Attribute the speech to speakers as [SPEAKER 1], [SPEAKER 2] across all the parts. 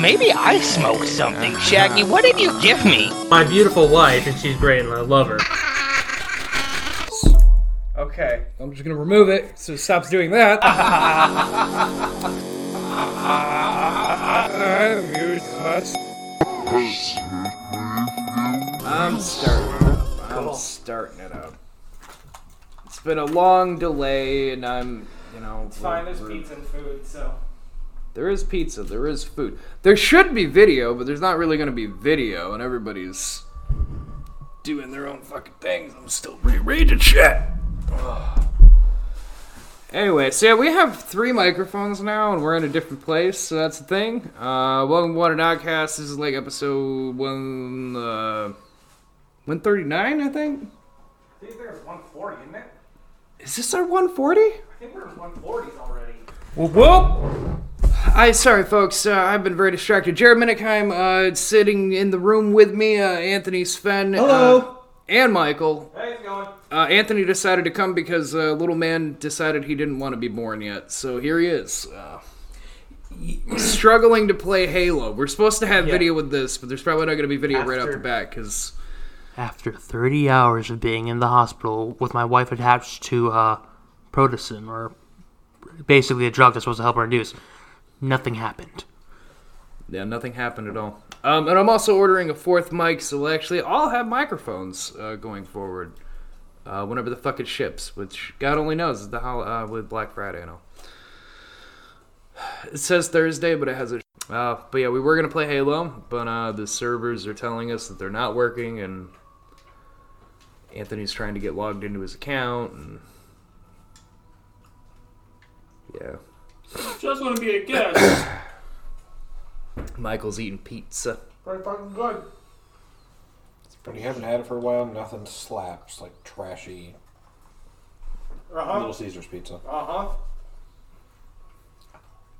[SPEAKER 1] maybe I smoked something. Shaggy, what did you give me?
[SPEAKER 2] My beautiful wife, and she's great, and I love her.
[SPEAKER 3] Okay.
[SPEAKER 4] I'm just gonna remove it so it stops doing that.
[SPEAKER 3] I'm starting. I'm starting it up. It's been a long delay, and I'm, you know. It's
[SPEAKER 2] Fine, there's pizza and food, so.
[SPEAKER 3] There is pizza. There is food. There should be video, but there's not really going to be video, and everybody's doing their own fucking things. I'm still rereading shit. anyway, so yeah, we have three microphones now, and we're in a different place, so that's the thing. Uh, welcome to Water Nodcast. This is like episode one, uh, 139, I think.
[SPEAKER 2] I think there's 140, isn't it?
[SPEAKER 3] Is this our 140?
[SPEAKER 2] I think we're in 140s already.
[SPEAKER 4] whoop whoop.
[SPEAKER 3] I sorry, folks. Uh, I've been very distracted. Jared Minnickheim uh, sitting in the room with me. Uh, Anthony Sven.
[SPEAKER 4] Hello.
[SPEAKER 3] Uh, and Michael.
[SPEAKER 2] Hey, it's going.
[SPEAKER 3] Uh, Anthony decided to come because uh, little man decided he didn't want to be born yet. So here he is. Uh, struggling to play Halo. We're supposed to have video with this, but there's probably not going to be video right off the
[SPEAKER 2] After-
[SPEAKER 3] bat because
[SPEAKER 5] After 30 hours of being in the hospital with my wife attached to uh, Protosin, or basically a drug that's supposed to help her induce, nothing happened.
[SPEAKER 3] yeah, nothing happened at all. Um, and I'm also ordering a fourth mic, so we'll actually all have microphones uh, going forward. uh, whenever the fuck it ships, which God only knows is the hol- uh, with Black Friday and all. It says Thursday, but it has a. Uh, but yeah, we were gonna play Halo, but uh, the servers are telling us that they're not working, and Anthony's trying to get logged into his account, and yeah,
[SPEAKER 2] Just want to be a guest.
[SPEAKER 3] Michael's eating pizza.
[SPEAKER 2] Pretty fucking good.
[SPEAKER 6] But you haven't had it for a while. Nothing slaps like trashy
[SPEAKER 2] Uh
[SPEAKER 6] Little Caesars pizza.
[SPEAKER 2] Uh huh.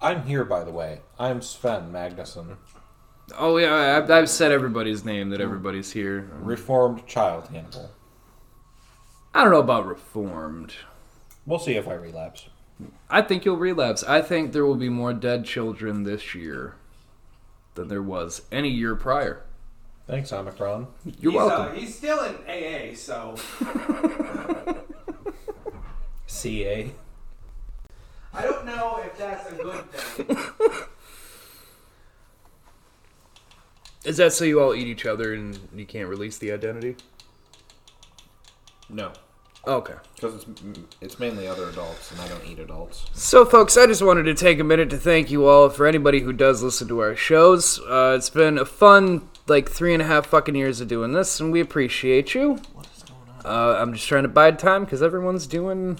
[SPEAKER 6] I'm here, by the way. I'm Sven Magnuson,
[SPEAKER 3] Oh yeah, I- I've, I've said everybody's name that everybody's here.
[SPEAKER 6] reformed child Hannibal.
[SPEAKER 3] I don't know about reformed.
[SPEAKER 6] We'll see if I relapse.
[SPEAKER 3] I think you'll relapse. I think there will be more dead children this year than there was any year prior.
[SPEAKER 6] Thanks, Omicron.
[SPEAKER 3] You're welcome.
[SPEAKER 2] he's uh, still in AA, so.
[SPEAKER 6] CA.
[SPEAKER 2] I don't know if that's a good thing.
[SPEAKER 3] Is that so you all eat each other and you can't release the identity?
[SPEAKER 6] No,
[SPEAKER 3] Okay.
[SPEAKER 6] because it's it's mainly other adults, and I don't eat adults.
[SPEAKER 3] So, folks, I just wanted to take a minute to thank you all for anybody who does listen to our shows. Uh, it's been a fun, like, three and a half fucking years of doing this, and we appreciate you. What is going on? Uh, I'm just trying to bide time because everyone's doing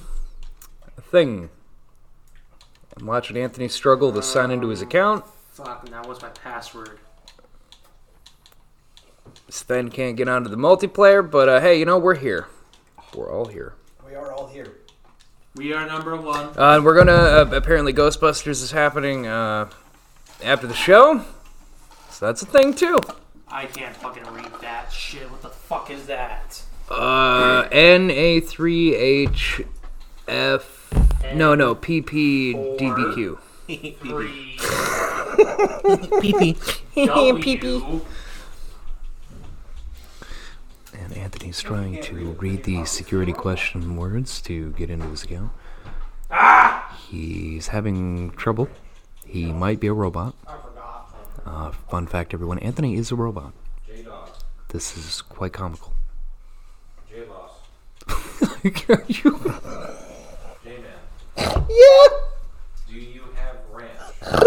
[SPEAKER 3] a thing. I'm watching Anthony struggle to sign into his account.
[SPEAKER 2] Fuck, and that was my password.
[SPEAKER 3] Sven can't get onto the multiplayer, but uh, hey, you know, we're here. We're all here.
[SPEAKER 7] We are all here.
[SPEAKER 2] We are number one.
[SPEAKER 3] Uh, and we're gonna uh, apparently Ghostbusters is happening uh, after the show, so that's a thing too.
[SPEAKER 2] I can't fucking read that shit. What the fuck is that?
[SPEAKER 3] Uh, N A three H F no no P P D B Q.
[SPEAKER 2] Three.
[SPEAKER 5] PP.
[SPEAKER 2] W.
[SPEAKER 3] And Anthony's trying to read the security question words to get into his account. He's having trouble. He might be a robot. Uh, fun fact, everyone: Anthony is a robot.
[SPEAKER 6] J Dog.
[SPEAKER 3] This is quite comical.
[SPEAKER 6] J Loss.
[SPEAKER 3] Are you
[SPEAKER 6] J Man. Yeah. Do you have ranch? Is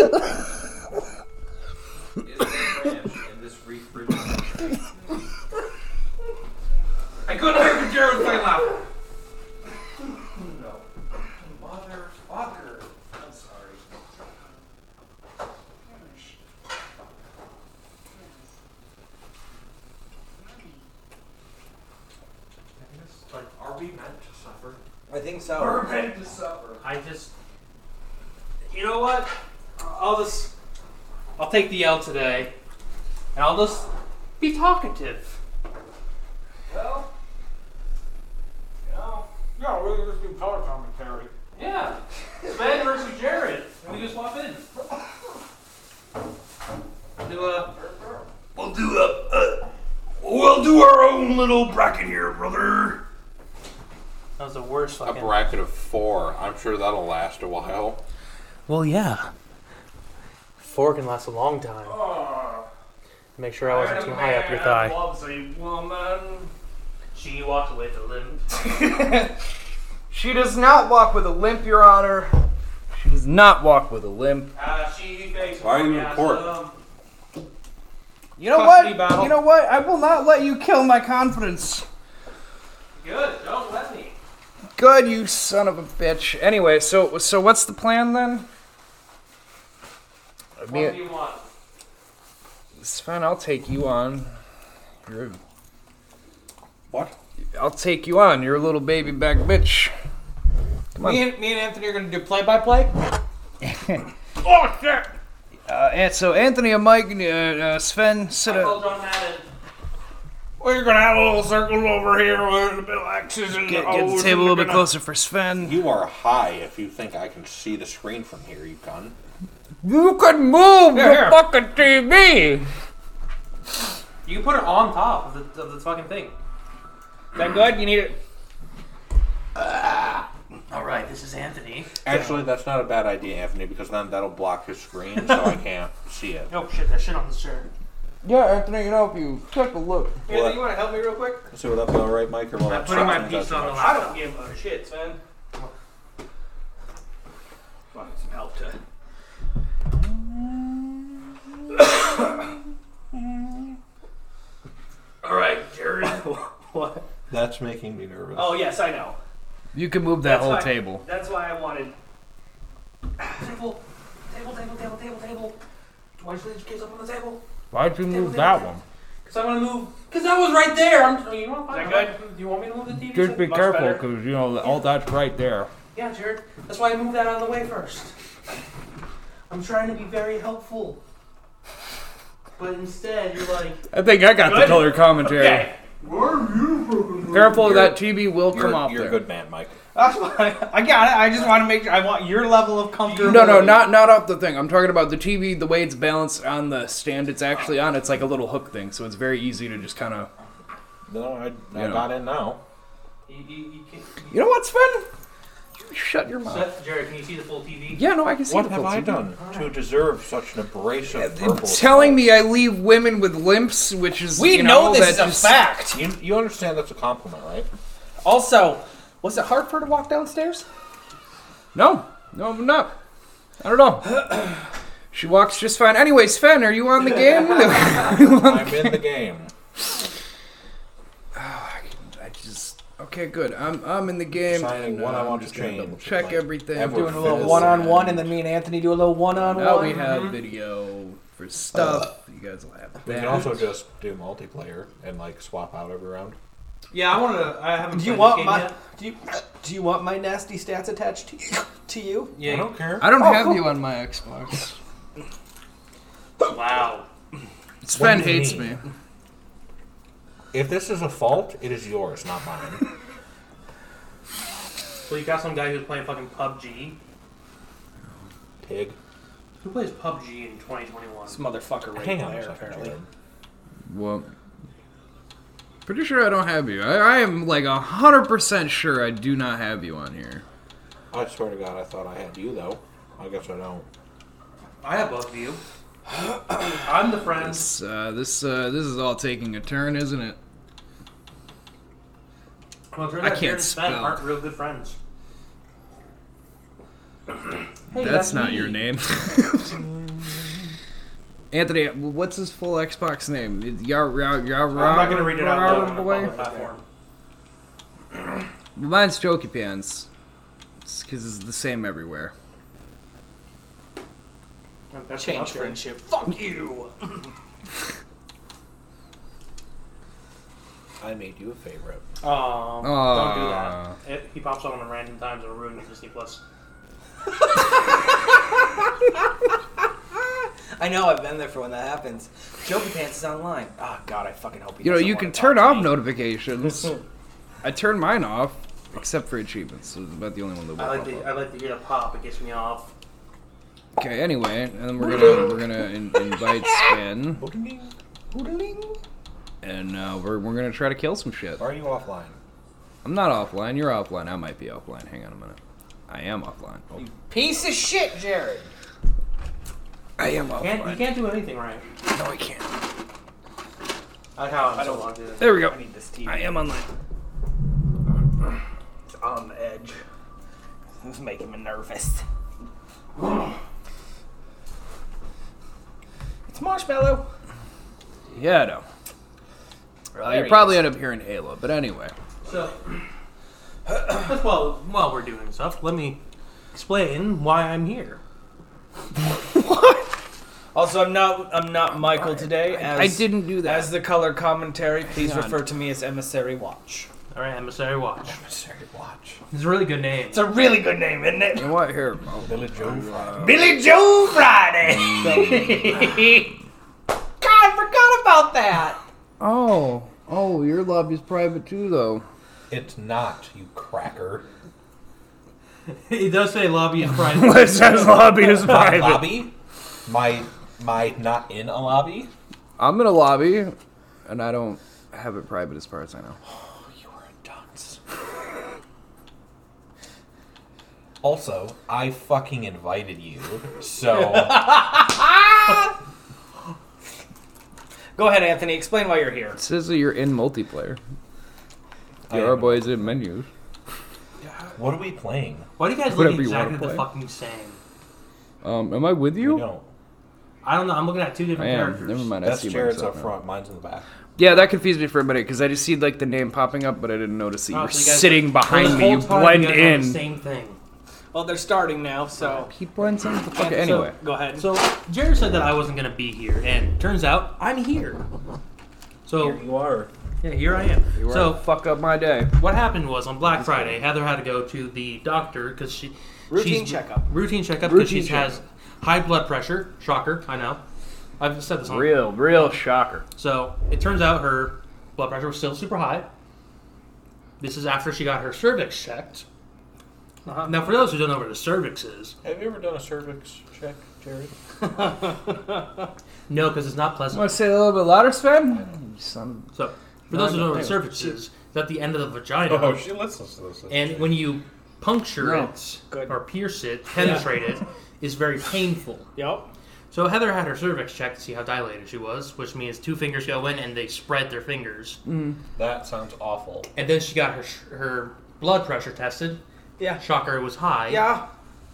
[SPEAKER 6] there ranch in this refrigerator?
[SPEAKER 2] I couldn't hear the Jared play loud.
[SPEAKER 6] No. Motherfucker. I'm sorry.
[SPEAKER 2] Like, are we meant to suffer?
[SPEAKER 7] I think so.
[SPEAKER 2] meant to suffer. I just, you know what? I'll just, I'll take the L today, and I'll just be talkative.
[SPEAKER 6] Well, you know,
[SPEAKER 8] No, we just do color commentary.
[SPEAKER 2] Yeah, Sven versus Jared, and we just swap in.
[SPEAKER 5] do a.
[SPEAKER 9] We'll do a, a we'll do our own little bracket here, brother.
[SPEAKER 5] That was the worst
[SPEAKER 6] A
[SPEAKER 5] fucking.
[SPEAKER 6] bracket of four. I'm sure that'll last a while.
[SPEAKER 10] Well, yeah. Four can last a long time. Make sure I wasn't too high up your thigh.
[SPEAKER 5] Loves Oh. a woman. She walked away to limp.
[SPEAKER 3] She does not walk with a limp, Your Honor. She does not walk with a limp.
[SPEAKER 6] Ah,
[SPEAKER 5] Uh, she fakes.
[SPEAKER 6] Why are you in
[SPEAKER 5] orgasm.
[SPEAKER 6] court?
[SPEAKER 3] You know
[SPEAKER 5] Custody
[SPEAKER 3] what?
[SPEAKER 5] battle.
[SPEAKER 3] You know what? I will not let you kill my confidence.
[SPEAKER 5] Good. Don't let me.
[SPEAKER 3] Good, you son of a bitch. Anyway, so so what's the plan then? I
[SPEAKER 5] What do
[SPEAKER 3] mean,
[SPEAKER 5] you want?
[SPEAKER 3] it's fine. I'll take you on. You're,
[SPEAKER 6] What?
[SPEAKER 3] I'll take you on. You're a little baby back bitch. on.
[SPEAKER 7] Me and, me and Anthony are going to do play by play.
[SPEAKER 5] Oh shit!
[SPEAKER 3] Uh, and so Anthony and Mike and uh, uh, Sven sit
[SPEAKER 5] I told
[SPEAKER 3] up.
[SPEAKER 5] John Madden.
[SPEAKER 9] We're gonna have a little circle over here with the middle axes and
[SPEAKER 3] Get, get the
[SPEAKER 9] O's,
[SPEAKER 3] table a
[SPEAKER 9] and
[SPEAKER 3] little
[SPEAKER 9] we're
[SPEAKER 3] bit
[SPEAKER 9] gonna-
[SPEAKER 3] closer for Sven.
[SPEAKER 6] You are high if you think I can see the screen from here, you gun.
[SPEAKER 3] You can move
[SPEAKER 5] Here, here.
[SPEAKER 3] fucking TV.
[SPEAKER 5] You can put it on top of the, of the fucking thing. Is that good? You need it. Ah. all right, this is Anthony.
[SPEAKER 6] Actually, that's not a bad idea, Anthony, because then that'll block his screen, so I can't see it.
[SPEAKER 5] Oh shit! That shit on the shirt.
[SPEAKER 3] Yeah, Anthony, you know if you take a look.
[SPEAKER 6] Anthony,
[SPEAKER 5] you want to help me real quick?
[SPEAKER 6] So would that be all right, Mike? Or will
[SPEAKER 5] I'm
[SPEAKER 6] that
[SPEAKER 5] putting my
[SPEAKER 6] stop me?
[SPEAKER 5] piece on the
[SPEAKER 6] That's-
[SPEAKER 5] laptop. I don't give a shit, man. I need some help to. All right, Jared. what?
[SPEAKER 6] That's making me nervous.
[SPEAKER 5] Oh yes, I know.
[SPEAKER 3] You can move that
[SPEAKER 5] That's
[SPEAKER 3] whole
[SPEAKER 5] why-
[SPEAKER 3] table.
[SPEAKER 5] That's why I wanted table, table, table, table, table, table. Why should these kids up on the table?
[SPEAKER 11] Why'd you
[SPEAKER 5] move that
[SPEAKER 11] one?
[SPEAKER 5] Cause I want to move. Cause I was right there. I'm. Oh, you know what? Is that good? You want me to move the TV? so- Much better.
[SPEAKER 11] because you know all that's right there.
[SPEAKER 5] Yeah, Jared. That's why I moved that out of the way first. I'm trying to be very helpful. But instead, you're like,
[SPEAKER 3] I think I got the
[SPEAKER 5] Good?
[SPEAKER 3] color commentary.
[SPEAKER 5] okay,
[SPEAKER 3] Careful, that TV will
[SPEAKER 6] you're,
[SPEAKER 3] come off
[SPEAKER 6] you're
[SPEAKER 3] there.
[SPEAKER 6] a good man, Mike.
[SPEAKER 7] That's why I got it. I just want to make sure I want your level of comfort.
[SPEAKER 3] No, no, not not off the thing. I'm talking about the TV, the way it's balanced on the stand it's actually on. It's like a little hook thing, so it's very easy to just kind of.
[SPEAKER 6] No, I, I
[SPEAKER 3] Yeah.
[SPEAKER 6] got in now.
[SPEAKER 5] you, you, you can,
[SPEAKER 3] You know what, Sven? You shut your mouth.
[SPEAKER 5] Seth, Jared, can you see the full TV?
[SPEAKER 3] Yeah, no, I can see
[SPEAKER 6] What
[SPEAKER 3] the
[SPEAKER 6] have
[SPEAKER 3] full
[SPEAKER 6] I
[SPEAKER 3] TV.
[SPEAKER 6] done to deserve such an abrasive verbal
[SPEAKER 3] Telling me I leave women with limps, which is
[SPEAKER 7] We
[SPEAKER 3] you
[SPEAKER 7] know, this
[SPEAKER 3] that
[SPEAKER 7] is a
[SPEAKER 3] just-
[SPEAKER 7] fact.
[SPEAKER 6] You, you understand that's a compliment, right?
[SPEAKER 7] Also, was it hard for her to walk downstairs?
[SPEAKER 3] No, no, I'm not. I don't know. she walks just fine. Anyway, Sven, are you on the game?
[SPEAKER 6] I'm in the game.
[SPEAKER 3] I just okay, good. I'm I'm in the game.
[SPEAKER 6] Signing
[SPEAKER 3] and,
[SPEAKER 6] one,
[SPEAKER 3] uh,
[SPEAKER 6] I
[SPEAKER 3] I'm
[SPEAKER 6] want
[SPEAKER 3] just
[SPEAKER 6] to
[SPEAKER 3] gonna
[SPEAKER 6] change.
[SPEAKER 3] double Check
[SPEAKER 6] Like,
[SPEAKER 3] everything.
[SPEAKER 6] ever
[SPEAKER 3] Doing
[SPEAKER 7] Doing
[SPEAKER 6] fit
[SPEAKER 7] a little
[SPEAKER 6] is
[SPEAKER 7] one on
[SPEAKER 6] that.
[SPEAKER 7] one, and then me and Anthony do a little one on
[SPEAKER 3] Now
[SPEAKER 7] one.
[SPEAKER 3] we have video for stuff. you guys will have
[SPEAKER 6] Uh, We
[SPEAKER 3] that.
[SPEAKER 6] can also just do multiplayer and like swap out every round.
[SPEAKER 5] Yeah, I want to. I haven't.
[SPEAKER 7] Do you
[SPEAKER 5] played this
[SPEAKER 7] want
[SPEAKER 5] game
[SPEAKER 7] my
[SPEAKER 5] yet.
[SPEAKER 7] do you, do you want my nasty stats attached to you? To you?
[SPEAKER 6] I don't care.
[SPEAKER 3] I don't
[SPEAKER 7] Oh,
[SPEAKER 3] have
[SPEAKER 7] cool.
[SPEAKER 3] you on my Xbox.
[SPEAKER 5] Wow.
[SPEAKER 3] Sven
[SPEAKER 6] do you
[SPEAKER 3] hates
[SPEAKER 6] mean?
[SPEAKER 3] me.
[SPEAKER 6] If this is a fault, it is yours, not mine.
[SPEAKER 5] So you got some guy who's playing fucking PUBG.
[SPEAKER 6] Pig.
[SPEAKER 5] Who plays PUBG in 2021?
[SPEAKER 7] This motherfucker right
[SPEAKER 6] Hang on a
[SPEAKER 7] there,
[SPEAKER 6] second,
[SPEAKER 7] apparently.
[SPEAKER 6] Jared.
[SPEAKER 3] Well, pretty sure I don't have you. I, I am like hundred percent sure I do not have you on here.
[SPEAKER 6] I swear to God, I thought I had you though. I guess I don't.
[SPEAKER 5] I have both of you. I'm the friend.
[SPEAKER 3] It's, uh, this uh, this is all taking a turn, isn't it?
[SPEAKER 5] Well, it turns
[SPEAKER 3] I
[SPEAKER 5] out
[SPEAKER 3] can't
[SPEAKER 5] Jared and Sven
[SPEAKER 3] spell.
[SPEAKER 5] aren't real good friends. Hey,
[SPEAKER 3] That's not your name. Anthony, what's his full Xbox name? Yar, yar, yar,
[SPEAKER 5] I'm not gonna read it out loud on a public platform.
[SPEAKER 3] Mine's Jokey Pants. Because it's the same everywhere.
[SPEAKER 5] That's
[SPEAKER 7] Change
[SPEAKER 5] enough, Jared.
[SPEAKER 7] friendship. Fuck you.
[SPEAKER 6] I made you a favorite.
[SPEAKER 5] Oh, don't do
[SPEAKER 3] Aw.
[SPEAKER 5] that. It, he pops on at random times and ruins Disney Plus.
[SPEAKER 7] I know I've been there for when that happens. Jokey Pants is online. Oh God, I fucking hope he.
[SPEAKER 3] You know,
[SPEAKER 7] doesn't
[SPEAKER 3] you
[SPEAKER 7] wanna
[SPEAKER 3] can
[SPEAKER 7] talk
[SPEAKER 3] turn
[SPEAKER 7] to
[SPEAKER 3] off
[SPEAKER 7] me.
[SPEAKER 3] notifications. I turn mine off, except for achievements. So it's about the only one that will
[SPEAKER 5] I like
[SPEAKER 3] pop
[SPEAKER 5] to
[SPEAKER 3] up.
[SPEAKER 5] I like to hear the pop. It gets me off.
[SPEAKER 3] Okay. Anyway, and then we're gonna we're gonna in, invite Sven, and uh, we're we're gonna try to kill some shit.
[SPEAKER 6] Are you offline?
[SPEAKER 3] I'm not offline. You're offline. I might be offline. Hang on a minute. I am offline. Oh,
[SPEAKER 7] Piece of shit, Jared.
[SPEAKER 3] I am
[SPEAKER 5] Can't, you
[SPEAKER 3] offline.
[SPEAKER 5] can't do anything right.
[SPEAKER 3] No, I can't.
[SPEAKER 5] I like how I'm so logged in.
[SPEAKER 3] There we go.
[SPEAKER 7] I need this TV.
[SPEAKER 3] I am online.
[SPEAKER 7] It's on the edge. This is making me nervous. it's marshmallow.
[SPEAKER 3] Yeah, I know. Uh,
[SPEAKER 7] There
[SPEAKER 3] you
[SPEAKER 7] he
[SPEAKER 3] probably end up hearing Halo, but anyway.
[SPEAKER 5] So, but while while we're doing stuff, let me explain why I'm here.
[SPEAKER 7] Also, I'm not I'm not Michael today. As,
[SPEAKER 3] I didn't do that.
[SPEAKER 7] As the color commentary, please
[SPEAKER 3] Hang on.
[SPEAKER 7] refer to me as Emissary Watch.
[SPEAKER 5] All right, emissary watch.
[SPEAKER 7] Emissary Watch.
[SPEAKER 5] It's a really good name.
[SPEAKER 7] It's a really good name, isn't it?
[SPEAKER 3] You know what? Here, I'll-
[SPEAKER 6] Billy Joe Friday.
[SPEAKER 7] Billy Joe Friday. God, I forgot about that.
[SPEAKER 3] Oh, oh, your lobby's private too, though.
[SPEAKER 6] It's not, you cracker.
[SPEAKER 5] It does say lobby and private.
[SPEAKER 3] It says lobby is private.
[SPEAKER 6] Lobby? My my not in a lobby?
[SPEAKER 3] I'm in a lobby, and I don't have it private as far as I know.
[SPEAKER 6] You are a dunce. Also, I fucking invited you, so
[SPEAKER 7] Go ahead, Anthony. Explain why you're here.
[SPEAKER 3] It says that you're in multiplayer.
[SPEAKER 6] I
[SPEAKER 3] There are
[SPEAKER 6] am.
[SPEAKER 3] boys in menus.
[SPEAKER 6] what are we playing?
[SPEAKER 5] Why do you guys look
[SPEAKER 3] Whatever you wanna
[SPEAKER 5] exactly the
[SPEAKER 3] play.
[SPEAKER 5] fucking same?
[SPEAKER 3] Um, am I with
[SPEAKER 6] We
[SPEAKER 3] you?
[SPEAKER 6] don't.
[SPEAKER 5] I don't know. I'm looking at two
[SPEAKER 3] I
[SPEAKER 5] different
[SPEAKER 3] am.
[SPEAKER 5] characters.
[SPEAKER 3] Never mind.
[SPEAKER 6] That's
[SPEAKER 3] I see
[SPEAKER 6] Jared's
[SPEAKER 3] myself
[SPEAKER 6] up
[SPEAKER 3] now.
[SPEAKER 6] front, mine's in the back.
[SPEAKER 3] Yeah, that confused me for a minute because I just see like the name popping up, but I didn't notice that you
[SPEAKER 5] Oh,
[SPEAKER 3] were
[SPEAKER 5] so you guys-
[SPEAKER 3] sitting
[SPEAKER 5] Well, the
[SPEAKER 3] behind me. You
[SPEAKER 5] whole time
[SPEAKER 3] blend
[SPEAKER 5] you guys are the
[SPEAKER 3] in.
[SPEAKER 5] Same thing.
[SPEAKER 7] Well, they're starting now, so.
[SPEAKER 3] He blends in. Okay,
[SPEAKER 7] Anthony, so-
[SPEAKER 3] anyway.
[SPEAKER 7] go ahead.
[SPEAKER 5] So Jared said that I wasn't gonna be here, and turns out I'm here. So
[SPEAKER 7] you are.
[SPEAKER 5] yeah, here I am.
[SPEAKER 3] You
[SPEAKER 5] so
[SPEAKER 3] so fuck up my day.
[SPEAKER 5] what happened was on Black Friday, Heather had to go to the doctor because she
[SPEAKER 7] Routine
[SPEAKER 5] she's-
[SPEAKER 7] checkup.
[SPEAKER 5] Routine checkup because she
[SPEAKER 3] Routine checkup.
[SPEAKER 5] has high blood pressure. Shocker, I know. I've said this on
[SPEAKER 3] Real, real shocker.
[SPEAKER 5] So it turns out her blood pressure was still super high. This is after she got her cervix checked.
[SPEAKER 3] Uh-huh.
[SPEAKER 5] Now, for those who don't know what a cervix is,
[SPEAKER 6] Have you ever done a cervix check, Jared?
[SPEAKER 5] no, because it's not pleasant.
[SPEAKER 3] Want to say it a little bit louder, Sven? You son of-
[SPEAKER 5] So, for
[SPEAKER 3] No,
[SPEAKER 5] those who
[SPEAKER 3] I
[SPEAKER 5] don't know
[SPEAKER 3] know.
[SPEAKER 5] what a cervix is, it's at the end of the vagina.
[SPEAKER 6] Oh, she listens to this.
[SPEAKER 5] and when you puncture
[SPEAKER 3] No.
[SPEAKER 5] it
[SPEAKER 7] Good.
[SPEAKER 5] or pierce it, penetrate it, is very painful.
[SPEAKER 7] Yep.
[SPEAKER 5] So Heather had her cervix checked to see how dilated she was, which means two fingers go in and they spread their fingers.
[SPEAKER 6] That sounds awful.
[SPEAKER 5] And then she got her sh- her blood pressure tested.
[SPEAKER 7] Yeah.
[SPEAKER 5] Shocker, it was high.
[SPEAKER 7] Yeah.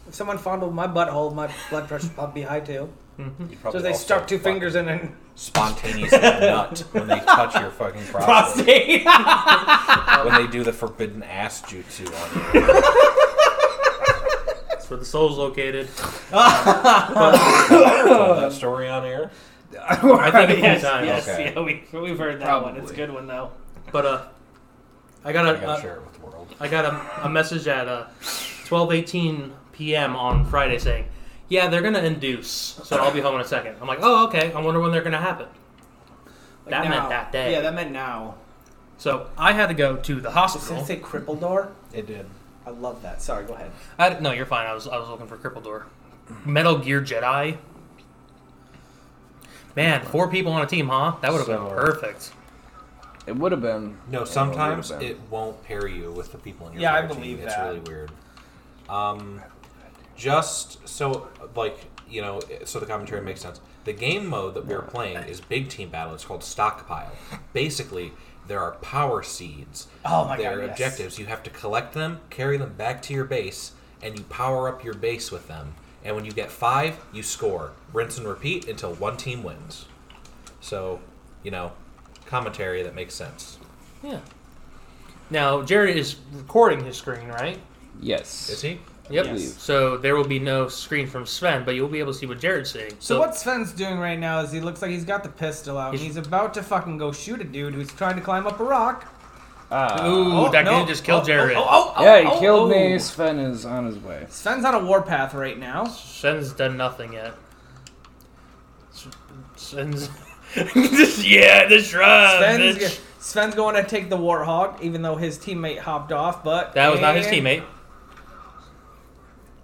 [SPEAKER 7] If someone fondled my butthole, my blood pressure would probably be high too.
[SPEAKER 6] You'd probably
[SPEAKER 7] So they
[SPEAKER 6] also
[SPEAKER 7] stuck two
[SPEAKER 6] fucking
[SPEAKER 7] fingers in and
[SPEAKER 6] Spontaneous nut when they touch your fucking prostate.
[SPEAKER 7] prostate.
[SPEAKER 6] when they do the forbidden ass jutsu on you.
[SPEAKER 5] That's where the soul's located.
[SPEAKER 6] Told that story on air.
[SPEAKER 5] I think a few
[SPEAKER 7] yes,
[SPEAKER 5] times.
[SPEAKER 7] yes,
[SPEAKER 6] Okay.
[SPEAKER 7] yeah, we, we've heard that one. It's a
[SPEAKER 3] Probably.
[SPEAKER 7] good one though.
[SPEAKER 5] But uh, I got
[SPEAKER 6] I
[SPEAKER 5] a
[SPEAKER 6] gotta
[SPEAKER 5] uh,
[SPEAKER 6] share it with the world.
[SPEAKER 5] I got a, a message at uh, 12:18 p.m. on Friday saying, "Yeah, they're gonna induce, so I'll be home in a second. I'm like, "Oh, okay. I wonder when they're gonna happen."
[SPEAKER 7] Like
[SPEAKER 5] That meant
[SPEAKER 7] now.
[SPEAKER 5] that day.
[SPEAKER 7] Yeah, that meant now.
[SPEAKER 5] So I had to go to the
[SPEAKER 7] Does
[SPEAKER 5] hospital.
[SPEAKER 7] it say crippled door?
[SPEAKER 6] It did.
[SPEAKER 7] I love that. Sorry, go ahead.
[SPEAKER 5] I had- no, you're fine. I was I was looking for Crippledor. Metal Gear Jedi. Man, four people on a team, huh? That would have
[SPEAKER 6] So-
[SPEAKER 5] been perfect.
[SPEAKER 3] It would have been.
[SPEAKER 6] No,
[SPEAKER 3] It
[SPEAKER 6] sometimes
[SPEAKER 3] would've been.
[SPEAKER 6] it won't pair you with the people in your
[SPEAKER 7] Yeah, I
[SPEAKER 6] fire team.
[SPEAKER 7] believe
[SPEAKER 6] It's
[SPEAKER 7] that.
[SPEAKER 6] really weird. Um, just so like you know, so the commentary makes sense. The game mode that we're playing is big team battle. It's called stockpile. Basically, there are power seeds.
[SPEAKER 7] Oh my
[SPEAKER 6] There
[SPEAKER 7] God,
[SPEAKER 6] are
[SPEAKER 7] yes.
[SPEAKER 6] objectives. You have to collect them, carry them back to your base, and you power up your base with them. And when you get five, you score. Rinse and repeat until one team wins. So, you know, commentary that makes sense.
[SPEAKER 5] Yeah. Now Jared is recording his screen, right?
[SPEAKER 3] Yes.
[SPEAKER 6] Is he?
[SPEAKER 5] Yep.
[SPEAKER 3] Yes.
[SPEAKER 5] So there will be no screen from Sven, but you'll be able to see what Jared's seeing.
[SPEAKER 7] So, what Sven's doing right now is he looks like he's got the pistol out and he's about to fucking go shoot a dude who's trying to climb up a rock.
[SPEAKER 3] Uh,
[SPEAKER 5] Ooh, that
[SPEAKER 7] no.
[SPEAKER 5] dude just killed
[SPEAKER 7] Oh,
[SPEAKER 5] Jared.
[SPEAKER 7] Oh, oh, oh,
[SPEAKER 3] Yeah, he
[SPEAKER 7] oh,
[SPEAKER 3] killed
[SPEAKER 7] oh.
[SPEAKER 3] me. Sven is on his way.
[SPEAKER 7] Sven's on a warpath right now.
[SPEAKER 5] Sven's done nothing yet. S- Sven's. Just- yeah, just run.
[SPEAKER 7] Sven's,
[SPEAKER 5] bitch.
[SPEAKER 7] go- Sven's going to take the warthog, even though his teammate hopped off. But
[SPEAKER 5] That was not his
[SPEAKER 7] and-
[SPEAKER 5] teammate.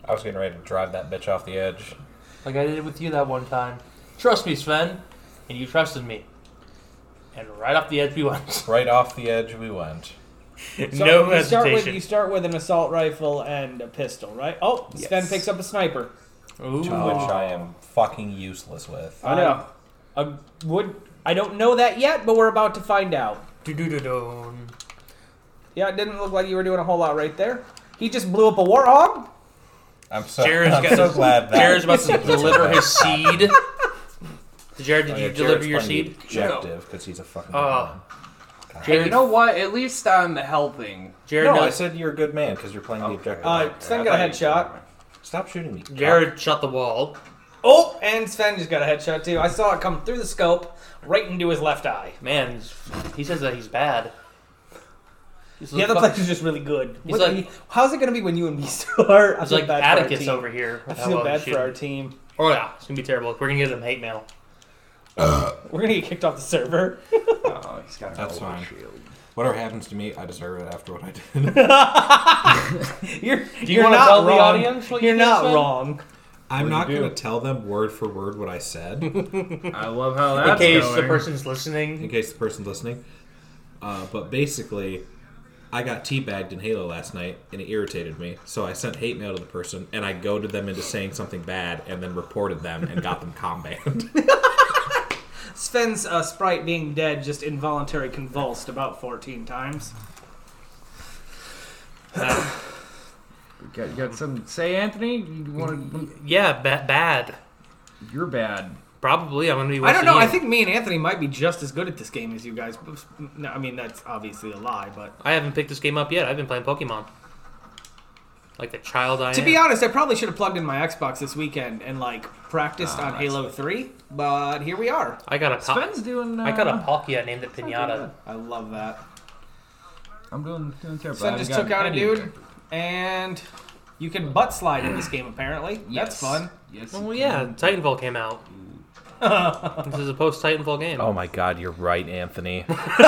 [SPEAKER 6] I was getting ready to drive that bitch off the edge.
[SPEAKER 5] like I did with you that one time. Trust me, Sven, and you trusted me. And right off the edge we went.
[SPEAKER 6] Right off the edge we went.
[SPEAKER 7] So
[SPEAKER 5] no
[SPEAKER 7] you start, with,
[SPEAKER 5] hesitation.
[SPEAKER 7] you start with an assault rifle and a pistol, right? Oh, Sven picks up a sniper.
[SPEAKER 5] Ooh.
[SPEAKER 6] To which I am fucking useless with.
[SPEAKER 7] I know. Um, a wood. I don't know that yet, but we're about to find out.
[SPEAKER 5] Do-do-do-dun.
[SPEAKER 7] Yeah, it didn't look like you were doing a whole lot right there. He just blew up a warthog.
[SPEAKER 6] I'm so,
[SPEAKER 5] Jared's
[SPEAKER 6] I'm
[SPEAKER 5] got
[SPEAKER 6] so
[SPEAKER 5] his-
[SPEAKER 6] glad that.
[SPEAKER 5] Jared's about to deliver his seed. Jared, did
[SPEAKER 6] Oh,
[SPEAKER 5] you
[SPEAKER 6] yeah,
[SPEAKER 5] deliver
[SPEAKER 6] Jared's
[SPEAKER 5] your
[SPEAKER 6] playing the
[SPEAKER 5] seed?
[SPEAKER 6] Objective, because he's a fucking.
[SPEAKER 5] Oh.
[SPEAKER 6] good man.
[SPEAKER 3] Hey, you
[SPEAKER 5] Jared,
[SPEAKER 3] know what? At least I'm helping.
[SPEAKER 5] Jared, Oh,
[SPEAKER 6] No, I
[SPEAKER 5] knows,
[SPEAKER 6] said you're a good man because you're playing the objective.
[SPEAKER 7] Uh,
[SPEAKER 6] Okay,
[SPEAKER 7] Sven
[SPEAKER 6] I
[SPEAKER 7] got a
[SPEAKER 6] thought you-
[SPEAKER 7] headshot.
[SPEAKER 6] Stop shooting me.
[SPEAKER 5] Jared shot the wall.
[SPEAKER 7] Oh, and Sven just got a headshot too. I saw it come through the scope, right into his left eye.
[SPEAKER 5] Man, he says that he's bad. He's
[SPEAKER 7] The other player's just really good.
[SPEAKER 5] He's
[SPEAKER 7] What-
[SPEAKER 5] like-
[SPEAKER 7] how's it gonna be when you and me start? I
[SPEAKER 5] It's
[SPEAKER 7] feel
[SPEAKER 5] like
[SPEAKER 7] bad for our
[SPEAKER 5] Atticus
[SPEAKER 7] team.
[SPEAKER 5] over here.
[SPEAKER 7] I
[SPEAKER 5] How
[SPEAKER 7] feel
[SPEAKER 5] well
[SPEAKER 7] bad
[SPEAKER 5] we
[SPEAKER 7] for our
[SPEAKER 5] shoot.
[SPEAKER 7] team.
[SPEAKER 5] Oh yeah, it's gonna be terrible. We're gonna give them hate mail.
[SPEAKER 7] We're gonna get kicked off the server.
[SPEAKER 3] Oh, he's got a
[SPEAKER 6] That's
[SPEAKER 3] golden
[SPEAKER 6] fine.
[SPEAKER 3] shield.
[SPEAKER 6] Whatever happens to me, I deserve it after what I did.
[SPEAKER 7] You're,
[SPEAKER 5] you
[SPEAKER 7] are
[SPEAKER 5] wanna
[SPEAKER 7] not
[SPEAKER 5] tell the
[SPEAKER 7] wrong.
[SPEAKER 5] audience what you
[SPEAKER 7] You're
[SPEAKER 5] did,
[SPEAKER 7] not
[SPEAKER 5] Sven?
[SPEAKER 7] wrong.
[SPEAKER 6] I'm
[SPEAKER 4] you
[SPEAKER 6] not
[SPEAKER 4] do?
[SPEAKER 6] going to tell them word for word what I said in
[SPEAKER 3] I love how
[SPEAKER 5] In
[SPEAKER 3] that's
[SPEAKER 5] case the
[SPEAKER 3] going.
[SPEAKER 5] person's listening,
[SPEAKER 6] case the person's listening. Uh, but basically, I got teabagged in Halo last night and it irritated me. So I sent hate mail to the person and I goaded them into saying something bad and then reported them and got them com banned.
[SPEAKER 7] Sven's uh, sprite being dead just involuntary convulsed about 14 times.
[SPEAKER 3] Got, got some. Say, Anthony, you want?
[SPEAKER 5] yeah, ba- bad.
[SPEAKER 3] You're bad.
[SPEAKER 5] Probably, I'm gonna be.
[SPEAKER 7] I
[SPEAKER 5] worse
[SPEAKER 7] don't
[SPEAKER 5] than
[SPEAKER 7] know.
[SPEAKER 5] you.
[SPEAKER 7] I think me and Anthony might be just as good at this game as you guys. No, I mean, that's obviously a lie, but.
[SPEAKER 5] I haven't picked this game up yet. I've been playing Pokemon. Like the child I
[SPEAKER 7] To
[SPEAKER 5] am.
[SPEAKER 7] be honest, I probably should have plugged in my Xbox this weekend and, like, practiced
[SPEAKER 3] Ah,
[SPEAKER 7] on Halo 3, but here we are.
[SPEAKER 5] I got a po-
[SPEAKER 3] Sven's doing. Uh,
[SPEAKER 5] I got a Palkia I named it Pinata.
[SPEAKER 7] I love that.
[SPEAKER 3] I'm doing doing terrible. I
[SPEAKER 7] Sven
[SPEAKER 3] haven't
[SPEAKER 7] just
[SPEAKER 3] gotten
[SPEAKER 7] took out a
[SPEAKER 3] any
[SPEAKER 7] dude,
[SPEAKER 3] objective.
[SPEAKER 7] and you can butt slide in this game, apparently. That's
[SPEAKER 3] Yes.
[SPEAKER 7] fun.
[SPEAKER 3] Yes.
[SPEAKER 5] Well,
[SPEAKER 3] you
[SPEAKER 5] Oh, yeah,
[SPEAKER 3] can.
[SPEAKER 5] Titanfall came out. this is a post-Titanfall game.
[SPEAKER 6] Oh my god, you're right, Anthony. That's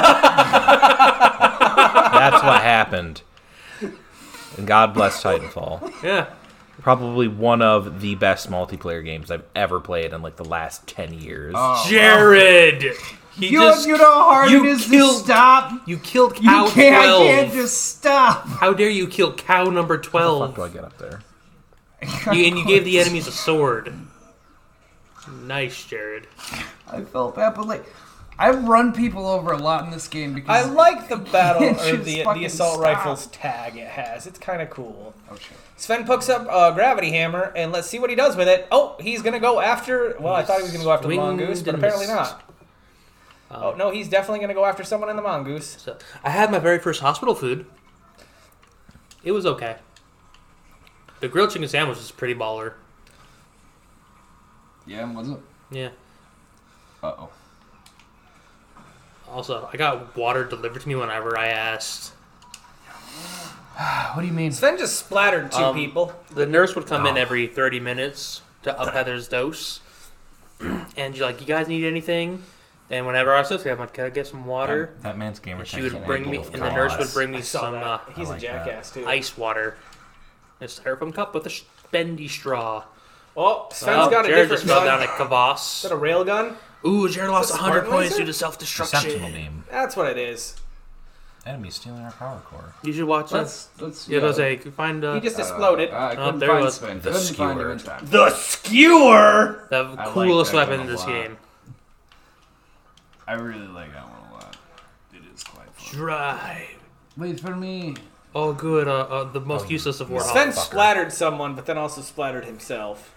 [SPEAKER 6] what happened. And God bless Titanfall.
[SPEAKER 5] Yeah,
[SPEAKER 6] Probably one of the best multiplayer games I've ever played in like the last 10 years.
[SPEAKER 5] Oh. Jared. He
[SPEAKER 3] You,
[SPEAKER 5] just
[SPEAKER 3] you know how hard
[SPEAKER 5] you
[SPEAKER 3] it is
[SPEAKER 5] killed-
[SPEAKER 3] to stop.
[SPEAKER 5] you killed
[SPEAKER 3] You
[SPEAKER 5] cow
[SPEAKER 3] can't.
[SPEAKER 5] twelve.
[SPEAKER 3] I can't just stop.
[SPEAKER 5] How dare you kill cow number
[SPEAKER 6] How the fuck
[SPEAKER 5] twelve?
[SPEAKER 6] do I get up there?
[SPEAKER 5] You, and you gave the enemies a sword. Nice, Jared.
[SPEAKER 3] I felt that, but like, I've run people over a lot in this game because
[SPEAKER 7] I like the battle
[SPEAKER 3] It's
[SPEAKER 7] or
[SPEAKER 3] just
[SPEAKER 7] the, the
[SPEAKER 3] fucking
[SPEAKER 7] assault
[SPEAKER 3] stop.
[SPEAKER 7] rifles tag it has. It's kind of cool.
[SPEAKER 3] Oh, shit.
[SPEAKER 7] Sven picks up a gravity hammer and let's see what he does with it. Oh, he's gonna go after. Well, I thought he was gonna go after the
[SPEAKER 5] Swinged
[SPEAKER 7] mongoose, but
[SPEAKER 5] and
[SPEAKER 7] apparently
[SPEAKER 5] missed.
[SPEAKER 7] not. Oh no, he's definitely gonna go after someone in the mongoose.
[SPEAKER 5] So I had my very first hospital food. It was okay. The grilled chicken sandwich was pretty baller.
[SPEAKER 3] Yeah, was it?
[SPEAKER 5] Yeah.
[SPEAKER 3] Uh oh.
[SPEAKER 5] Also, I got water delivered to me whenever I asked.
[SPEAKER 3] What do you mean?
[SPEAKER 7] Sven just splattered two
[SPEAKER 5] Um,
[SPEAKER 7] people.
[SPEAKER 5] The nurse would come in every 30 minutes to up Heather's dose. And she's like, You guys need anything? And whenever I was with her, I'm like, Can I get some water?
[SPEAKER 6] That man's gamer.
[SPEAKER 5] she would bring me, and the nurse would bring me
[SPEAKER 7] I saw
[SPEAKER 5] some uh,
[SPEAKER 7] that. He's
[SPEAKER 6] like
[SPEAKER 7] a
[SPEAKER 6] that.
[SPEAKER 7] jackass too.
[SPEAKER 5] ice water. A styrofoam cup with a sh- bendy straw.
[SPEAKER 7] oh, Sven's
[SPEAKER 5] Oh,
[SPEAKER 7] got a
[SPEAKER 5] Jared
[SPEAKER 7] different
[SPEAKER 5] just fell
[SPEAKER 7] gun.
[SPEAKER 5] down a
[SPEAKER 7] Is
[SPEAKER 5] kvass.
[SPEAKER 7] that a railgun?
[SPEAKER 5] Ooh, Jared lost
[SPEAKER 7] Is that
[SPEAKER 5] 100
[SPEAKER 7] smart
[SPEAKER 5] points
[SPEAKER 7] laser?
[SPEAKER 5] due to self destruction.
[SPEAKER 6] name.
[SPEAKER 7] That's what it is.
[SPEAKER 6] Enemy stealing our power core.
[SPEAKER 5] You should watch that.
[SPEAKER 3] Let's let's.
[SPEAKER 5] Yeah, those egg. Find uh,
[SPEAKER 7] He just exploded.
[SPEAKER 3] Uh, I couldn't
[SPEAKER 5] there it
[SPEAKER 3] find
[SPEAKER 5] was.
[SPEAKER 3] Sven.
[SPEAKER 6] The
[SPEAKER 3] Couldn't find him in
[SPEAKER 6] skewer.
[SPEAKER 3] time.
[SPEAKER 1] The skewer.
[SPEAKER 5] the
[SPEAKER 3] like
[SPEAKER 5] coolest
[SPEAKER 3] that
[SPEAKER 5] weapon
[SPEAKER 3] one
[SPEAKER 5] in
[SPEAKER 3] a
[SPEAKER 5] this
[SPEAKER 3] lot.
[SPEAKER 5] game.
[SPEAKER 3] I really like that one a lot. It is quite fun.
[SPEAKER 5] Drive.
[SPEAKER 3] Wait for me.
[SPEAKER 5] Oh, good. Uh, uh, the most useless of warhogs.
[SPEAKER 7] Sven
[SPEAKER 6] fucker.
[SPEAKER 7] splattered someone, but then also splattered himself.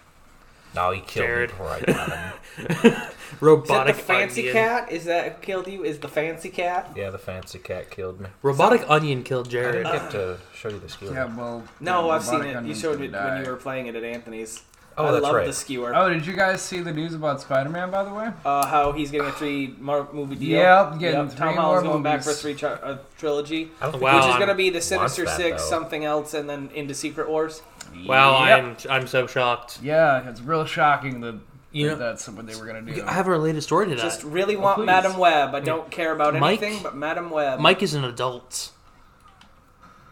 [SPEAKER 6] No, he killed
[SPEAKER 5] Jared.
[SPEAKER 6] me before I got him.
[SPEAKER 7] Is that the
[SPEAKER 5] Robotic
[SPEAKER 7] fancy
[SPEAKER 5] onion.
[SPEAKER 7] cat? Is that killed you? Is the fancy cat?
[SPEAKER 6] yeah, the fancy cat killed me.
[SPEAKER 5] Robotic onion killed
[SPEAKER 6] I
[SPEAKER 5] Jared.
[SPEAKER 6] didn't get to show you the skewer.
[SPEAKER 3] Yeah, well.
[SPEAKER 7] No,
[SPEAKER 3] yeah,
[SPEAKER 7] I've seen
[SPEAKER 3] robotic
[SPEAKER 7] it. You
[SPEAKER 3] onions
[SPEAKER 7] showed
[SPEAKER 3] can
[SPEAKER 7] me when
[SPEAKER 3] die.
[SPEAKER 7] you were playing it at Anthony's.
[SPEAKER 6] Oh,
[SPEAKER 7] I
[SPEAKER 6] that's
[SPEAKER 7] love
[SPEAKER 6] right.
[SPEAKER 7] the skewer.
[SPEAKER 3] Oh, did you guys see the news about Spider-Man? By the way.
[SPEAKER 7] Uh, how he's getting a three mar- movie deal.
[SPEAKER 3] Yep, getting three
[SPEAKER 7] Tom
[SPEAKER 3] more
[SPEAKER 7] Holland's going back for a
[SPEAKER 3] movies.
[SPEAKER 7] three tri- a trilogy,
[SPEAKER 6] I don't think
[SPEAKER 5] Wow.
[SPEAKER 7] which is
[SPEAKER 5] I'm-
[SPEAKER 7] going to be the Sinister
[SPEAKER 6] that,
[SPEAKER 7] Six,
[SPEAKER 6] though.
[SPEAKER 7] something else, and then into Secret Wars.
[SPEAKER 5] Wow,
[SPEAKER 3] Yep.
[SPEAKER 5] I'm I'm so shocked.
[SPEAKER 3] Yeah, it's real shocking that,
[SPEAKER 5] You
[SPEAKER 3] that
[SPEAKER 5] know-
[SPEAKER 3] that's what they were gonna do.
[SPEAKER 5] I have a related story to that.
[SPEAKER 7] Just really want
[SPEAKER 3] please.
[SPEAKER 7] Madam Web. I don't care about
[SPEAKER 5] Oh, Mike-
[SPEAKER 7] anything but Madam Web.
[SPEAKER 5] Mike is an adult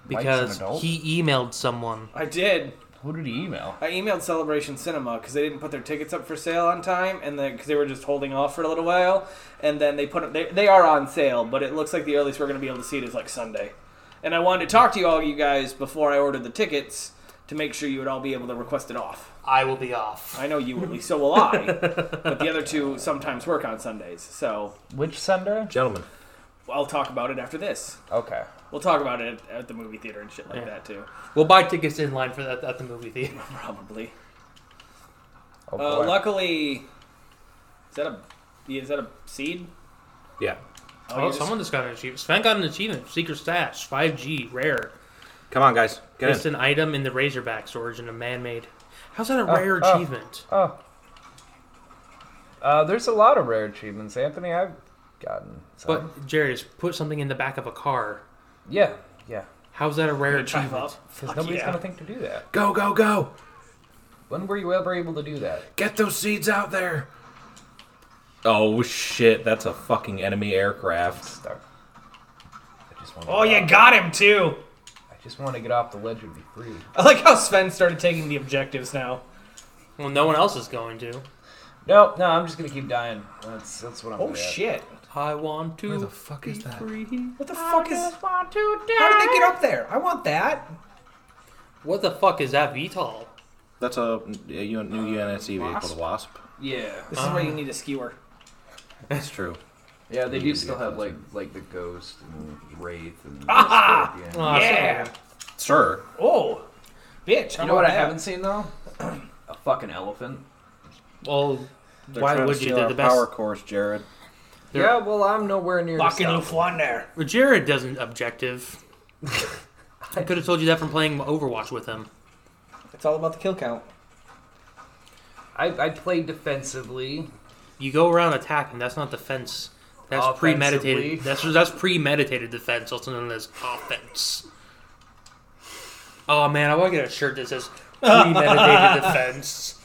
[SPEAKER 5] because
[SPEAKER 3] adult?
[SPEAKER 5] he emailed someone
[SPEAKER 7] I did.
[SPEAKER 4] Who did he email?
[SPEAKER 7] I emailed Celebration Cinema because they didn't put their tickets up for sale on time, and because they were just holding off for a little while, and then they put they they are on sale, but it looks like the earliest we're going to be able to see it is like Sunday. And I wanted to talk to you all, you guys, before I ordered the tickets to make sure you would all be able to request it off.
[SPEAKER 5] I will be off.
[SPEAKER 7] I know you will be, so will I. but the other two sometimes work on Sundays, so
[SPEAKER 4] Which sender?
[SPEAKER 6] Gentlemen,
[SPEAKER 7] I'll talk about it after this.
[SPEAKER 4] Okay.
[SPEAKER 7] We'll talk about it at, at the movie theater and shit like that too,
[SPEAKER 5] We'll buy tickets in line for that at the movie theater.
[SPEAKER 7] probably.
[SPEAKER 4] Oh,
[SPEAKER 7] Uh,
[SPEAKER 4] boy.
[SPEAKER 7] luckily, is that a yeah, is that a seed?
[SPEAKER 6] yeah.
[SPEAKER 7] Oh,
[SPEAKER 5] Oh,
[SPEAKER 7] you just-
[SPEAKER 5] someone just got an achievement. Sven got an achievement. Secret Stash, 5G, rare.
[SPEAKER 6] Come on, guys. Get
[SPEAKER 5] It's
[SPEAKER 6] in.
[SPEAKER 5] an item in the Razorback's origin of man-made. How's that a rare
[SPEAKER 4] oh.
[SPEAKER 5] achievement?
[SPEAKER 4] Oh. Uh, there's a lot of rare achievements, Anthony. I've gotten. some.
[SPEAKER 5] But Jerry's put something in the back of a car.
[SPEAKER 4] yeah, yeah.
[SPEAKER 5] How's that a rare
[SPEAKER 7] Drive
[SPEAKER 5] achievement?
[SPEAKER 7] up.
[SPEAKER 4] Because
[SPEAKER 7] Fuck
[SPEAKER 4] nobody's
[SPEAKER 7] yeah.
[SPEAKER 4] gonna think to do that.
[SPEAKER 6] Go, go, go.
[SPEAKER 4] When were you ever able to do that?
[SPEAKER 6] Get those seeds out there. Oh shit, that's a fucking enemy aircraft.
[SPEAKER 4] Start. I just want.
[SPEAKER 7] Oh, you got him too.
[SPEAKER 4] I just want to get off the ledge and be free.
[SPEAKER 7] I like how Sven started taking the objectives now.
[SPEAKER 5] Well, no one else is going to.
[SPEAKER 4] No, no, I'm just gonna keep dying. That's that's what I'm.
[SPEAKER 7] Oh
[SPEAKER 4] good at.
[SPEAKER 7] shit!
[SPEAKER 5] I want to. Where
[SPEAKER 6] the fuck is that?
[SPEAKER 7] What the fuck is? How did they get up there? I want that.
[SPEAKER 5] What the fuck is that VTOL?
[SPEAKER 6] That's a a U- new UNSC vehicle, the Wasp.
[SPEAKER 4] Yeah.
[SPEAKER 7] This is why you need a skewer.
[SPEAKER 6] That's true.
[SPEAKER 4] Yeah, they do
[SPEAKER 1] Maybe
[SPEAKER 4] still have like
[SPEAKER 1] something.
[SPEAKER 4] like the ghost and wraith and.
[SPEAKER 7] Ah!
[SPEAKER 4] Scorpion.
[SPEAKER 5] Ah,
[SPEAKER 7] Yeah.
[SPEAKER 6] Sir,
[SPEAKER 7] Oh, bitch! I
[SPEAKER 4] You know what
[SPEAKER 7] want
[SPEAKER 4] I
[SPEAKER 7] that.
[SPEAKER 4] haven't seen though? A fucking elephant.
[SPEAKER 5] so- Well,
[SPEAKER 6] They're
[SPEAKER 5] why
[SPEAKER 6] trying to
[SPEAKER 5] would you?
[SPEAKER 6] steal
[SPEAKER 5] They're
[SPEAKER 6] our
[SPEAKER 5] the best.
[SPEAKER 6] Power course, Jared.
[SPEAKER 5] They're-
[SPEAKER 4] Yeah, well, I'm nowhere near. to
[SPEAKER 7] Fucking
[SPEAKER 4] stop them.
[SPEAKER 7] Lufwander.
[SPEAKER 5] Well, Jared doesn't objective. I could have told you that from playing Overwatch with him.
[SPEAKER 7] It's all about the kill count.
[SPEAKER 3] I, I played defensively.
[SPEAKER 5] You go around attacking. That's not defense. That's premeditated. That's that's premeditated defense, also known as offense. Oh man, I want to get a shirt that says premeditated defense.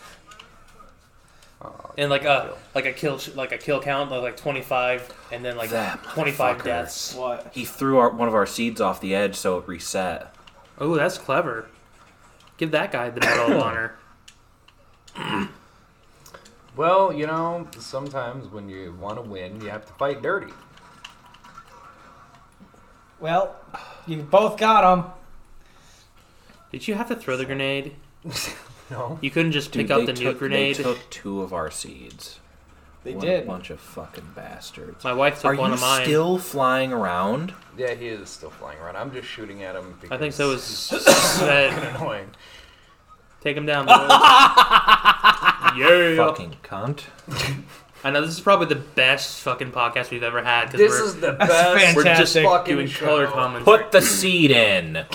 [SPEAKER 5] and like a like a kill sh- like a kill count of like twenty five and then like
[SPEAKER 6] That
[SPEAKER 5] twenty five
[SPEAKER 6] motherfucker.
[SPEAKER 5] deaths.
[SPEAKER 7] What?
[SPEAKER 6] He threw our, one of our seeds off the edge, so it reset.
[SPEAKER 5] Oh, that's clever. Give that guy the medal of honor.
[SPEAKER 4] Well, you know, sometimes when you want to win, you have to fight dirty.
[SPEAKER 7] Well, you both got them.
[SPEAKER 5] Did you have to throw the grenade?
[SPEAKER 4] No.
[SPEAKER 5] You couldn't just pick
[SPEAKER 6] Dude,
[SPEAKER 5] up
[SPEAKER 6] they
[SPEAKER 5] the
[SPEAKER 6] took-
[SPEAKER 5] new grenade.
[SPEAKER 6] They took two of our seeds.
[SPEAKER 7] They
[SPEAKER 6] what
[SPEAKER 7] did.
[SPEAKER 6] A bunch of fucking bastards.
[SPEAKER 5] My wife took
[SPEAKER 6] Are
[SPEAKER 5] one
[SPEAKER 6] you
[SPEAKER 5] of mine.
[SPEAKER 6] still flying around?
[SPEAKER 4] Yeah, he is still flying around. I'm just shooting at him. Because
[SPEAKER 5] I think so. Was
[SPEAKER 4] he's
[SPEAKER 5] said,
[SPEAKER 4] annoying.
[SPEAKER 5] take him down. boys." yeah.
[SPEAKER 6] Fucking cunt.
[SPEAKER 5] I know this is probably the best fucking podcast we've ever had. 'cause
[SPEAKER 3] This
[SPEAKER 5] we're,
[SPEAKER 3] is the best.
[SPEAKER 5] we're just
[SPEAKER 7] fantastic
[SPEAKER 3] fucking
[SPEAKER 5] doing
[SPEAKER 3] show.
[SPEAKER 5] color commentary.
[SPEAKER 6] Put the seed in.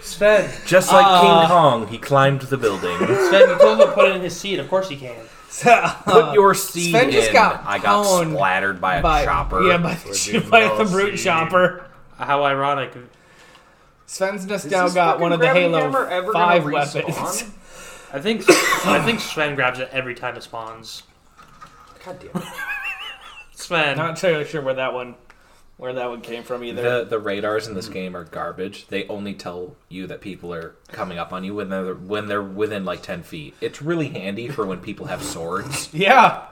[SPEAKER 5] Sven,
[SPEAKER 6] Just like
[SPEAKER 5] Uh,
[SPEAKER 6] King Kong, he climbed the building.
[SPEAKER 5] Sven, you told him to put it in his seat. Of course he can.
[SPEAKER 6] Put your seed
[SPEAKER 7] Sven just
[SPEAKER 6] in.
[SPEAKER 7] got
[SPEAKER 6] I got
[SPEAKER 7] pwned
[SPEAKER 6] splattered by a
[SPEAKER 7] By-
[SPEAKER 6] chopper.
[SPEAKER 7] Yeah, by, the- by the brute chopper.
[SPEAKER 5] How ironic.
[SPEAKER 7] Sven's just
[SPEAKER 4] Is
[SPEAKER 7] now
[SPEAKER 4] this
[SPEAKER 7] got
[SPEAKER 4] fucking
[SPEAKER 7] one of the
[SPEAKER 4] gravity
[SPEAKER 7] Halo
[SPEAKER 4] hammer ever gonna
[SPEAKER 7] Five
[SPEAKER 4] respawn?
[SPEAKER 7] weapons.
[SPEAKER 5] I think I think Sven grabs it every time it spawns.
[SPEAKER 4] God damn it.
[SPEAKER 5] Sven,
[SPEAKER 7] Not totally sure where that one, where that one came from either.
[SPEAKER 6] The, the radars in this game are garbage. They only tell you that people are coming up on you when they're when they're within like ten feet. It's really handy for when people have swords.
[SPEAKER 7] yeah.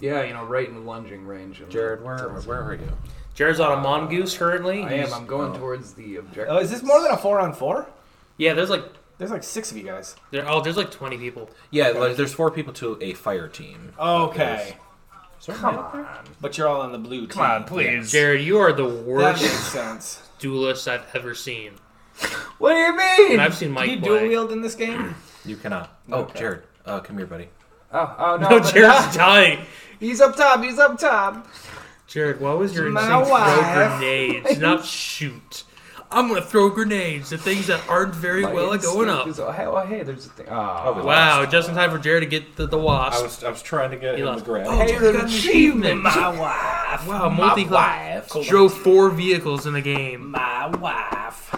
[SPEAKER 4] Yeah, you know, right in lunging range. and-
[SPEAKER 6] Jared, where where are you?
[SPEAKER 5] Jared's on a mongoose currently.
[SPEAKER 4] I am. I'm going towards the objective.
[SPEAKER 7] Oh, is this more than a four on four?
[SPEAKER 5] Yeah, there's like
[SPEAKER 7] There's like six of you guys.
[SPEAKER 5] there. Oh, there's like 20 people.
[SPEAKER 6] Yeah, like there's four people to a fire team.
[SPEAKER 7] Okay.
[SPEAKER 4] Come on.
[SPEAKER 7] But you're all on the blue team.
[SPEAKER 3] Come on, please.
[SPEAKER 5] Jared, you are the
[SPEAKER 7] That
[SPEAKER 5] worst
[SPEAKER 7] makes sense.
[SPEAKER 5] duelist I've ever seen.
[SPEAKER 4] What do you mean?
[SPEAKER 5] And I've seen Mike
[SPEAKER 7] Can you
[SPEAKER 5] play.
[SPEAKER 7] dual wield in this game?
[SPEAKER 6] You cannot. Oh, Jared, uh, come here, buddy.
[SPEAKER 4] Oh, oh no.
[SPEAKER 5] No,
[SPEAKER 4] but-
[SPEAKER 5] Jared's dying.
[SPEAKER 4] He's up top. He's up top.
[SPEAKER 5] Jared, what was your
[SPEAKER 7] My
[SPEAKER 5] instinct? Throw
[SPEAKER 7] wife.
[SPEAKER 5] grenades, not shoot. I'm gonna throw grenades at things that aren't very well at
[SPEAKER 4] Instinct
[SPEAKER 5] going up.
[SPEAKER 4] is- oh, hey, oh, hey, there's a thing.
[SPEAKER 6] Oh, we
[SPEAKER 4] Oh,
[SPEAKER 5] Wow, just in time for Jared to get the, the wasp.
[SPEAKER 6] I was trying to get
[SPEAKER 5] He lost.
[SPEAKER 6] grab.
[SPEAKER 5] Jared got an achievement.
[SPEAKER 7] My wife.
[SPEAKER 5] Wow, multi class drove four vehicles in the game.
[SPEAKER 7] My wife.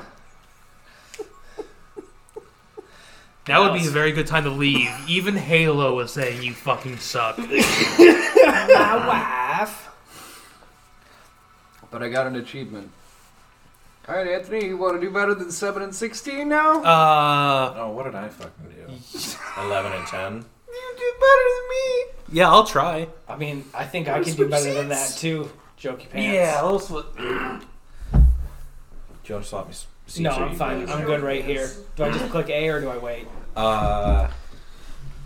[SPEAKER 5] That would be a very good time to leave. Even Halo was saying you fucking suck.
[SPEAKER 7] My wife.
[SPEAKER 4] But I got an achievement.
[SPEAKER 3] All right, Anthony, you want to do better than seven and sixteen now?
[SPEAKER 5] Uh,
[SPEAKER 6] Oh, what did I fucking do? Eleven and ten.
[SPEAKER 3] you do better
[SPEAKER 5] yeah, I'll try.
[SPEAKER 7] I mean, I think I can do better than that too. Jokey pants.
[SPEAKER 5] Yeah, a little slip.
[SPEAKER 6] Do you want to slap me? s- see
[SPEAKER 7] No,
[SPEAKER 6] so
[SPEAKER 7] I'm
[SPEAKER 6] you-
[SPEAKER 7] fine. I'm good right here. Do I just click A or do I wait?
[SPEAKER 6] Uh,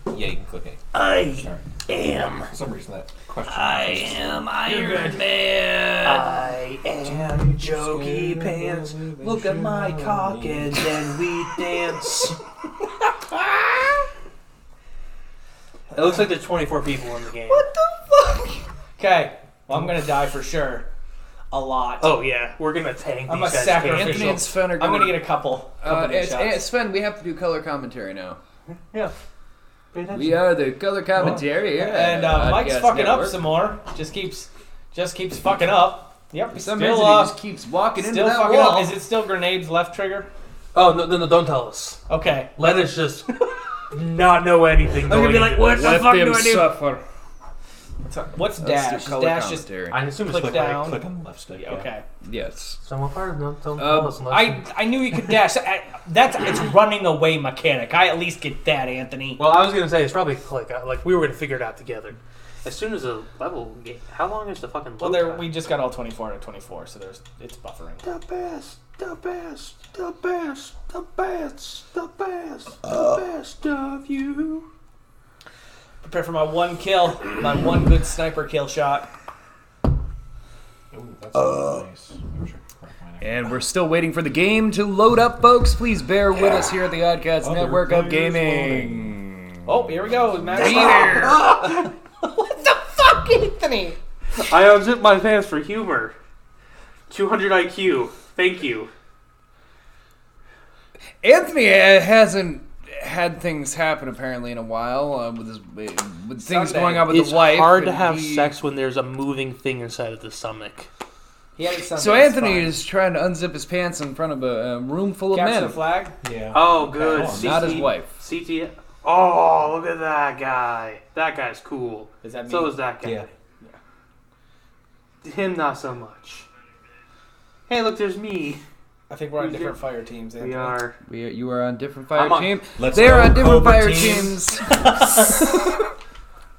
[SPEAKER 6] yeah, you can click it.
[SPEAKER 12] I am.
[SPEAKER 6] For some reason that question.
[SPEAKER 12] I am Iron Man. I am Jokey Pants. Look at my cock and then we dance.
[SPEAKER 7] It looks like there's 24 people in the game. What the fuck? Okay, well I'm gonna die for sure. A lot.
[SPEAKER 5] Oh yeah, we're gonna tank.
[SPEAKER 7] I'm
[SPEAKER 5] these
[SPEAKER 7] a
[SPEAKER 5] guys.
[SPEAKER 7] sacrifice.
[SPEAKER 3] than me. Anthony and Sven are
[SPEAKER 7] I'm
[SPEAKER 3] going
[SPEAKER 7] gonna get a couple.
[SPEAKER 3] Uh,
[SPEAKER 7] couple
[SPEAKER 3] it's,
[SPEAKER 7] headshots.
[SPEAKER 3] it's Sven, we have to do color commentary now.
[SPEAKER 7] Yeah.
[SPEAKER 3] We are the color commentary. here at
[SPEAKER 7] And uh, Mike's
[SPEAKER 3] Podcast
[SPEAKER 7] fucking up
[SPEAKER 3] Network.
[SPEAKER 7] some more. Just keeps, just keeps fucking up. Yep.
[SPEAKER 3] For some
[SPEAKER 7] still
[SPEAKER 3] reason,
[SPEAKER 7] uh,
[SPEAKER 3] he just keeps walking into
[SPEAKER 7] still
[SPEAKER 3] that
[SPEAKER 7] fucking
[SPEAKER 3] wall.
[SPEAKER 7] up. Is it still grenades left trigger?
[SPEAKER 5] Oh no, no, no! Don't tell us.
[SPEAKER 7] Okay.
[SPEAKER 5] Let us just not know anything.
[SPEAKER 12] I'm gonna be like, what the fuck do I do?
[SPEAKER 3] suffer. Let's
[SPEAKER 7] What's dash?
[SPEAKER 3] do
[SPEAKER 7] Is
[SPEAKER 3] color
[SPEAKER 7] dash just
[SPEAKER 3] commentary.
[SPEAKER 5] I assume
[SPEAKER 7] click down?
[SPEAKER 6] Click on the left stick. yeah.
[SPEAKER 7] Okay.
[SPEAKER 3] yes.
[SPEAKER 5] So I'm part of them. Don't
[SPEAKER 12] Uh,
[SPEAKER 3] Um,
[SPEAKER 5] tell us. Unless
[SPEAKER 7] I I knew you could dash. I, that's it's running away mechanic. I at least get that, Anthony.
[SPEAKER 5] Well, I was gonna say it's probably click. uh, Like we were gonna figure it out together. As soon as a level game, how long is the fucking?
[SPEAKER 7] Well,
[SPEAKER 5] load
[SPEAKER 7] there
[SPEAKER 5] time?
[SPEAKER 7] we just got all 24 out of 24, so there's it's buffering.
[SPEAKER 12] The best, the best, the best, the best, the best, the best of you.
[SPEAKER 7] Prepare for my one kill, my one good sniper kill shot.
[SPEAKER 6] Ooh, that's uh, nice. I wish I could crack mine.
[SPEAKER 3] And we're still waiting for the game to load up, folks. Please bear with us here at the Oddcast
[SPEAKER 6] Other
[SPEAKER 3] Network of
[SPEAKER 6] players
[SPEAKER 3] Gaming.
[SPEAKER 7] Oh, here we go, Max. what the fuck, Anthony?
[SPEAKER 5] I unzip my pants for humor. 200 IQ. Thank you.
[SPEAKER 3] Anthony uh, hasn't had things happen apparently in a while uh, with his with things
[SPEAKER 7] Sunday.
[SPEAKER 3] going on with
[SPEAKER 5] It's
[SPEAKER 3] the wife.
[SPEAKER 5] hard to
[SPEAKER 3] and
[SPEAKER 5] have
[SPEAKER 3] he-
[SPEAKER 5] sex when there's a moving thing inside of the stomach.
[SPEAKER 7] He had it Sunday,
[SPEAKER 3] So
[SPEAKER 7] it's
[SPEAKER 3] Anthony
[SPEAKER 7] fine.
[SPEAKER 3] is trying to unzip his pants in front of a, um room full of
[SPEAKER 7] capture the
[SPEAKER 3] men,
[SPEAKER 7] flag.
[SPEAKER 6] Yeah.
[SPEAKER 5] Oh, good.
[SPEAKER 6] hold on.
[SPEAKER 3] not his wife.
[SPEAKER 5] CT. Oh, look at that guy. That guy's cool.
[SPEAKER 7] Is that me?
[SPEAKER 5] So is that guy.
[SPEAKER 6] Yeah.
[SPEAKER 5] Him, not so much. Hey, look, there's me.
[SPEAKER 7] I think we're on
[SPEAKER 5] Who's
[SPEAKER 7] different fire teams. Anthony.
[SPEAKER 5] We are.
[SPEAKER 3] We are, you are on different fire
[SPEAKER 5] I'm on-
[SPEAKER 3] team.
[SPEAKER 6] Let's
[SPEAKER 3] They are
[SPEAKER 6] go,
[SPEAKER 3] on different
[SPEAKER 6] Cobra
[SPEAKER 3] fire
[SPEAKER 6] team.
[SPEAKER 3] teams.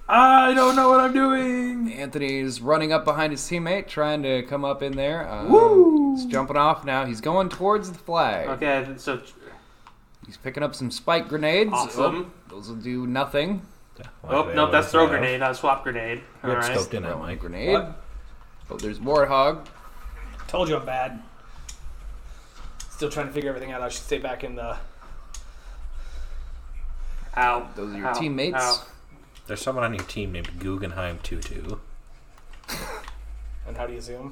[SPEAKER 5] I don't know what I'm doing.
[SPEAKER 3] Anthony's running up behind his teammate, trying to come up in there. Um, He's jumping off now. He's going towards the flag.
[SPEAKER 5] Okay, so
[SPEAKER 3] He's picking up some spike grenades.
[SPEAKER 5] awesome.
[SPEAKER 3] Oh, those will do nothing.
[SPEAKER 5] Oh,
[SPEAKER 6] Why do
[SPEAKER 5] no,
[SPEAKER 6] they
[SPEAKER 5] that's throw
[SPEAKER 6] always have-
[SPEAKER 5] grenade, not swap grenade. All
[SPEAKER 6] Good
[SPEAKER 5] right.
[SPEAKER 6] scoped in at Mike.
[SPEAKER 3] Grenade. Oh, there's Warthog.
[SPEAKER 7] Told you I'm bad. Still trying to figure everything out. I should stay back in the.
[SPEAKER 5] Ow.
[SPEAKER 3] Those are your
[SPEAKER 5] Ow.
[SPEAKER 3] teammates.
[SPEAKER 5] Ow.
[SPEAKER 6] There's someone on your team named Guggenheim Tutu.
[SPEAKER 7] And how do you zoom?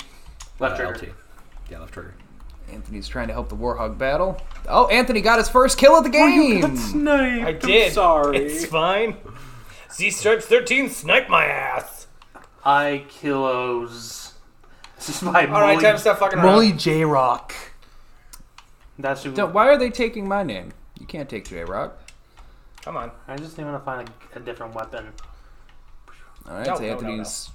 [SPEAKER 5] Left
[SPEAKER 6] Uh,
[SPEAKER 5] trigger.
[SPEAKER 6] LT. Yeah, left trigger.
[SPEAKER 3] Anthony's trying to help the Warhog battle. Oh, Anthony got his first kill of the game.
[SPEAKER 7] I did. sorry. It's fine. Z Stripes 13 sniped my ass.
[SPEAKER 5] I killos. This is my
[SPEAKER 7] All right,
[SPEAKER 5] Molly,
[SPEAKER 7] time to stop fucking around.
[SPEAKER 5] Molly J Rock. That's who.
[SPEAKER 3] Don't- why are they taking my name? You can't take J Rock.
[SPEAKER 7] Come on.
[SPEAKER 5] I just need to find a, a different weapon.
[SPEAKER 3] All right,
[SPEAKER 7] No,
[SPEAKER 3] so
[SPEAKER 7] no, no,
[SPEAKER 3] Anthony's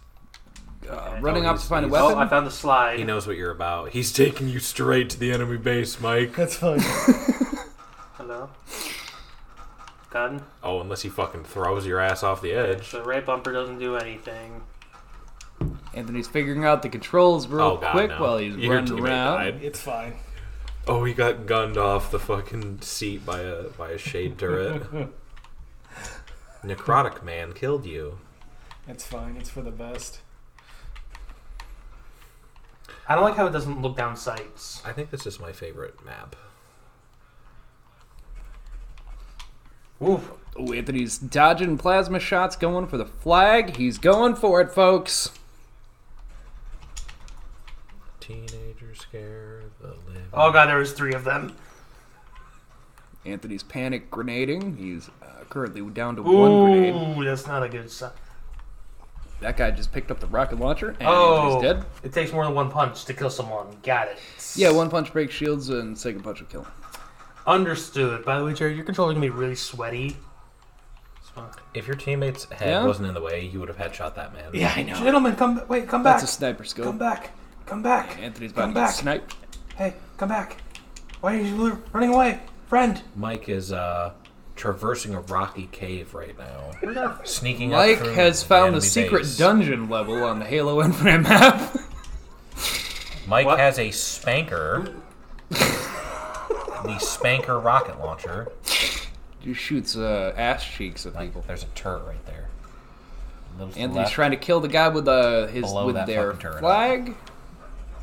[SPEAKER 3] Uh,
[SPEAKER 5] Okay.
[SPEAKER 3] running
[SPEAKER 6] Oh,
[SPEAKER 3] up to
[SPEAKER 6] he's-
[SPEAKER 3] find a
[SPEAKER 6] he's-
[SPEAKER 5] Oh,
[SPEAKER 3] weapon.
[SPEAKER 5] I found the slide.
[SPEAKER 6] He knows what you're about. He's taking you straight to the enemy base, Mike.
[SPEAKER 7] That's fine.
[SPEAKER 5] Hello. Gun.
[SPEAKER 6] Oh, unless he fucking throws your ass off the edge.
[SPEAKER 5] The right bumper doesn't do anything.
[SPEAKER 3] Anthony's figuring out the controls real
[SPEAKER 6] Oh, God,
[SPEAKER 3] quick
[SPEAKER 6] no.
[SPEAKER 3] while he's
[SPEAKER 6] Your
[SPEAKER 3] running
[SPEAKER 6] teammate
[SPEAKER 3] around.
[SPEAKER 6] died.
[SPEAKER 7] It's fine.
[SPEAKER 6] Oh, he got gunned off the fucking seat by a by a shade turret. Necrotic man killed you.
[SPEAKER 7] It's fine. It's for the best.
[SPEAKER 5] I don't like how it doesn't look down sights.
[SPEAKER 6] I think this is my favorite map.
[SPEAKER 3] Oh, Anthony's dodging plasma shots, going for the flag. He's going for it, folks.
[SPEAKER 6] Teenager scare the living.
[SPEAKER 5] Oh god, there was three of them.
[SPEAKER 3] Anthony's panic grenading. He's uh, currently down to one grenade.
[SPEAKER 5] Ooh, that's not a good sign.
[SPEAKER 3] That guy just picked up the rocket launcher and
[SPEAKER 5] Oh,
[SPEAKER 3] he's dead.
[SPEAKER 5] it takes more than one punch to kill someone. Got it.
[SPEAKER 3] Yeah, one punch breaks shields and second punch will kill him.
[SPEAKER 5] Understood. By the way, Jerry, your controller's gonna be really sweaty. So-
[SPEAKER 6] If your teammate's head
[SPEAKER 3] Yeah?
[SPEAKER 6] wasn't in the way, you would have headshot that man.
[SPEAKER 5] I know. Gentlemen, come wait, come back.
[SPEAKER 3] That's a sniper skill.
[SPEAKER 5] Come back. Come back.
[SPEAKER 3] Anthony's about
[SPEAKER 5] Come
[SPEAKER 3] to get
[SPEAKER 5] back.
[SPEAKER 3] sniped.
[SPEAKER 5] Hey,
[SPEAKER 1] Come back. Why are you running away? Friend.
[SPEAKER 6] Mike is uh, traversing a rocky cave right now, sneaking. up
[SPEAKER 3] Mike
[SPEAKER 6] through
[SPEAKER 3] has found
[SPEAKER 6] enemy
[SPEAKER 3] a secret
[SPEAKER 6] base.
[SPEAKER 3] dungeon level on the Halo Infinite map.
[SPEAKER 6] Mike has a spanker. the spanker rocket launcher.
[SPEAKER 3] he shoots uh, ass cheeks at
[SPEAKER 6] Mike,
[SPEAKER 3] people.
[SPEAKER 6] there's a turret right there. A little to the
[SPEAKER 3] Anthony's
[SPEAKER 6] left.
[SPEAKER 3] trying to kill the guy with uh, his
[SPEAKER 6] Below
[SPEAKER 3] with
[SPEAKER 6] that
[SPEAKER 3] their
[SPEAKER 6] fucking turret.
[SPEAKER 3] flag.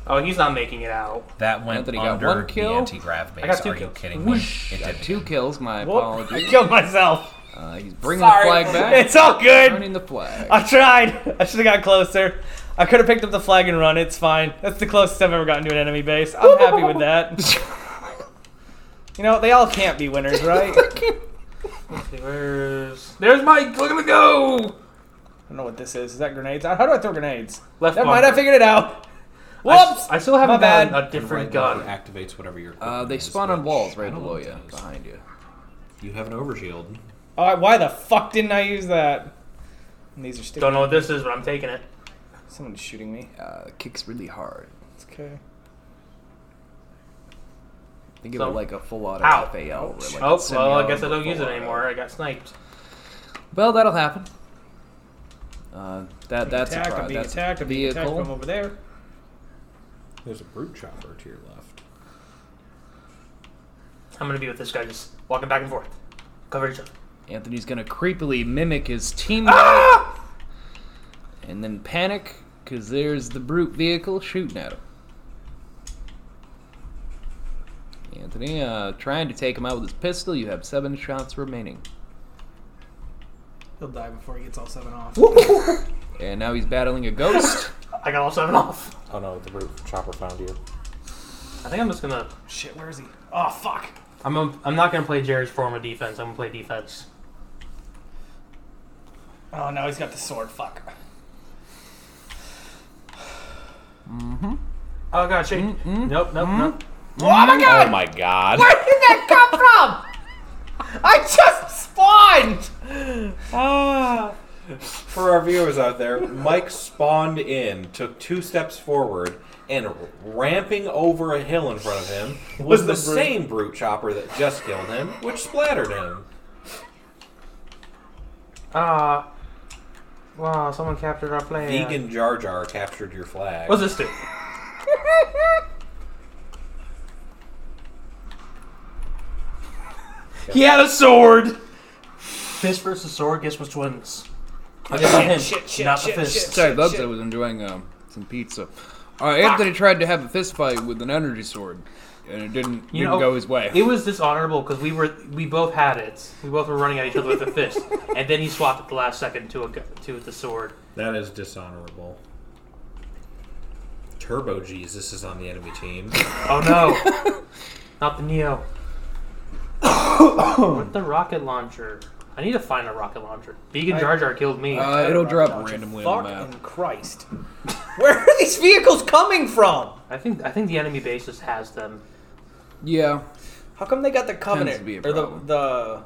[SPEAKER 2] Oh, he's not making it out.
[SPEAKER 6] That went
[SPEAKER 3] Anthony got
[SPEAKER 6] under
[SPEAKER 3] one kill.
[SPEAKER 6] the anti-grav base.
[SPEAKER 2] got two
[SPEAKER 6] Are you
[SPEAKER 2] kills.
[SPEAKER 6] kidding me?
[SPEAKER 3] Whoosh!
[SPEAKER 6] It
[SPEAKER 3] Got
[SPEAKER 6] didn't.
[SPEAKER 3] two kills. My
[SPEAKER 2] I
[SPEAKER 3] apologies.
[SPEAKER 2] killed myself.
[SPEAKER 3] Uh, he's bringing
[SPEAKER 2] Sorry.
[SPEAKER 3] the flag back.
[SPEAKER 2] It's all good.
[SPEAKER 3] Turning the flag.
[SPEAKER 2] I tried. I should have got closer. I could have picked up the flag and run. It's fine. That's the closest I've ever gotten to an enemy base. I'm happy with that. You know, they all can't be winners, right? Let's see, where's.
[SPEAKER 3] There's Mike. Look at him go.
[SPEAKER 2] I don't know what this is. Is that grenades? How do I throw grenades?
[SPEAKER 7] Left
[SPEAKER 2] Never mind, I figured it out. Whoops!
[SPEAKER 7] I still haven't
[SPEAKER 2] My bad.
[SPEAKER 7] gotten a
[SPEAKER 6] Right
[SPEAKER 7] different
[SPEAKER 6] now,
[SPEAKER 7] gun.
[SPEAKER 6] it activates whatever your.
[SPEAKER 3] Uh, they
[SPEAKER 6] equipment is,
[SPEAKER 3] spawn on
[SPEAKER 6] which
[SPEAKER 3] walls right
[SPEAKER 6] I don't
[SPEAKER 3] below
[SPEAKER 6] know
[SPEAKER 3] you,
[SPEAKER 6] what that is.
[SPEAKER 3] behind you.
[SPEAKER 6] You have an overshield.
[SPEAKER 2] Alright, why the fuck didn't I use that? And these are sticking.
[SPEAKER 5] Don't know what this is, but I'm taking it.
[SPEAKER 2] Someone's shooting me.
[SPEAKER 3] Uh, kicks really hard.
[SPEAKER 2] It's okay.
[SPEAKER 3] They give
[SPEAKER 5] So-
[SPEAKER 3] it like a full auto
[SPEAKER 5] Ow.
[SPEAKER 3] FAL. Or like a
[SPEAKER 5] Oh, well, I
[SPEAKER 3] semi-auto
[SPEAKER 5] guess I
[SPEAKER 3] or
[SPEAKER 5] don't use it
[SPEAKER 3] full auto.
[SPEAKER 5] anymore. I got sniped.
[SPEAKER 3] Well, that'll happen. Uh, that that's a
[SPEAKER 2] attacked. I'm
[SPEAKER 3] pro-
[SPEAKER 2] being
[SPEAKER 3] that's
[SPEAKER 2] attacked.
[SPEAKER 3] a
[SPEAKER 2] I'm being attacked from
[SPEAKER 3] vehicle.
[SPEAKER 2] over there.
[SPEAKER 6] There's a brute chopper to your left.
[SPEAKER 5] I'm gonna be with this guy just walking back and forth. Cover each other.
[SPEAKER 3] Anthony's gonna creepily mimic his teammate,
[SPEAKER 6] Ah!
[SPEAKER 3] and then panic because there's the brute vehicle shooting at him. Anthony, uh, trying to take him out with his pistol. You have seven shots remaining,
[SPEAKER 7] He'll die before he gets all seven off.
[SPEAKER 3] and now he's battling a ghost.
[SPEAKER 5] I got all seven off.
[SPEAKER 6] Oh no, the brute chopper found you.
[SPEAKER 5] I think I'm just gonna.
[SPEAKER 7] Shit, where is he? Oh fuck!
[SPEAKER 5] I'm i I'm not gonna play Jerry's form of defense. I'm gonna play defense.
[SPEAKER 7] Oh, now he's got the sword. Fuck.
[SPEAKER 3] Mm-hmm.
[SPEAKER 5] Oh god, shit. Nope, nope, nope.
[SPEAKER 6] Oh my god.
[SPEAKER 2] I just spawned.
[SPEAKER 6] For our viewers out there, Mike spawned in, took two steps forward, and ramping over a hill in front of him was the same brute chopper that just killed him, which splattered him.
[SPEAKER 5] Uh, wow, someone captured our plane.
[SPEAKER 6] Vegan Jar Jar captured your flag.
[SPEAKER 5] What's this do?
[SPEAKER 2] He had a sword.
[SPEAKER 5] Fist versus sword. Guess which wins?
[SPEAKER 2] I
[SPEAKER 5] him,
[SPEAKER 2] Shit, shit,
[SPEAKER 5] not the
[SPEAKER 2] shit,
[SPEAKER 5] fist.
[SPEAKER 2] shit,
[SPEAKER 3] Sorry,
[SPEAKER 2] shit,
[SPEAKER 3] Bugs.
[SPEAKER 2] shit.
[SPEAKER 3] I was enjoying um, some pizza. Uh, Anthony tried to have a fist fight with an energy sword, and it didn't didn't
[SPEAKER 5] know,
[SPEAKER 3] go his way.
[SPEAKER 5] It was dishonorable because we were we both had it. We both were running at each other with a fist, and then he swapped at the last second to a gu- to the sword.
[SPEAKER 6] That is dishonorable. Turbo Jesus is on the enemy team.
[SPEAKER 5] Oh no! Not the Neo. With the rocket launcher. I need to find a rocket launcher. Vegan Jar Jar killed me.
[SPEAKER 3] Uh, it'll drop randomly on the map.
[SPEAKER 7] Fucking Christ! Where are these vehicles coming from?
[SPEAKER 5] I think I think the enemy base just has them.
[SPEAKER 3] Yeah,
[SPEAKER 7] How come they got the
[SPEAKER 3] Tends to
[SPEAKER 7] covenant
[SPEAKER 3] be a
[SPEAKER 7] or the
[SPEAKER 3] problem.
[SPEAKER 7] the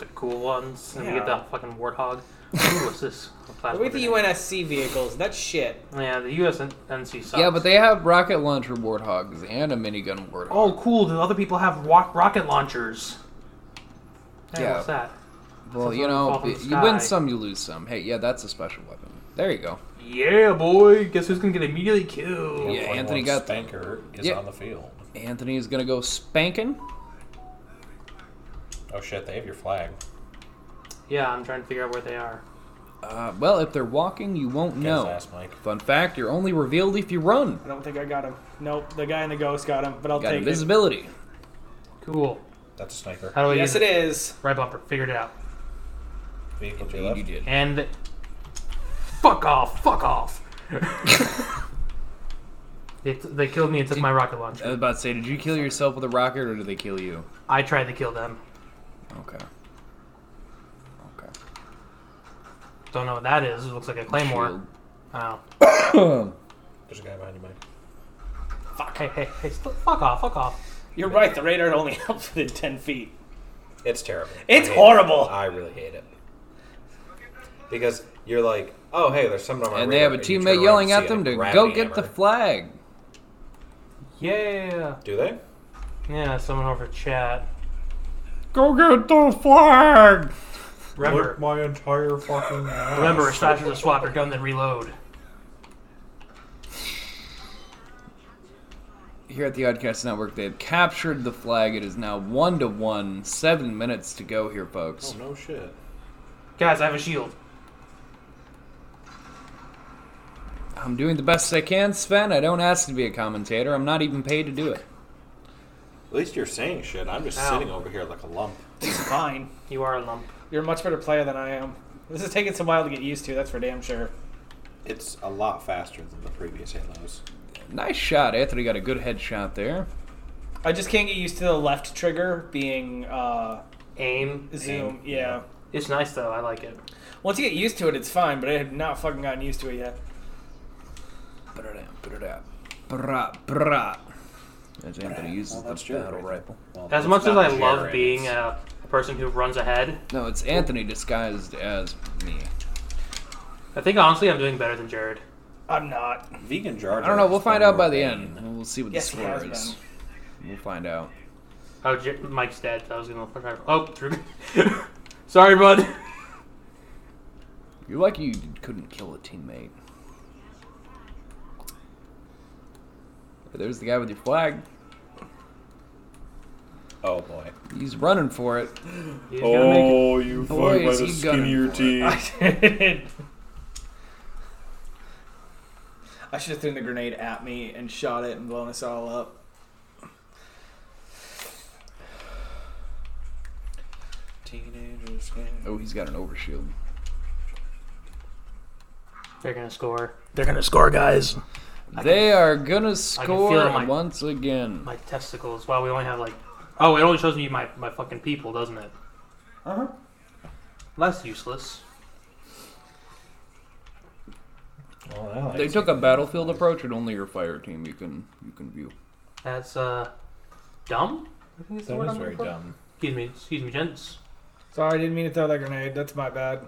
[SPEAKER 5] The cool ones. And we get
[SPEAKER 7] Yeah.
[SPEAKER 5] the fucking warthog. Ooh, what's this? A plasma
[SPEAKER 7] with the
[SPEAKER 5] grenade.
[SPEAKER 7] UNSC vehicles? That shit.
[SPEAKER 5] Yeah, the USNC sucks.
[SPEAKER 3] yeah, but they have rocket launcher warthogs and a minigun warthog.
[SPEAKER 5] Oh, cool. Do other people have wa- rocket launchers? Hey,
[SPEAKER 3] Yeah.
[SPEAKER 5] What's that?
[SPEAKER 3] well,
[SPEAKER 5] something
[SPEAKER 3] you
[SPEAKER 5] fall
[SPEAKER 3] know,
[SPEAKER 5] from the
[SPEAKER 3] you win
[SPEAKER 5] sky.
[SPEAKER 3] some, you lose some. Hey, yeah, that's a special weapon. There you go.
[SPEAKER 5] Yeah, boy. Guess who's gonna get immediately killed?
[SPEAKER 3] Yeah, Anthony got that.
[SPEAKER 6] Spanker is
[SPEAKER 3] Yeah.
[SPEAKER 6] on the field.
[SPEAKER 3] Anthony is gonna go spanking.
[SPEAKER 6] Oh shit, they have your flag.
[SPEAKER 5] Yeah, I'm trying to figure out where they are.
[SPEAKER 3] Uh, well, if they're walking, you won't
[SPEAKER 6] Get his
[SPEAKER 3] know.
[SPEAKER 6] ass, Mike.
[SPEAKER 3] Fun fact: you're only revealed if you run.
[SPEAKER 7] I don't think I got him. Nope, the guy in the ghost got him, but I'll
[SPEAKER 3] Got
[SPEAKER 7] take it.
[SPEAKER 3] invisibility.
[SPEAKER 5] Cool.
[SPEAKER 6] That's a sniper.
[SPEAKER 5] How do I
[SPEAKER 7] Yes,
[SPEAKER 5] use
[SPEAKER 7] it is.
[SPEAKER 5] Right bumper. Figured it out.
[SPEAKER 6] Vehicle to your
[SPEAKER 3] Indeed,
[SPEAKER 6] left.
[SPEAKER 3] you did.
[SPEAKER 5] And fuck off, fuck off. they, they killed me and took my rocket
[SPEAKER 3] I
[SPEAKER 5] launcher.
[SPEAKER 3] was about to say, did you kill yourself with a rocket, or did they kill you?
[SPEAKER 5] I tried to kill them.
[SPEAKER 3] Okay. Okay.
[SPEAKER 5] Don't know what that is. It looks like a claymore.
[SPEAKER 3] Shield.
[SPEAKER 5] Oh.
[SPEAKER 6] There's a guy behind you, Mike.
[SPEAKER 5] Fuck. Hey, hey, hey. st- Fuck off, fuck off.
[SPEAKER 7] You're right. The radar only helps within ten feet.
[SPEAKER 6] It's terrible.
[SPEAKER 7] It's
[SPEAKER 6] I hate
[SPEAKER 7] horrible.
[SPEAKER 6] it. I really hate it. Because you're like, oh hey, there's someone on my
[SPEAKER 3] And
[SPEAKER 6] radar,
[SPEAKER 3] they have a
[SPEAKER 6] you turn
[SPEAKER 3] teammate
[SPEAKER 6] around
[SPEAKER 3] yelling
[SPEAKER 6] and
[SPEAKER 3] at
[SPEAKER 6] see
[SPEAKER 3] them
[SPEAKER 6] a
[SPEAKER 3] to
[SPEAKER 6] gravity
[SPEAKER 3] go get the
[SPEAKER 6] hammer.
[SPEAKER 3] flag.
[SPEAKER 5] Yeah.
[SPEAKER 6] Do they?
[SPEAKER 5] Yeah, someone over chat.
[SPEAKER 2] Go get the flag.
[SPEAKER 5] Remember,
[SPEAKER 6] my entire fucking ass.
[SPEAKER 5] remember, it's faster to swap your gun than reload.
[SPEAKER 3] Here at the Oddcast Network, they have captured the flag. It is now one to one. Seven minutes to go here, folks.
[SPEAKER 6] Oh, no shit.
[SPEAKER 5] Guys, I have a shield.
[SPEAKER 3] I'm doing the best I can, Sven. I don't ask to be a commentator. I'm not even paid to do it.
[SPEAKER 6] At least you're saying shit. I'm just
[SPEAKER 5] Ow.
[SPEAKER 6] sitting over here like a lump.
[SPEAKER 7] It's fine.
[SPEAKER 5] You are a lump.
[SPEAKER 7] You're a much better player than I am. This is taking some while to get used to. That's for damn sure.
[SPEAKER 6] It's a lot faster than the previous Halos.
[SPEAKER 3] Nice shot. Anthony got a good headshot there.
[SPEAKER 7] I just can't get used to the left trigger being uh,
[SPEAKER 5] Aim.
[SPEAKER 7] zoom.
[SPEAKER 6] Aim,
[SPEAKER 7] Yeah.
[SPEAKER 6] yeah.
[SPEAKER 5] It's nice though. I like it.
[SPEAKER 7] Once you get used to it, it's fine. But I have not fucking gotten used to it yet.
[SPEAKER 3] Put it out. Put it out. Brah, brah. As Anthony uses
[SPEAKER 6] Well,
[SPEAKER 3] the
[SPEAKER 6] that's Jared
[SPEAKER 3] battle
[SPEAKER 6] right
[SPEAKER 3] rifle.
[SPEAKER 6] there. Well,
[SPEAKER 5] As
[SPEAKER 6] it's
[SPEAKER 5] much as
[SPEAKER 6] not
[SPEAKER 5] I
[SPEAKER 6] Jared,
[SPEAKER 5] love being
[SPEAKER 6] it's-
[SPEAKER 5] a, a person who runs ahead,
[SPEAKER 3] No, it's Anthony disguised as me.
[SPEAKER 5] I think honestly I'm doing better than Jared.
[SPEAKER 7] I'm not.
[SPEAKER 6] vegan jar.
[SPEAKER 3] I don't know. We'll find out by the end. We'll see what
[SPEAKER 7] Yes,
[SPEAKER 3] the
[SPEAKER 7] he
[SPEAKER 3] score
[SPEAKER 7] has
[SPEAKER 3] is. We'll find out.
[SPEAKER 5] Oh, J- Mike's dead. I was gonna try. Oh, sorry, bud.
[SPEAKER 3] You're lucky you couldn't kill a teammate. There's the guy with your flag.
[SPEAKER 6] Oh boy.
[SPEAKER 3] He's running for it.
[SPEAKER 5] He's gonna make it.
[SPEAKER 6] you
[SPEAKER 3] Boy, is he gunning for it.
[SPEAKER 7] I did. I should have thrown the grenade at me and shot it and blown us all up.
[SPEAKER 6] Teenagers.
[SPEAKER 3] Oh, he's got an overshield.
[SPEAKER 5] They're gonna score.
[SPEAKER 1] They're gonna score, guys.
[SPEAKER 3] They are gonna
[SPEAKER 5] feel
[SPEAKER 3] score
[SPEAKER 5] it, Mike.
[SPEAKER 3] once again.
[SPEAKER 5] My testicles. Wow, we only have like. Oh, it only shows me my my fucking people, doesn't it?
[SPEAKER 7] Uh
[SPEAKER 6] Uh-huh.
[SPEAKER 7] huh.
[SPEAKER 5] Less useless.
[SPEAKER 3] They took a battlefield approach, and only your fire team you can you can view.
[SPEAKER 5] That's uh, dumb. I think that's the
[SPEAKER 6] That
[SPEAKER 5] word
[SPEAKER 6] is
[SPEAKER 5] I'm
[SPEAKER 6] very
[SPEAKER 5] looking for.
[SPEAKER 6] dumb.
[SPEAKER 5] Excuse me, excuse me, gents.
[SPEAKER 7] Sorry, I didn't mean to throw that grenade. That's my bad.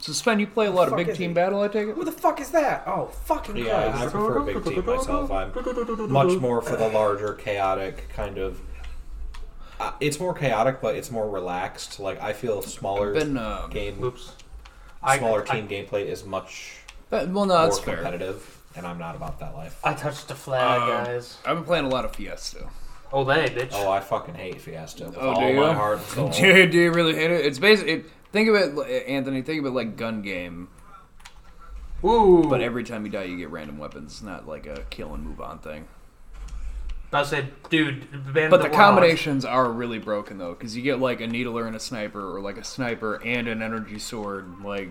[SPEAKER 3] So Sven, you play a lot of
[SPEAKER 7] fuck
[SPEAKER 3] big
[SPEAKER 7] is
[SPEAKER 3] team
[SPEAKER 7] he?
[SPEAKER 3] battle, I take it.
[SPEAKER 7] Who the fuck is that? Oh, fucking
[SPEAKER 6] Yeah, I
[SPEAKER 7] Christ.
[SPEAKER 6] prefer big team myself. I'm much more for the larger, chaotic kind of. Uh, it's more chaotic, but it's more relaxed. Like I feel smaller
[SPEAKER 3] Been um,
[SPEAKER 6] game,
[SPEAKER 5] Oops. I-
[SPEAKER 6] smaller
[SPEAKER 5] I-
[SPEAKER 6] team gameplay is much
[SPEAKER 3] but- well, no, that's
[SPEAKER 6] more
[SPEAKER 3] fair.
[SPEAKER 6] competitive, and I'm not about that life.
[SPEAKER 5] I touched the flag,
[SPEAKER 3] Um,
[SPEAKER 5] guys.
[SPEAKER 3] I've been playing a lot of Fiesta.
[SPEAKER 5] Olay, bitch.
[SPEAKER 6] Oh, I fucking hate Fiesta with
[SPEAKER 3] Oh,
[SPEAKER 6] all
[SPEAKER 3] do you?
[SPEAKER 6] my heart and soul.
[SPEAKER 3] Do you, do you really hate it? It's basically it, think of it, li- Anthony. Think of it like gun game,
[SPEAKER 5] Ooh.
[SPEAKER 3] but every time you die, you get random weapons. It's not like a kill and move on thing.
[SPEAKER 5] I said, dude. Band
[SPEAKER 3] But the
[SPEAKER 5] warlocks.
[SPEAKER 3] combinations are really broken though, because you get like a needler and a sniper, or like a sniper and an energy sword. Like,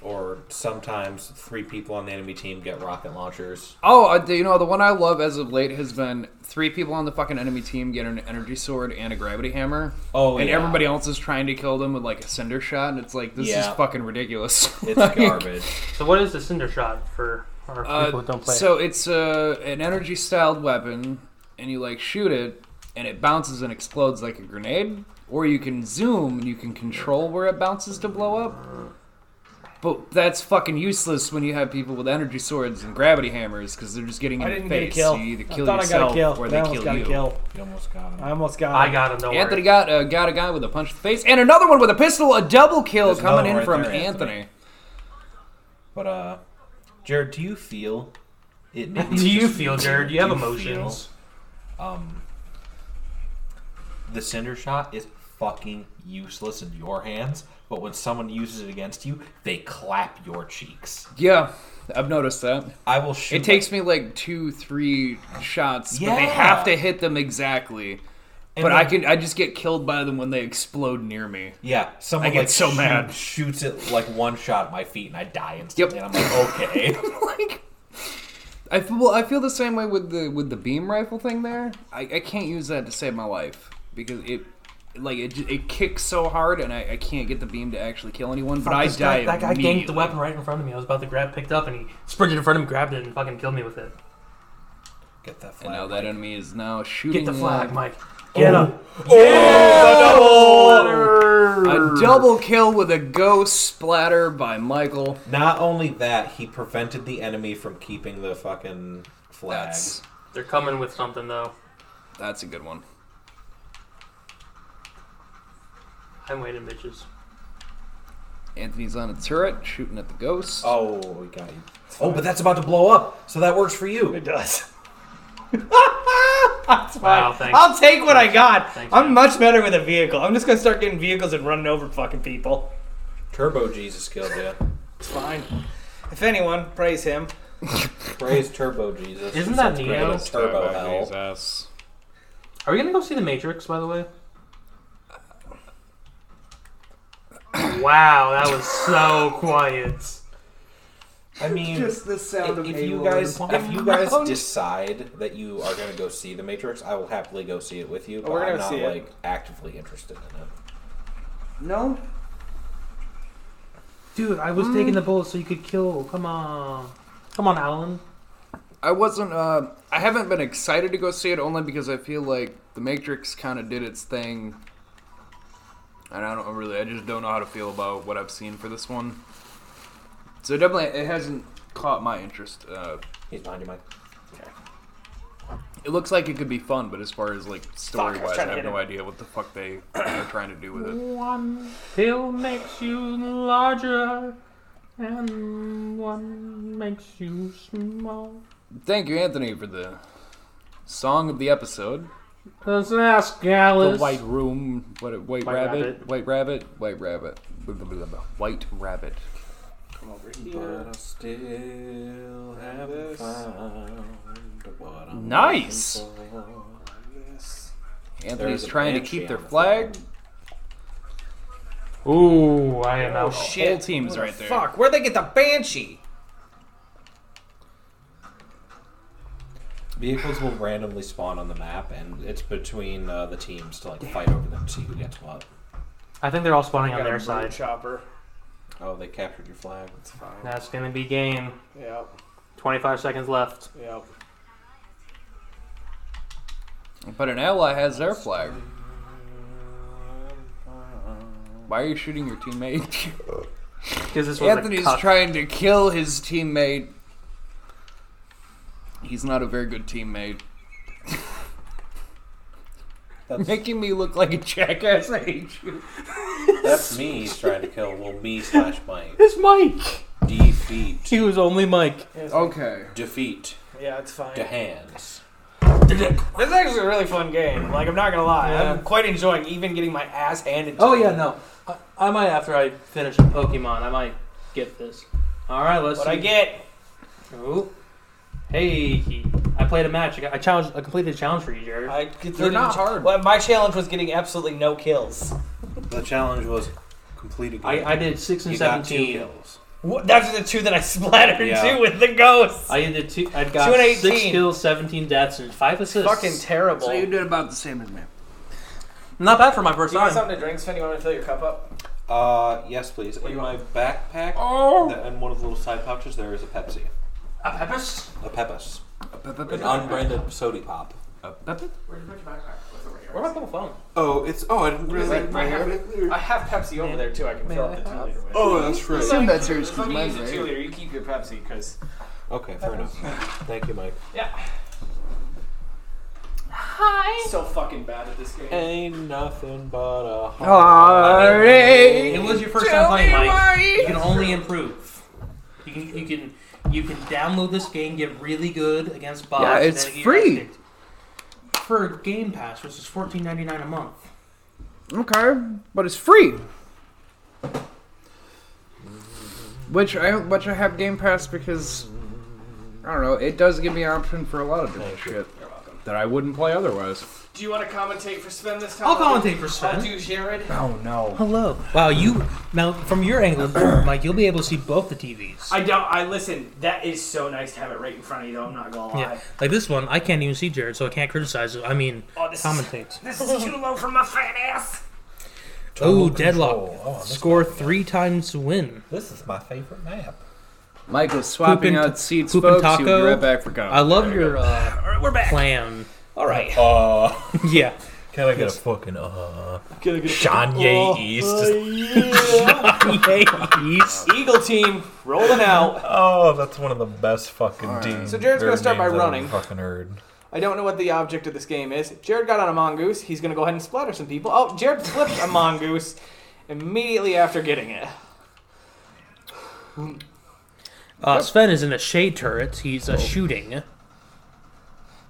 [SPEAKER 6] Or sometimes three people on the enemy team get rocket launchers.
[SPEAKER 3] oh, I- you know, the one I love as of late has been three people on the fucking enemy team get an energy sword and a gravity hammer.
[SPEAKER 6] Oh,
[SPEAKER 3] and
[SPEAKER 6] yeah.
[SPEAKER 3] everybody else is trying to kill them with like a cinder shot, and it's like this is
[SPEAKER 6] Yeah.
[SPEAKER 3] fucking ridiculous.
[SPEAKER 6] It's
[SPEAKER 3] Like,
[SPEAKER 6] garbage.
[SPEAKER 5] So what is the cinder shot for our
[SPEAKER 3] Uh,
[SPEAKER 5] people who don't play?
[SPEAKER 3] So it's uh, an energy styled weapon, and you like shoot it, and it bounces and explodes like a grenade. Or you can zoom and you can control where it bounces to blow up. But that's fucking useless when you have people with energy swords and gravity hammers because they're just getting in
[SPEAKER 7] I
[SPEAKER 3] the
[SPEAKER 7] didn't
[SPEAKER 3] face.
[SPEAKER 7] get a kill.
[SPEAKER 3] So you either
[SPEAKER 7] I
[SPEAKER 3] kill
[SPEAKER 7] thought I got
[SPEAKER 3] yourself
[SPEAKER 7] a kill.
[SPEAKER 3] or
[SPEAKER 7] I
[SPEAKER 3] they
[SPEAKER 7] almost
[SPEAKER 3] kill
[SPEAKER 7] got
[SPEAKER 3] you.
[SPEAKER 7] a kill.
[SPEAKER 6] You almost got him.
[SPEAKER 7] I almost got.
[SPEAKER 5] I
[SPEAKER 7] him.
[SPEAKER 5] got him. Don't
[SPEAKER 3] Anthony
[SPEAKER 5] worry.
[SPEAKER 3] got uh, got a guy with a punch to the face and another one with a pistol. A double kill
[SPEAKER 6] There's
[SPEAKER 3] coming
[SPEAKER 6] another
[SPEAKER 3] in
[SPEAKER 6] one right
[SPEAKER 3] from
[SPEAKER 6] there,
[SPEAKER 3] Anthony.
[SPEAKER 6] Anthony. But uh, Jared, do you feel it? Maybe
[SPEAKER 5] Do you
[SPEAKER 6] just-
[SPEAKER 5] feel, Jared? You
[SPEAKER 6] do
[SPEAKER 5] have
[SPEAKER 6] feel,
[SPEAKER 5] emotions.
[SPEAKER 6] um, the cinder shot is fucking useless in your hands, but when someone uses it against you, they clap your cheeks.
[SPEAKER 3] Yeah, I've noticed that.
[SPEAKER 6] I will shoot.
[SPEAKER 3] It takes me like two, three shots, but they
[SPEAKER 6] Yeah.
[SPEAKER 3] have to hit them exactly.
[SPEAKER 6] and
[SPEAKER 3] but
[SPEAKER 6] then-
[SPEAKER 3] I can, I just get killed by them when they explode near me.
[SPEAKER 6] Yeah, someone
[SPEAKER 3] I get
[SPEAKER 6] like
[SPEAKER 3] so
[SPEAKER 6] shoot-
[SPEAKER 3] mad.
[SPEAKER 6] shoots it like one shot at my feet, and I die instantly.
[SPEAKER 3] Yep.
[SPEAKER 6] And I'm like, okay.
[SPEAKER 3] like, I feel, well, I feel the same way with the with the beam rifle thing. There, I, I can't use that to save my life because it, like, it, ju- it kicks so hard, and I, I can't get the beam to actually kill anyone. But I
[SPEAKER 5] This
[SPEAKER 3] die.
[SPEAKER 5] guy, that guy ganked the
[SPEAKER 3] immediately.
[SPEAKER 5] weapon right in front of me. I was about to grab, picked up, and he sprinted in front of me, grabbed it, and fucking killed me with it.
[SPEAKER 6] Get that
[SPEAKER 3] And
[SPEAKER 6] flag.
[SPEAKER 3] now that enemy is now shooting.
[SPEAKER 5] Get the flag,
[SPEAKER 3] one.
[SPEAKER 5] Mike. Mm. Oh. Get him.
[SPEAKER 3] A double kill with a ghost splatter by Michael.
[SPEAKER 6] Not only that, he prevented the enemy from keeping the fucking flag.
[SPEAKER 3] That's
[SPEAKER 5] They're coming with something though.
[SPEAKER 3] That's a good one.
[SPEAKER 5] I'm waiting, bitches.
[SPEAKER 3] Anthony's on a turret shooting at the ghost.
[SPEAKER 6] Oh, we got you. Oh, but that's about to blow up, so that works for you.
[SPEAKER 2] It does.
[SPEAKER 5] Wow, thanks.
[SPEAKER 2] I'll take what I got.
[SPEAKER 5] Thanks,
[SPEAKER 2] I'm
[SPEAKER 5] man.
[SPEAKER 2] much better with a vehicle. I'm just gonna start getting vehicles and running over fucking people.
[SPEAKER 6] Turbo Jesus killed you.
[SPEAKER 2] It's fine. If anyone, praise him.
[SPEAKER 6] Praise Turbo Jesus.
[SPEAKER 5] Isn't that Neo?
[SPEAKER 6] Turbo Hell?
[SPEAKER 4] Jesus.
[SPEAKER 5] Are we gonna go see the Matrix? By the way. Wow, that was so quiet.
[SPEAKER 6] I mean,
[SPEAKER 7] Just the sound of
[SPEAKER 6] if you
[SPEAKER 7] Halo in
[SPEAKER 6] guys
[SPEAKER 7] the
[SPEAKER 6] if you guys decide that you are going to go see the Matrix, I will happily go see it with you. But
[SPEAKER 7] we're gonna
[SPEAKER 6] I'm not
[SPEAKER 7] see it.
[SPEAKER 6] like actively interested in it.
[SPEAKER 7] No,
[SPEAKER 5] Dude, I was taking the bullet so you could kill. Come on, come on, Alan.
[SPEAKER 3] I wasn't. Uh, I haven't been excited to go see it only because I feel like The Matrix kind of did its thing, and I don't really. I just don't know how to feel about what I've seen for this one. So definitely, it hasn't caught my interest. Uh,
[SPEAKER 6] He's behind you, Mike.
[SPEAKER 3] it looks like it could be fun, but as far as like story wise,
[SPEAKER 2] trying to
[SPEAKER 3] I have
[SPEAKER 2] hit
[SPEAKER 3] no
[SPEAKER 2] him.
[SPEAKER 3] idea what the fuck they are trying to do with it.
[SPEAKER 5] One pill makes you larger, and one makes you small.
[SPEAKER 3] Thank you, Anthony, for the song of the episode.
[SPEAKER 5] Let's ask
[SPEAKER 3] The
[SPEAKER 5] Alice.
[SPEAKER 3] White Room, what? it- White,
[SPEAKER 5] White
[SPEAKER 3] rabbit,
[SPEAKER 5] Rabbit.
[SPEAKER 3] White Rabbit, White Rabbit, blah, blah, blah, blah, White Rabbit.
[SPEAKER 7] come over here.
[SPEAKER 6] I still haven't found what I'm
[SPEAKER 3] Nice.
[SPEAKER 6] looking for.
[SPEAKER 7] Yes.
[SPEAKER 3] Anthony's
[SPEAKER 6] There's a
[SPEAKER 3] trying to
[SPEAKER 6] banshee
[SPEAKER 3] keep their
[SPEAKER 6] on the
[SPEAKER 3] flag.
[SPEAKER 5] Ooh, I am out.
[SPEAKER 2] Shit.
[SPEAKER 3] Whole team's
[SPEAKER 2] What the
[SPEAKER 3] right there.
[SPEAKER 2] Fuck, where'd they get the banshee?
[SPEAKER 6] Vehicles will randomly spawn on the map, and it's between uh, the teams to like fight over them, see who gets what.
[SPEAKER 5] I think they're all spawning on
[SPEAKER 7] Got a
[SPEAKER 5] their
[SPEAKER 7] bird
[SPEAKER 5] side.
[SPEAKER 7] Chopper.
[SPEAKER 6] Oh, they captured your flag. That's fine.
[SPEAKER 5] That's gonna be game.
[SPEAKER 7] Yep.
[SPEAKER 5] 25 seconds left.
[SPEAKER 7] Yep.
[SPEAKER 3] But an ally has their flag. Why are you shooting your teammate?
[SPEAKER 5] Because this was a
[SPEAKER 3] Anthony's
[SPEAKER 5] cuck.
[SPEAKER 3] trying to kill his teammate. He's not a very good teammate. Making me look like a jackass. I hate you.
[SPEAKER 6] That's me he's trying to kill. Well, me slash Mike.
[SPEAKER 5] It's Mike.
[SPEAKER 6] Defeat.
[SPEAKER 5] He was only Mike.
[SPEAKER 3] Okay.
[SPEAKER 6] Defeat.
[SPEAKER 7] Yeah, it's fine.
[SPEAKER 6] To hands.
[SPEAKER 7] This is actually a really fun game. Like, I'm not gonna lie, I'm quite enjoying even getting my ass handed. to
[SPEAKER 5] Oh
[SPEAKER 7] me.
[SPEAKER 5] yeah, no. I, I might after I finish a Pokemon, I might get this. All right, let's.
[SPEAKER 7] What
[SPEAKER 5] see.
[SPEAKER 7] I get?
[SPEAKER 5] Ooh. Hey, I played a match. I, got, I challenged. I completed a challenge for you, Jared.
[SPEAKER 7] I get
[SPEAKER 3] They're not hard.
[SPEAKER 7] Well, my challenge was getting absolutely no kills.
[SPEAKER 6] The challenge was completed.
[SPEAKER 5] I, I did six and
[SPEAKER 6] you
[SPEAKER 5] seven
[SPEAKER 6] got
[SPEAKER 5] two
[SPEAKER 6] teams.
[SPEAKER 5] kills.
[SPEAKER 2] What, those are the two that I splattered
[SPEAKER 6] Yeah.
[SPEAKER 2] to with the ghosts.
[SPEAKER 5] I did two. I got
[SPEAKER 2] Two and
[SPEAKER 5] six
[SPEAKER 2] 18.
[SPEAKER 5] kills, seventeen deaths, and five assists.
[SPEAKER 2] Fucking terrible.
[SPEAKER 3] did about the same as me.
[SPEAKER 5] not bad for my first
[SPEAKER 7] Do you want
[SPEAKER 5] time.
[SPEAKER 7] something to drink, Finn? You want me to fill your cup up?
[SPEAKER 6] Uh, yes, please. In my backpack
[SPEAKER 3] Oh.
[SPEAKER 6] th- and one of the little side pouches, there is a Pepsi,
[SPEAKER 5] A peppers.
[SPEAKER 6] a Peppas, an unbranded soda pop.
[SPEAKER 7] Where my little phone?
[SPEAKER 13] Oh, it's oh, I didn't realize
[SPEAKER 7] Right,
[SPEAKER 13] I
[SPEAKER 7] right
[SPEAKER 13] have
[SPEAKER 7] here.
[SPEAKER 13] it there.
[SPEAKER 7] I have Pepsi over there too. I can fill up the two liter with.
[SPEAKER 13] Oh, that's right.
[SPEAKER 3] assume that's yours
[SPEAKER 7] Let
[SPEAKER 3] because
[SPEAKER 7] me use
[SPEAKER 3] mine's
[SPEAKER 7] the two liter. You keep your Pepsi, because
[SPEAKER 6] Okay, fair enough. Thank you, Mike.
[SPEAKER 7] yeah. Hi. So fucking bad at this game.
[SPEAKER 6] Ain't nothing but a
[SPEAKER 5] It was your first time playing, Mike. You can only improve. You can you can you can download this game, get really good against bots.
[SPEAKER 3] Yeah,
[SPEAKER 5] and
[SPEAKER 3] it's
[SPEAKER 5] then get
[SPEAKER 3] free.
[SPEAKER 5] addicted. for Game Pass, which is fourteen ninety nine a month.
[SPEAKER 3] Okay, but it's free. Which I which I have Game Pass because I don't know. It does give me an option for a lot of different shit that I wouldn't play otherwise.
[SPEAKER 7] Do you want to commentate for Sven this time?
[SPEAKER 5] I'll commentate for
[SPEAKER 7] I'll
[SPEAKER 5] Sven.
[SPEAKER 7] do Jared.
[SPEAKER 3] Oh no!
[SPEAKER 5] Hello. Wow, you now from your angle, Mike, you'll be able to see both the TVs.
[SPEAKER 7] I don't. I listen. That is so nice to have it right in front of you, though. I'm not gonna lie.
[SPEAKER 5] yeah, like this one, I can't even see Jared, so I can't criticize it. I mean,
[SPEAKER 7] Oh, this is,
[SPEAKER 5] commentate.
[SPEAKER 7] this is too low for my fat ass.
[SPEAKER 5] Oh, deadlock.
[SPEAKER 6] control. Oh, I missed
[SPEAKER 5] Score three times to win.
[SPEAKER 6] This is my favorite map.
[SPEAKER 3] Michael's swapping
[SPEAKER 5] Hoopin'
[SPEAKER 3] out seats,
[SPEAKER 5] Hoopin'
[SPEAKER 3] folks. You'll
[SPEAKER 5] Taco.
[SPEAKER 3] be right back for
[SPEAKER 5] I
[SPEAKER 3] comment.
[SPEAKER 5] love your uh,
[SPEAKER 7] All right, we're back.
[SPEAKER 5] plan.
[SPEAKER 7] All right.
[SPEAKER 6] Uh,
[SPEAKER 5] yeah.
[SPEAKER 6] can I get a fucking uh? Kanye
[SPEAKER 7] uh,
[SPEAKER 6] East.
[SPEAKER 7] Eagle team rolling out.
[SPEAKER 6] Oh, that's one of the best fucking
[SPEAKER 3] Alright.
[SPEAKER 6] teams.
[SPEAKER 7] So Jared's gonna start by running.
[SPEAKER 6] Fucking heard.
[SPEAKER 7] I I don't know what the object of this game is. Jared got on a mongoose. He's going to go ahead and splatter some people. Oh, Jared flipped a mongoose immediately after getting it.
[SPEAKER 5] Uh, Sven is in a shade turret. He's uh, shooting.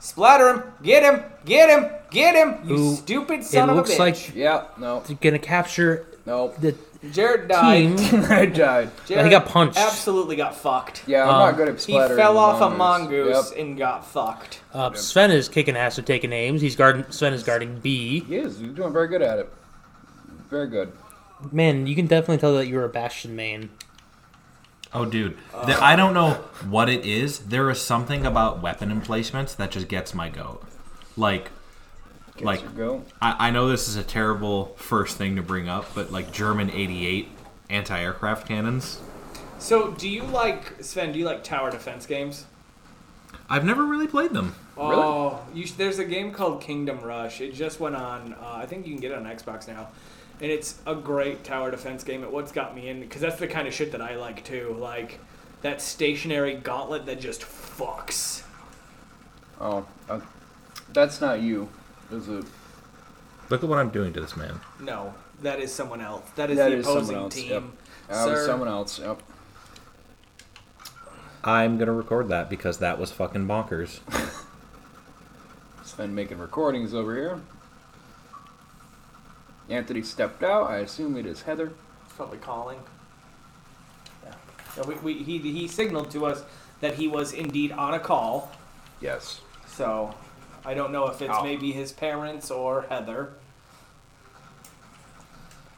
[SPEAKER 7] Splatter him! Get him! Get him! Get him! You
[SPEAKER 5] Ooh,
[SPEAKER 7] stupid son
[SPEAKER 5] it
[SPEAKER 7] of a
[SPEAKER 5] looks
[SPEAKER 7] bitch!
[SPEAKER 5] like
[SPEAKER 3] Yeah, no,
[SPEAKER 5] they're gonna capture
[SPEAKER 3] no.
[SPEAKER 5] the
[SPEAKER 7] Jared died.
[SPEAKER 5] team. Oh,
[SPEAKER 3] I died.
[SPEAKER 7] Jared
[SPEAKER 5] he got punched.
[SPEAKER 7] Absolutely got fucked.
[SPEAKER 3] Yeah, I'm
[SPEAKER 5] Um,
[SPEAKER 3] not good at
[SPEAKER 7] He
[SPEAKER 3] splattering.
[SPEAKER 7] fell off a
[SPEAKER 3] mongoose.
[SPEAKER 7] mongoose
[SPEAKER 3] Yep.
[SPEAKER 7] and got fucked.
[SPEAKER 5] Uh, Sven is kicking ass or taking aims. He's guarding. Sven is guarding B.
[SPEAKER 3] He is. He's doing very good at it. Very good.
[SPEAKER 5] Man, you can definitely tell that you're a Bastion man.
[SPEAKER 6] Oh, dude.
[SPEAKER 7] Uh.
[SPEAKER 6] Th- I don't know what it is. There is something about weapon emplacements that just gets my goat. Like, like
[SPEAKER 3] Here we go.
[SPEAKER 6] I, I know this is a terrible first thing to bring up, but like German 88 anti aircraft cannons.
[SPEAKER 7] So, do you like Sven? Do you like tower defense games?
[SPEAKER 6] I've never really played them.
[SPEAKER 7] Oh, you sh- there's a game called Kingdom Rush. It just went on. Uh, I think you can get it on Xbox now, and it's a great tower defense game. It what's got me in because that's the kind of shit that I like too. Like that stationary gauntlet that just fucks.
[SPEAKER 3] Oh, uh, that's not you, is it?
[SPEAKER 6] Look at what I'm doing to this man.
[SPEAKER 7] No, that is someone else. That is
[SPEAKER 3] That
[SPEAKER 7] the
[SPEAKER 3] is someone
[SPEAKER 7] opposing
[SPEAKER 3] else,
[SPEAKER 7] team.
[SPEAKER 3] yep. Uh, it was
[SPEAKER 7] Sir.
[SPEAKER 3] someone else. Yep.
[SPEAKER 6] I'm gonna record that because that was fucking bonkers.
[SPEAKER 3] Sven making recordings over here. Anthony stepped out. I assume it is Heather.
[SPEAKER 7] Probably calling. Yeah. No, we, we, he, he signaled to us that he was indeed on a call.
[SPEAKER 3] Yes.
[SPEAKER 7] So I don't know if it's
[SPEAKER 3] Ow.
[SPEAKER 7] maybe his parents or Heather.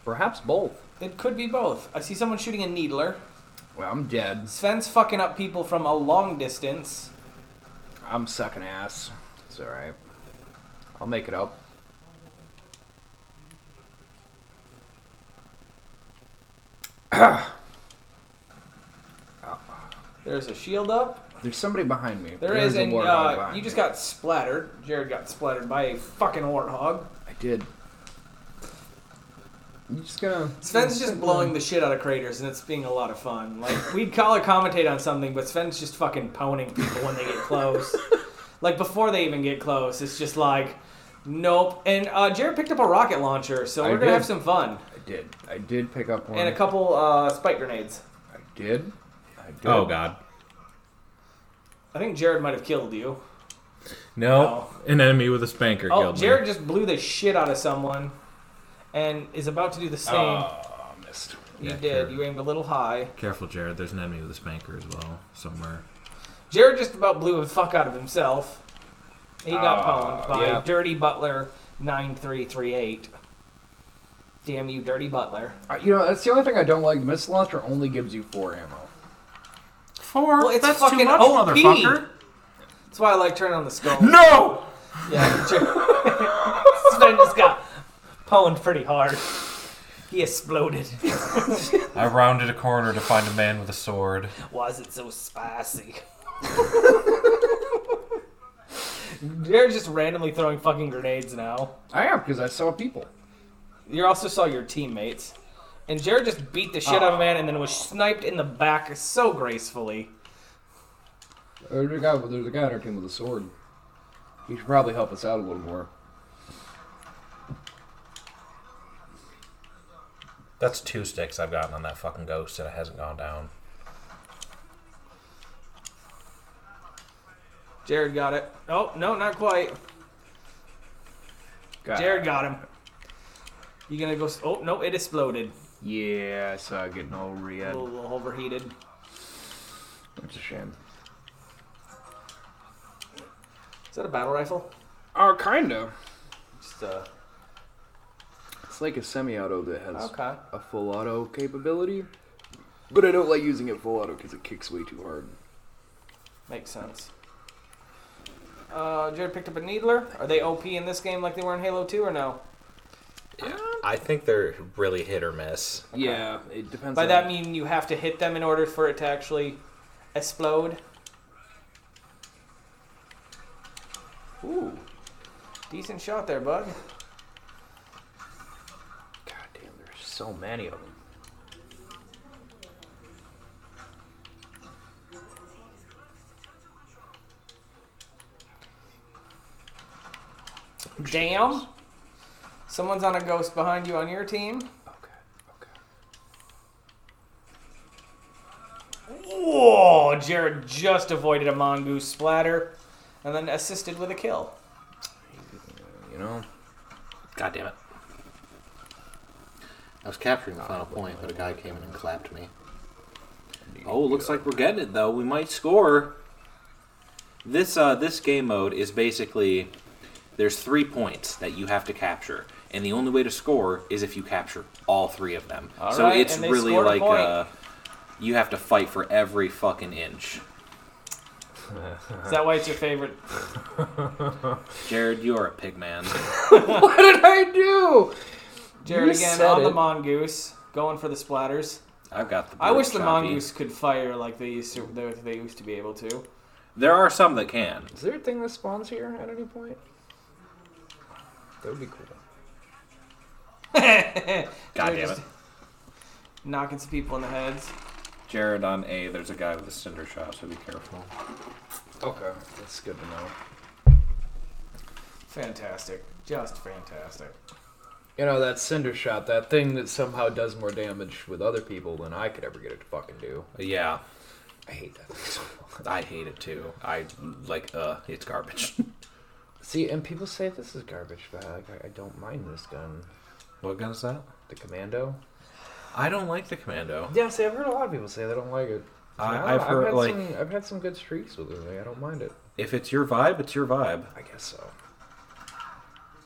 [SPEAKER 3] Perhaps both.
[SPEAKER 7] It could be both. I see someone shooting a needler.
[SPEAKER 3] Well, I'm dead.
[SPEAKER 7] Sven's fucking up people from a long distance.
[SPEAKER 3] I'm sucking ass. It's alright. I'll make it up.
[SPEAKER 7] There's a shield up.
[SPEAKER 3] There's somebody behind me.
[SPEAKER 7] There is,
[SPEAKER 3] a
[SPEAKER 7] and
[SPEAKER 3] warthog
[SPEAKER 7] uh,
[SPEAKER 3] behind
[SPEAKER 7] you just
[SPEAKER 3] me.
[SPEAKER 7] got splattered. Jared got splattered by a fucking warthog.
[SPEAKER 3] I did. You just gonna.
[SPEAKER 7] Sven's just blowing the shit out of craters, and it's being a lot of fun. Like we'd call or commentate on something, but Sven's just fucking poning people when they get close. like before they even get close, it's just like, nope. And uh, Jared picked up a rocket launcher, so
[SPEAKER 3] I
[SPEAKER 7] we're gonna
[SPEAKER 3] did.
[SPEAKER 7] have some fun
[SPEAKER 3] I did. I did pick up one.
[SPEAKER 7] and a couple uh, spike grenades.
[SPEAKER 3] I did. I did.
[SPEAKER 6] Oh god.
[SPEAKER 7] I think Jared might have killed you.
[SPEAKER 6] No. An enemy with a spanker
[SPEAKER 7] Oh,
[SPEAKER 6] Oh, killed me.
[SPEAKER 7] Jared just blew the shit out of someone, and is about to do the same.
[SPEAKER 3] Oh, missed.
[SPEAKER 7] you
[SPEAKER 6] yeah,
[SPEAKER 7] did.
[SPEAKER 6] Jared.
[SPEAKER 7] You aimed a little high.
[SPEAKER 6] Careful, Jared. There's an enemy with a spanker as well somewhere.
[SPEAKER 7] Jared just about blew the fuck out of himself. He got
[SPEAKER 3] Ah,
[SPEAKER 7] pwned by
[SPEAKER 3] yeah.
[SPEAKER 7] Dirty Butler 9338. Damn you, Dirty Butler.
[SPEAKER 3] Uh, You know, that's the only thing I don't like. The missile launcher only gives you four ammo.
[SPEAKER 6] Four.
[SPEAKER 7] Well, it's That's fucking too much, OP. motherfucker. That's why I like turning on the skull.
[SPEAKER 6] No.
[SPEAKER 7] Yeah, Jared. Sven just got pwned pretty hard. He exploded.
[SPEAKER 6] I rounded a corner to find a man with a sword.
[SPEAKER 7] Why is it so spicy? Jared's just randomly throwing fucking grenades now.
[SPEAKER 3] I am because I saw people.
[SPEAKER 7] You also saw your teammates. And Jared just beat the shit out of a man and then was sniped in the back so gracefully.
[SPEAKER 3] There's a guy. There's a guy on our team with a sword. He should probably help us out a little more.
[SPEAKER 6] That's two sticks I've gotten on that fucking ghost, and it hasn't gone down.
[SPEAKER 7] Jared got it. Oh, no, not quite.
[SPEAKER 3] God.
[SPEAKER 7] Jared got him. You gonna go. s- Oh, no, it exploded.
[SPEAKER 3] Yeah, I saw it getting all red.
[SPEAKER 7] A little, little overheated.
[SPEAKER 3] That's a shame.
[SPEAKER 7] Is that a battle rifle?
[SPEAKER 3] Oh, kinda.
[SPEAKER 7] Just uh.
[SPEAKER 3] It's like a semi-auto that has
[SPEAKER 7] Okay.
[SPEAKER 3] a full auto capability, but I don't like using it full auto because it kicks way too hard.
[SPEAKER 7] Makes sense. Uh, Jared picked up a needler. Are they OP in this game like they were in Halo 2 or no?
[SPEAKER 6] I think they're really hit or miss.
[SPEAKER 3] Yeah, it depends.
[SPEAKER 7] By
[SPEAKER 3] on
[SPEAKER 7] that mean you have to hit them in order for it to actually explode. Ooh. Decent shot there, bud.
[SPEAKER 3] God damn, there's so many of them.
[SPEAKER 14] huge.
[SPEAKER 7] Damn. Someone's on a ghost behind you on your team. Whoa! Jared just avoided a mongoose splatter, and then assisted with a kill.
[SPEAKER 14] You know.
[SPEAKER 6] God damn it. I was capturing the final point, but a guy came in and clapped me. Oh, looks like we're getting it though. We might score. This uh, this game mode is basically there's three points that you have to capture, and the only way to score is if you capture all three of them. so
[SPEAKER 7] right,
[SPEAKER 6] it's
[SPEAKER 7] and they
[SPEAKER 6] really
[SPEAKER 7] scored a
[SPEAKER 6] like
[SPEAKER 7] point.
[SPEAKER 6] uh, you have to fight for every fucking inch.
[SPEAKER 7] Is that why it's your favorite?
[SPEAKER 6] Jared, you are a pig man.
[SPEAKER 14] What did I do?
[SPEAKER 7] Jared
[SPEAKER 14] You
[SPEAKER 7] again
[SPEAKER 14] said
[SPEAKER 7] on the
[SPEAKER 14] it.
[SPEAKER 7] mongoose, going for the splatters.
[SPEAKER 6] I've got the.
[SPEAKER 7] I wish the
[SPEAKER 6] choppy.
[SPEAKER 7] mongoose could fire like they used to. They, they used to be able to.
[SPEAKER 6] There are some that can.
[SPEAKER 14] Is there a thing that spawns here at any point?
[SPEAKER 3] That would be cool.
[SPEAKER 6] God
[SPEAKER 7] They're
[SPEAKER 6] damn
[SPEAKER 7] just
[SPEAKER 6] it.
[SPEAKER 7] Knocking some people in the heads.
[SPEAKER 6] Jared on A, there's a guy with a cinder shot, so be careful.
[SPEAKER 3] Okay, that's good to know.
[SPEAKER 7] Fantastic. Just fantastic.
[SPEAKER 3] You know that cinder shot, that thing that somehow does more damage with other people than I could ever get it to fucking do.
[SPEAKER 6] Yeah,
[SPEAKER 3] I hate that. thing so much.
[SPEAKER 6] I hate it too. I like, uh, it's garbage.
[SPEAKER 3] See, and people say this is garbage, but like, I- I don't mind this gun.
[SPEAKER 6] what gun is that?
[SPEAKER 3] The commando.
[SPEAKER 6] I don't like the commando.
[SPEAKER 3] Yeah, see, I've heard a lot of people say they don't like it.
[SPEAKER 6] I-
[SPEAKER 3] No,
[SPEAKER 6] I've heard,
[SPEAKER 3] had
[SPEAKER 6] like-
[SPEAKER 3] some, I've had some good streaks with it. Like, I don't mind it.
[SPEAKER 6] If it's your vibe, it's your vibe.
[SPEAKER 3] I guess so.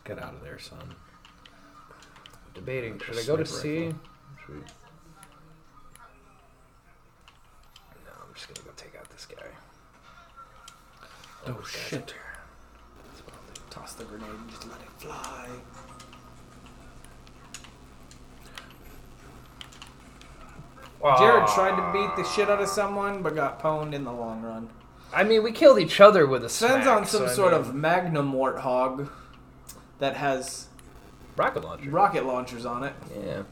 [SPEAKER 6] Get out of there, son.
[SPEAKER 3] Debating. Should I
[SPEAKER 6] Just
[SPEAKER 3] go to
[SPEAKER 6] sniper
[SPEAKER 3] C?
[SPEAKER 6] rifle.
[SPEAKER 3] Should we... No, I'm just gonna go take out this guy.
[SPEAKER 6] Oh, shit.
[SPEAKER 7] Toss the grenade and just let it fly.
[SPEAKER 3] Ah.
[SPEAKER 7] Jared tried to beat the shit out of someone, but got pwned in the long run.
[SPEAKER 3] I mean, we killed each other with a
[SPEAKER 7] Sends
[SPEAKER 3] smack,
[SPEAKER 7] on
[SPEAKER 3] so
[SPEAKER 7] some
[SPEAKER 3] I
[SPEAKER 7] sort
[SPEAKER 3] mean-
[SPEAKER 7] of magnum warthog that has
[SPEAKER 3] rocket launcher.
[SPEAKER 7] rocket launchers on it.
[SPEAKER 3] Yeah.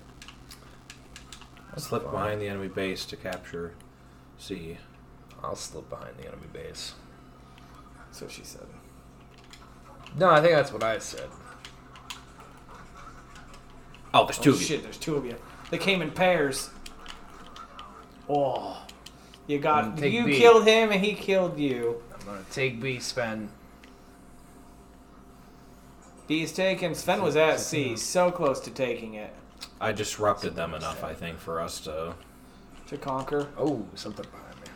[SPEAKER 6] Slip behind the enemy base to capture C.
[SPEAKER 3] I'll slip behind the enemy base.
[SPEAKER 7] That's what she said.
[SPEAKER 3] No, I think that's what I said.
[SPEAKER 6] Oh, there's two
[SPEAKER 7] Oh, shit, there's two of you. They came in pairs. Oh. You
[SPEAKER 3] Mm,
[SPEAKER 7] got
[SPEAKER 3] take
[SPEAKER 7] you
[SPEAKER 3] B.
[SPEAKER 7] killed him and he killed you.
[SPEAKER 3] I'm gonna take B, Sven.
[SPEAKER 7] B's taken. Sven was at C, so close to taking it.
[SPEAKER 6] I disrupted them enough, I think, for us to.
[SPEAKER 7] To conquer.
[SPEAKER 3] Oh, something behind me.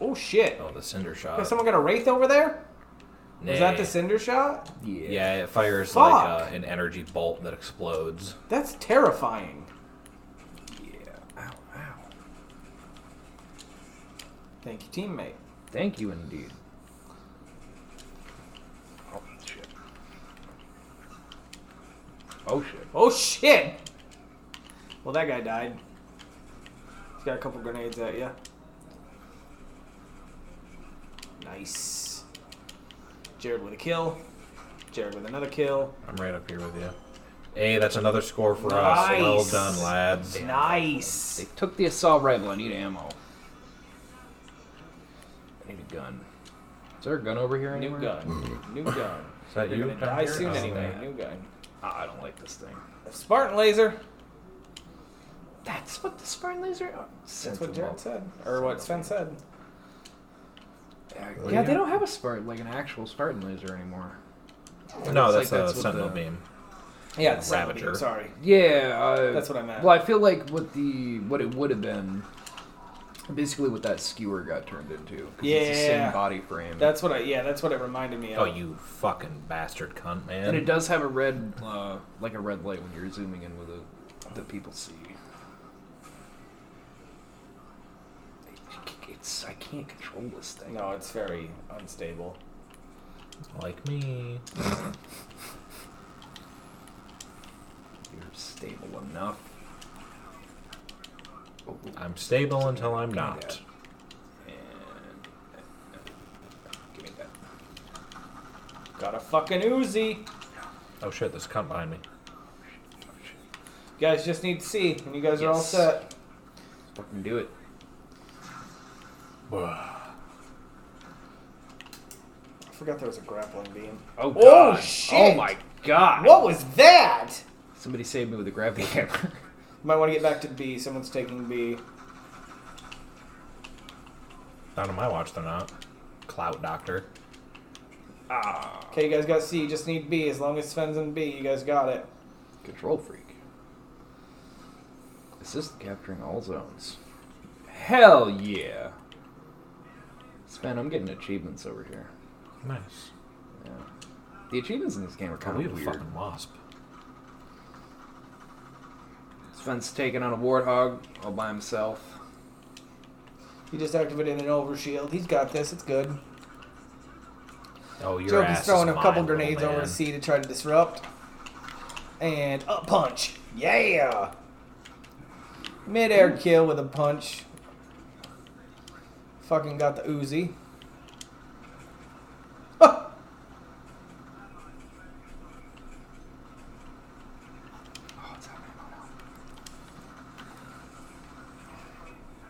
[SPEAKER 7] Oh shit.
[SPEAKER 6] Oh, the cinder shot.
[SPEAKER 7] Has someone got a wraith over there? Was that
[SPEAKER 6] Nay.
[SPEAKER 7] the cinder shot?
[SPEAKER 3] Yeah.
[SPEAKER 6] Yeah, it fires
[SPEAKER 7] Fuck.
[SPEAKER 6] like uh, an energy bolt that explodes.
[SPEAKER 7] That's terrifying.
[SPEAKER 3] Ow, ow.
[SPEAKER 7] Thank you, teammate.
[SPEAKER 3] Thank you indeed. Oh shit. Oh shit.
[SPEAKER 7] Oh shit! Well, that guy died. He's got a couple grenades at you. Nice. Jared with a kill. Jared with another kill.
[SPEAKER 6] I'm right up here with you. A, that's another score for us.
[SPEAKER 7] Nice.
[SPEAKER 6] Well done, lads.
[SPEAKER 3] They
[SPEAKER 7] Nice.
[SPEAKER 3] took the assault rifle. I need ammo. I need a gun. Is there a gun over here
[SPEAKER 7] New
[SPEAKER 3] anywhere?
[SPEAKER 7] gun. New gun.
[SPEAKER 6] Is that
[SPEAKER 7] You're
[SPEAKER 6] you?
[SPEAKER 7] gonna die
[SPEAKER 6] down
[SPEAKER 7] soon
[SPEAKER 6] here?
[SPEAKER 7] Hmm.
[SPEAKER 6] Oh,
[SPEAKER 7] anyway. New gun.
[SPEAKER 3] Ah, I don't like this thing.
[SPEAKER 7] Spartan laser.
[SPEAKER 3] That's what the Spartan laser. uh,
[SPEAKER 7] That's what Jared said, or what Sven said.
[SPEAKER 3] Yeah, they don't have a Spartan like an actual Spartan laser anymore.
[SPEAKER 6] No,
[SPEAKER 3] It's
[SPEAKER 6] that's
[SPEAKER 3] like
[SPEAKER 6] a
[SPEAKER 3] that's what
[SPEAKER 6] sentinel
[SPEAKER 3] the-
[SPEAKER 6] beam.
[SPEAKER 7] Yeah, the Sentinel
[SPEAKER 6] Ravager.
[SPEAKER 7] Beam, Sorry,
[SPEAKER 3] Yeah, uh,
[SPEAKER 7] that's what I meant.
[SPEAKER 3] Well, I feel like what the what it would have been, basically what that skewer got turned into. 'cause it's the
[SPEAKER 7] Yeah.
[SPEAKER 3] same body frame.
[SPEAKER 7] That's what I. Yeah, that's what it reminded me of.
[SPEAKER 6] Oh, you fucking bastard cunt, man.
[SPEAKER 3] and it does have a red, uh, like a red light when you're zooming in with the the people see. It's I can't control this thing.
[SPEAKER 7] No, it's very unstable.
[SPEAKER 6] Like me.
[SPEAKER 3] You're stable enough.
[SPEAKER 6] I'm stable until I'm not.
[SPEAKER 3] And give me that.
[SPEAKER 7] Got a fucking Uzi.
[SPEAKER 6] Oh shit, there's a cunt behind me.
[SPEAKER 7] You guys just need to see, and you guys are all
[SPEAKER 3] Yes.
[SPEAKER 7] set.
[SPEAKER 3] Fucking do it.
[SPEAKER 7] I forgot there was a grappling beam.
[SPEAKER 3] Oh,
[SPEAKER 7] Oh,
[SPEAKER 3] God.
[SPEAKER 7] shit.
[SPEAKER 3] Oh my
[SPEAKER 7] God.
[SPEAKER 15] What was that?
[SPEAKER 3] Somebody saved me with a gravity hammer.
[SPEAKER 7] Might want to get back to B. Someone's taking B.
[SPEAKER 6] Not on my watch, they're not. Clout doctor.
[SPEAKER 7] Okay, you guys got C. You just need B. As long as Sven's in B, you guys got it.
[SPEAKER 3] Control freak. Assist capturing all zones. Hell yeah. Sven, I'm getting achievements over here.
[SPEAKER 6] Nice.
[SPEAKER 3] The achievements in this game are
[SPEAKER 6] God,
[SPEAKER 3] kind
[SPEAKER 6] we
[SPEAKER 3] of
[SPEAKER 6] have a
[SPEAKER 3] weird.
[SPEAKER 6] fucking wasp.
[SPEAKER 3] Sven's taking on a warthog all by himself.
[SPEAKER 7] You just activated an overshield. He's got this. It's good.
[SPEAKER 6] Oh, your ass
[SPEAKER 7] Jokey's
[SPEAKER 6] is
[SPEAKER 7] throwing a
[SPEAKER 6] mine,
[SPEAKER 7] couple
[SPEAKER 6] little
[SPEAKER 7] grenades over
[SPEAKER 6] man.
[SPEAKER 7] to C to try to disrupt. And a punch. Yeah! Mid-air kill with a punch. Fucking got the Uzi. Huh.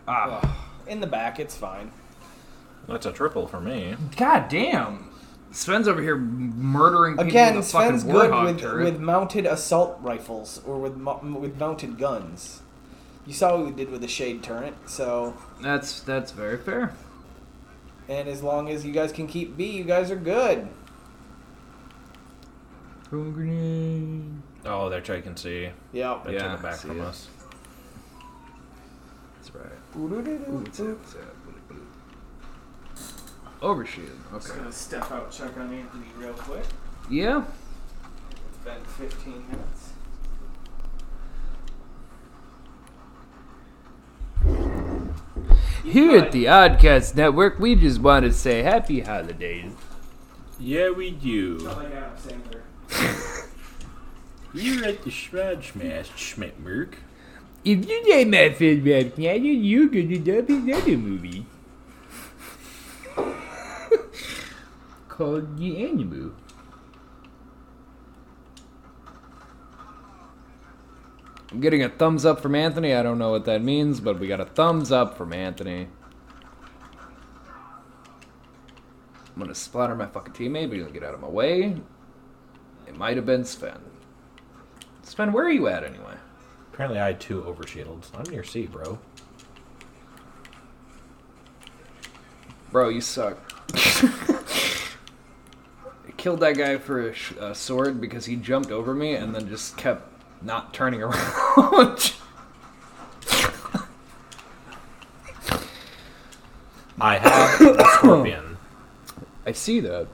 [SPEAKER 7] Ah, in the back, it's fine.
[SPEAKER 6] That's a triple for me.
[SPEAKER 3] God damn. Sven's over here murdering people
[SPEAKER 7] Again,
[SPEAKER 3] with a
[SPEAKER 7] Sven's
[SPEAKER 3] fucking warthog
[SPEAKER 7] good with,
[SPEAKER 3] turret.
[SPEAKER 7] with mounted assault rifles or with mo- with mounted guns. You saw what we did with the shade turret, so
[SPEAKER 3] That's that's very fair.
[SPEAKER 7] and as long as you guys can keep B, you guys are good.
[SPEAKER 3] Throw a grenade.
[SPEAKER 6] Oh, they're taking C.
[SPEAKER 7] Yep.
[SPEAKER 6] They
[SPEAKER 3] Yeah,
[SPEAKER 6] took it back
[SPEAKER 3] Ah, see
[SPEAKER 6] from
[SPEAKER 3] it.
[SPEAKER 6] us.
[SPEAKER 3] That's right. Ooh, what's that? What's that? Bloop, bloop. Overshield. Okay.
[SPEAKER 7] step out, check on Anthony real quick.
[SPEAKER 3] Yeah.
[SPEAKER 7] It's been 15 minutes.
[SPEAKER 3] Here at the Oddcast Network, we just want to say happy holidays.
[SPEAKER 6] Yeah, we do.
[SPEAKER 7] like Adam Sandler.
[SPEAKER 6] You're at the Schmad Schmash Schmitmerk.
[SPEAKER 3] If you name my film Rob Schneider, you're gonna dub another movie. Called The Animal. I'm getting a thumbs up from Anthony. I don't know what that means, but we got a thumbs up from Anthony. I'm gonna splatter my fucking teammate, but he'll get out of my way. It might have been Sven. Sven, where are you at anyway?
[SPEAKER 6] Apparently, I had two overshields. I'm near C, bro.
[SPEAKER 3] Bro, you suck. I killed that guy for a, sh- a sword because he jumped over me and then just kept not turning around.
[SPEAKER 6] I have a scorpion.
[SPEAKER 3] I see that.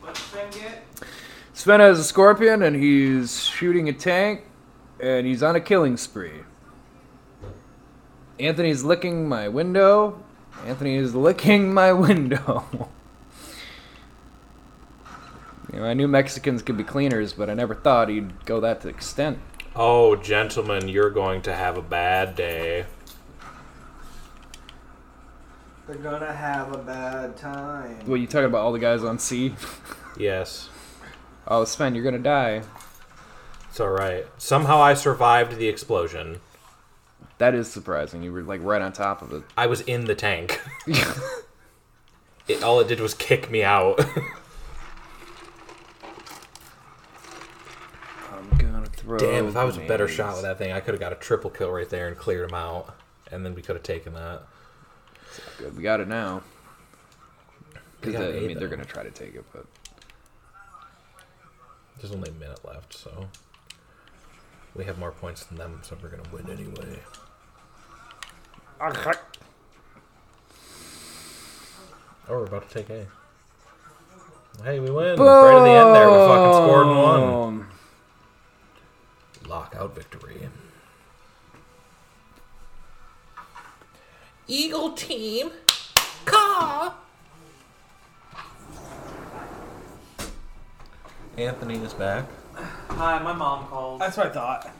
[SPEAKER 7] What's Sven get?
[SPEAKER 3] Sven has a scorpion and he's shooting a tank and he's on a killing spree. Anthony's licking my window. Anthony is licking my window. you know, I knew Mexicans could be cleaners, but I never thought he'd go that to extent.
[SPEAKER 6] Oh, gentlemen, you're going to have a bad day.
[SPEAKER 7] They're gonna have a bad time.
[SPEAKER 3] What you talking about? All the guys on C?
[SPEAKER 6] Yes,
[SPEAKER 3] Oh, Sven, you're gonna die.
[SPEAKER 6] it's all right. Somehow I survived the explosion.
[SPEAKER 3] That is surprising. You were like right on top of it.
[SPEAKER 6] I was in the tank. it, all it did was kick me out.
[SPEAKER 3] I'm gonna throw.
[SPEAKER 6] Damn, if I was a better shot with
[SPEAKER 3] that.
[SPEAKER 6] that thing, I could have got a triple kill right there and cleared him out. And then we could have taken that.
[SPEAKER 3] Good, we got it now.
[SPEAKER 6] We
[SPEAKER 3] Because
[SPEAKER 6] got
[SPEAKER 3] I
[SPEAKER 6] A,
[SPEAKER 3] mean, they're
[SPEAKER 6] though.
[SPEAKER 3] gonna try to take it, but
[SPEAKER 6] There's only a minute left, so. We have more points than them, so we're going to win anyway. Oh, we're about to take A. Hey, we win. Right at the end there, we fucking scored and won.
[SPEAKER 3] Um,
[SPEAKER 6] Lockout victory. Eagle team, car. Anthony is back.
[SPEAKER 5] Hi, my mom called.
[SPEAKER 7] That's what I thought.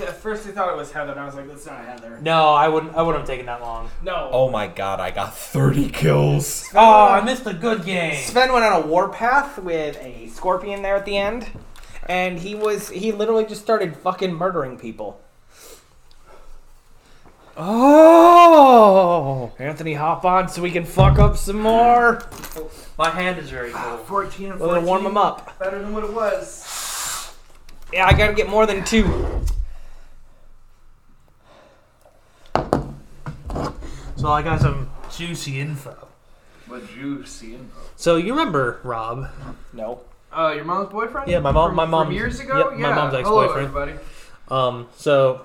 [SPEAKER 7] At first, I thought it was Heather, and I was like, "That's not Heather."
[SPEAKER 5] No, I wouldn't. I wouldn't have taken that long.
[SPEAKER 7] No.
[SPEAKER 6] Oh my god, I got 30 kills.
[SPEAKER 5] Oh, I missed a good game.
[SPEAKER 7] Sven went on a warpath with a scorpion there at the end, and he was he literally just started fucking murdering people.
[SPEAKER 2] Oh, Anthony, hop on so we can fuck up some more.
[SPEAKER 5] My hand is very cold.
[SPEAKER 1] 14 and
[SPEAKER 2] We're gonna warm them up.
[SPEAKER 1] Better than what it was.
[SPEAKER 2] Yeah, I gotta get more than two.
[SPEAKER 5] So I got some juicy info.
[SPEAKER 4] What juicy info.
[SPEAKER 5] So you remember Rob?
[SPEAKER 2] No.
[SPEAKER 4] Uh, your mom's boyfriend?
[SPEAKER 5] Yeah, my mom.
[SPEAKER 4] From-
[SPEAKER 5] my mom.
[SPEAKER 4] From years ago?
[SPEAKER 5] Yep,
[SPEAKER 4] yeah.
[SPEAKER 5] my mom's
[SPEAKER 4] Hello,
[SPEAKER 5] ex-boyfriend.
[SPEAKER 4] everybody.
[SPEAKER 5] Um, so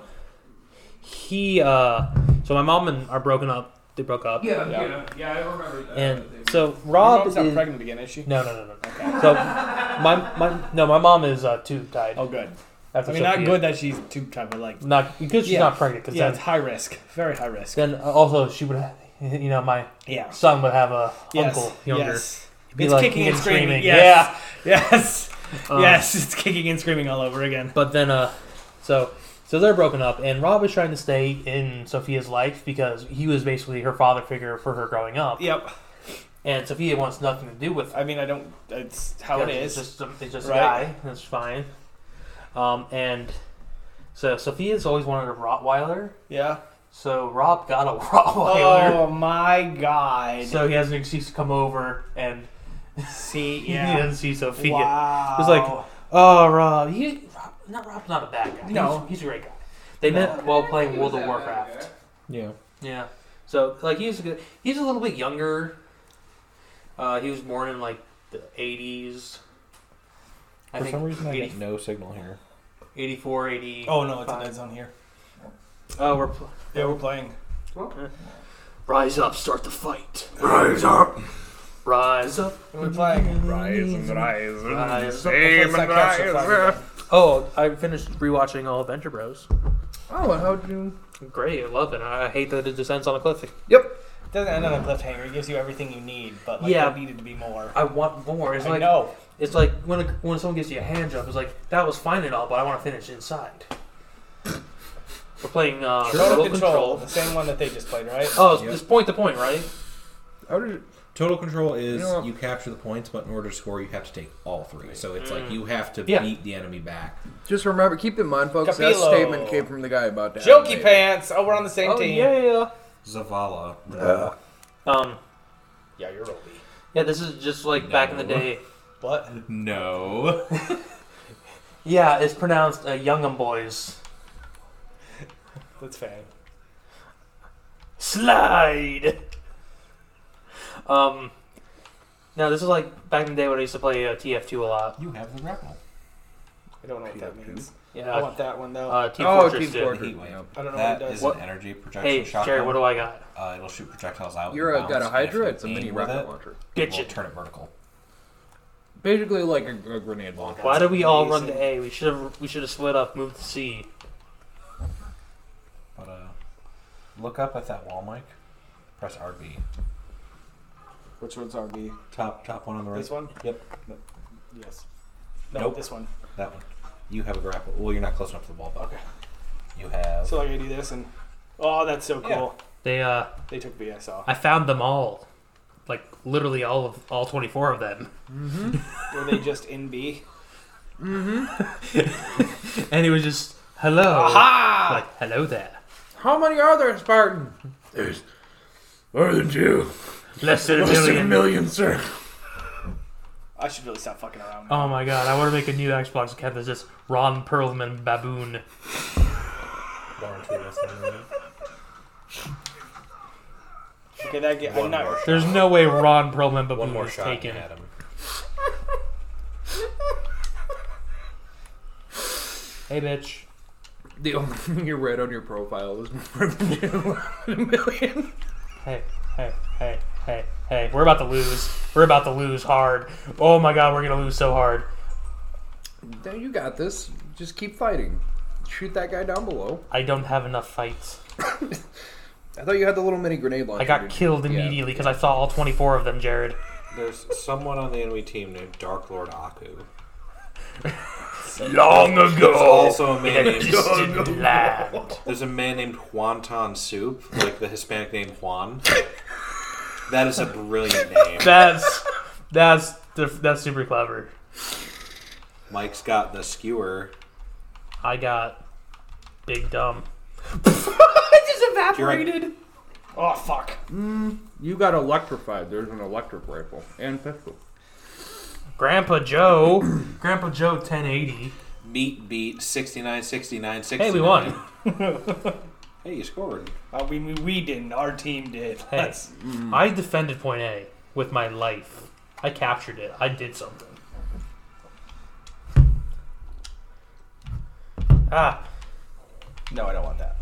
[SPEAKER 5] he, uh, so my mom and are broken up. They broke up.
[SPEAKER 4] Yeah,
[SPEAKER 7] Yeah.
[SPEAKER 4] yeah, yeah, I remember that.
[SPEAKER 5] And
[SPEAKER 4] They-
[SPEAKER 5] so
[SPEAKER 7] Your
[SPEAKER 5] Rob
[SPEAKER 7] mom's
[SPEAKER 5] is
[SPEAKER 7] not pregnant again, is she?
[SPEAKER 5] no, no, no, no. So my my no, my mom is uh, tube tied.
[SPEAKER 7] Oh, good.
[SPEAKER 5] After
[SPEAKER 7] I mean, not
[SPEAKER 5] Sophia.
[SPEAKER 7] good that she's tube tied, but like,
[SPEAKER 5] Not because she's
[SPEAKER 7] Yeah.
[SPEAKER 5] not pregnant. Because
[SPEAKER 7] yeah, it's high risk, very high risk.
[SPEAKER 5] then, then also she would, have, you know, my
[SPEAKER 7] Yeah.
[SPEAKER 5] son would have a
[SPEAKER 7] Yes.
[SPEAKER 5] uncle younger.
[SPEAKER 7] Yes.
[SPEAKER 5] He'd be
[SPEAKER 7] It's
[SPEAKER 5] like,
[SPEAKER 7] kicking
[SPEAKER 5] he'd
[SPEAKER 7] and
[SPEAKER 5] be
[SPEAKER 7] screaming.
[SPEAKER 5] screaming,
[SPEAKER 7] Yes. Yes.
[SPEAKER 5] Yeah. Um,
[SPEAKER 7] yes. It's kicking and screaming all over again.
[SPEAKER 5] But then, uh, so so they're broken up, and Rob is trying to stay in Sophia's life because he was basically her father figure for her growing up,
[SPEAKER 7] Yep.
[SPEAKER 5] and Sophia wants nothing to do with
[SPEAKER 7] I mean, I don't. It's how it
[SPEAKER 5] Because
[SPEAKER 7] is.
[SPEAKER 5] It's just, a- it's just
[SPEAKER 7] Right.
[SPEAKER 5] a guy. That's fine. Um, and so Sophia's always wanted a Rottweiler.
[SPEAKER 7] yeah.
[SPEAKER 5] So Rob got a Rottweiler.
[SPEAKER 7] Oh my god.
[SPEAKER 5] So he has an excuse to come over and
[SPEAKER 7] See,
[SPEAKER 5] he
[SPEAKER 7] yeah.
[SPEAKER 5] doesn't see Sophia.
[SPEAKER 7] Wow.
[SPEAKER 5] It's like, oh Rob, he, Rob, not Rob's not a bad guy.
[SPEAKER 7] No.
[SPEAKER 5] he's, he's a great guy. They met while playing World of Warcraft.
[SPEAKER 2] Yeah.
[SPEAKER 5] Yeah. So like he's a good, he's a little bit younger. Uh, he was born in like the eighties. I
[SPEAKER 6] For
[SPEAKER 5] think
[SPEAKER 6] some reason, I
[SPEAKER 5] 80,
[SPEAKER 6] get no signal here.
[SPEAKER 5] 84, 80.
[SPEAKER 7] oh no, it's a dead zone here.
[SPEAKER 5] Oh, we're pl-
[SPEAKER 7] Yeah, we're playing.
[SPEAKER 5] rise up, start the fight. Rise up,
[SPEAKER 7] We're playing.
[SPEAKER 4] Rise and rise
[SPEAKER 3] Mm,
[SPEAKER 4] and
[SPEAKER 5] rise up.
[SPEAKER 4] aim
[SPEAKER 7] Let's
[SPEAKER 4] and
[SPEAKER 7] not catch
[SPEAKER 4] rise.
[SPEAKER 7] the fire.
[SPEAKER 5] Oh, I finished rewatching all Adventure Bros.
[SPEAKER 4] Oh, and how'd you?
[SPEAKER 5] Great, I love it. I hate that it just ends on a cliff.
[SPEAKER 7] Doesn't end on a cliffhanger. It gives you everything you need, but like
[SPEAKER 5] Yeah.
[SPEAKER 7] there needed to be more.
[SPEAKER 5] I want more. It's
[SPEAKER 7] I
[SPEAKER 5] like
[SPEAKER 7] know.
[SPEAKER 5] it's like when a, when someone gives you a hand job, it's like that was fine and all, but I want to finish inside. We're playing uh,
[SPEAKER 7] Total
[SPEAKER 5] Remote
[SPEAKER 7] control, the same one that they just played, right?
[SPEAKER 5] Oh, it's, it's point to point, right?
[SPEAKER 4] How did you?
[SPEAKER 6] Total control is
[SPEAKER 4] You know what?
[SPEAKER 6] you capture the points, but in order to score, you have to take all three. So it's
[SPEAKER 5] Mm.
[SPEAKER 6] like you have to
[SPEAKER 5] Yeah.
[SPEAKER 6] beat the enemy back.
[SPEAKER 3] Just remember, keep in mind, folks, that
[SPEAKER 7] Capillo.
[SPEAKER 3] statement came from the guy about that.
[SPEAKER 7] Jokey pants. Oh, we're on the same team.
[SPEAKER 5] yeah.
[SPEAKER 6] Zavala.
[SPEAKER 2] Oh,
[SPEAKER 5] Um,
[SPEAKER 7] Yeah, you're Roby.
[SPEAKER 5] yeah, this is just like back in the
[SPEAKER 6] No.
[SPEAKER 5] day.
[SPEAKER 7] What?
[SPEAKER 6] No.
[SPEAKER 5] Yeah, it's pronounced uh, Young'em Boys.
[SPEAKER 7] That's fine.
[SPEAKER 5] Slide. Um. Now this is like back in the day when I used to play uh, TF2 a lot.
[SPEAKER 6] you have the grapple.
[SPEAKER 7] I don't know what that means.
[SPEAKER 5] Yeah.
[SPEAKER 7] I want that one though.
[SPEAKER 5] uh, Team
[SPEAKER 3] Oh,
[SPEAKER 5] Fortress
[SPEAKER 3] Team
[SPEAKER 5] 2.
[SPEAKER 3] Fortress.
[SPEAKER 6] Heatwave.
[SPEAKER 7] I don't know
[SPEAKER 6] That
[SPEAKER 7] what it
[SPEAKER 6] is
[SPEAKER 7] does.
[SPEAKER 6] an energy projection
[SPEAKER 5] Hey,
[SPEAKER 6] shotgun.
[SPEAKER 5] Jerry, what do I got?
[SPEAKER 6] uh, it'll shoot projectiles out.
[SPEAKER 3] You're
[SPEAKER 6] and
[SPEAKER 3] a, got a
[SPEAKER 6] bounce, and if you
[SPEAKER 3] Hydra? It's a
[SPEAKER 6] aim
[SPEAKER 3] mini
[SPEAKER 6] with
[SPEAKER 3] rocket
[SPEAKER 6] it,
[SPEAKER 3] launcher.
[SPEAKER 5] Bitch
[SPEAKER 6] We'll
[SPEAKER 5] it.
[SPEAKER 6] turn it vertical.
[SPEAKER 3] Basically, like a, a grenade launcher.
[SPEAKER 5] Why did we all run to A? We should have. We should have split up, moved to C.
[SPEAKER 6] But uh, look up at that wall mic. Press RB.
[SPEAKER 7] Which one's RB?
[SPEAKER 6] Top top one on the right.
[SPEAKER 7] This one?
[SPEAKER 6] Yep.
[SPEAKER 7] Yes. No,
[SPEAKER 6] Nope.
[SPEAKER 7] this one.
[SPEAKER 6] That one. You have a grapple. Well, you're not close enough to the wall, but okay. You have.
[SPEAKER 7] So like I do this and oh, that's so cool.
[SPEAKER 5] They uh,
[SPEAKER 7] They took me. I saw.
[SPEAKER 5] I found them all, like literally all of all twenty four of them,
[SPEAKER 7] Were they just in B?
[SPEAKER 5] and it was just hello,
[SPEAKER 7] Aha!
[SPEAKER 5] like hello there,
[SPEAKER 3] How many are there, Spartan?
[SPEAKER 4] There's more than two.
[SPEAKER 5] less than a million.
[SPEAKER 4] million, sir.
[SPEAKER 7] I should really stop fucking around.
[SPEAKER 5] Oh my god, I want to make a new Xbox account that's just Ron Perlman baboon.
[SPEAKER 7] Okay, that get. I'm
[SPEAKER 6] One
[SPEAKER 7] not.
[SPEAKER 6] more shot.
[SPEAKER 5] There's no way Ron Perlman baboon
[SPEAKER 6] One more
[SPEAKER 5] is
[SPEAKER 6] shot
[SPEAKER 5] taken.
[SPEAKER 6] at him.
[SPEAKER 5] Hey bitch.
[SPEAKER 3] The only thing you read on your profile is more than two million.
[SPEAKER 5] Hey, hey, hey, hey, hey. We're about to lose. We're about to lose hard. Oh my god, we're gonna lose so hard.
[SPEAKER 3] Now you got this. Just keep fighting. Shoot that guy down below.
[SPEAKER 5] I don't have enough fights.
[SPEAKER 3] I thought you had the little mini grenade launcher.
[SPEAKER 5] I got
[SPEAKER 3] dude.
[SPEAKER 5] killed
[SPEAKER 3] Yeah.
[SPEAKER 5] immediately because I saw all 24 of them, Jared.
[SPEAKER 6] There's someone on the enemy team named Dark Lord
[SPEAKER 5] Oh,
[SPEAKER 6] Aku.
[SPEAKER 5] Long
[SPEAKER 6] There's
[SPEAKER 5] ago,
[SPEAKER 6] also a man named.
[SPEAKER 5] distant land.
[SPEAKER 6] There's a man named Juanton Soup, like the Hispanic name Juan. That is a brilliant name.
[SPEAKER 5] That's that's dif- that's super clever.
[SPEAKER 6] Mike's got the skewer.
[SPEAKER 5] I got big dumb.
[SPEAKER 6] evaporated.
[SPEAKER 2] Oh fuck.
[SPEAKER 4] You got electrified. There's an electric rifle and pistol.
[SPEAKER 2] Grandpa Joe. Grandpa Joe 1080.
[SPEAKER 6] Meat beat 69, 69, 69.
[SPEAKER 2] Hey, we won.
[SPEAKER 6] Hey, you scored.
[SPEAKER 7] Uh, we, we we didn't. Our team did.
[SPEAKER 2] Hey,
[SPEAKER 5] Hmm.
[SPEAKER 2] I defended point A with my life. I captured it. I did something. Ah,
[SPEAKER 7] No, I don't want that.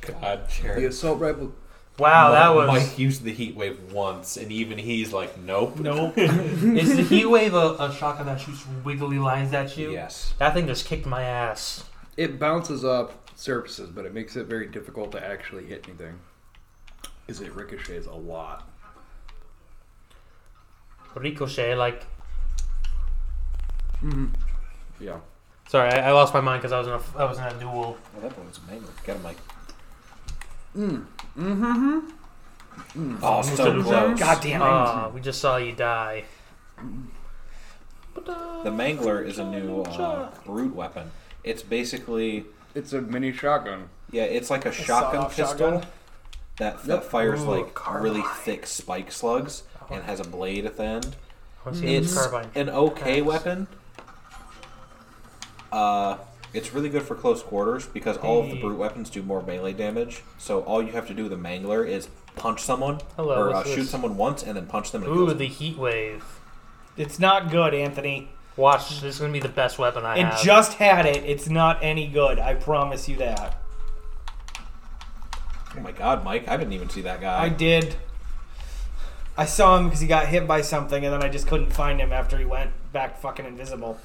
[SPEAKER 6] God, Jared.
[SPEAKER 4] The assault rifle.
[SPEAKER 5] Oh,
[SPEAKER 2] wow, that was.
[SPEAKER 6] Mike used the heat wave once, and even he's like, nope.
[SPEAKER 5] Nope. Is the heat wave a, a shotgun that shoots wiggly lines at you?
[SPEAKER 6] Yes.
[SPEAKER 5] That thing just kicked my ass.
[SPEAKER 4] It bounces off surfaces, but it makes it very difficult to actually hit anything. Because it ricochets a lot.
[SPEAKER 5] Ricochet, like.
[SPEAKER 4] Yeah.
[SPEAKER 5] Sorry, I, I lost my mind because I was in a I was in a duel.
[SPEAKER 6] Well, that one was amazing. Get him, Mike. Mm. Mm-hmm. oh, so close.
[SPEAKER 7] God damn it.
[SPEAKER 5] Ah, we just saw you die.
[SPEAKER 6] The Mangler is a new uh, brute weapon. It's basically,
[SPEAKER 4] It's a mini shotgun.
[SPEAKER 6] yeah, it's like a shotgun
[SPEAKER 7] sawed-off
[SPEAKER 6] pistol
[SPEAKER 7] shotgun?
[SPEAKER 6] That, that fires like really thick spike slugs and has a blade at the end.
[SPEAKER 5] I wanna see if
[SPEAKER 6] It's
[SPEAKER 5] carbine.
[SPEAKER 6] an okay
[SPEAKER 5] Nice.
[SPEAKER 6] weapon. Uh, it's really good for close quarters because all of the brute weapons do more melee damage. So all you have to do with a mangler is punch someone
[SPEAKER 5] Hello,
[SPEAKER 6] or uh,
[SPEAKER 5] what's
[SPEAKER 6] shoot
[SPEAKER 5] this?
[SPEAKER 6] someone once and then punch them. And it
[SPEAKER 5] Ooh,
[SPEAKER 6] kills
[SPEAKER 5] the heat wave.
[SPEAKER 2] It's not good, Anthony.
[SPEAKER 5] Watch, this is gonna be the best weapon I
[SPEAKER 2] It
[SPEAKER 5] have.
[SPEAKER 2] just had it. It's not any good. I promise you that.
[SPEAKER 6] them. Oh my god, Mike! I didn't even see that guy.
[SPEAKER 2] I did. I saw him because he got hit by something, and then I just couldn't find him after he went back fucking invisible.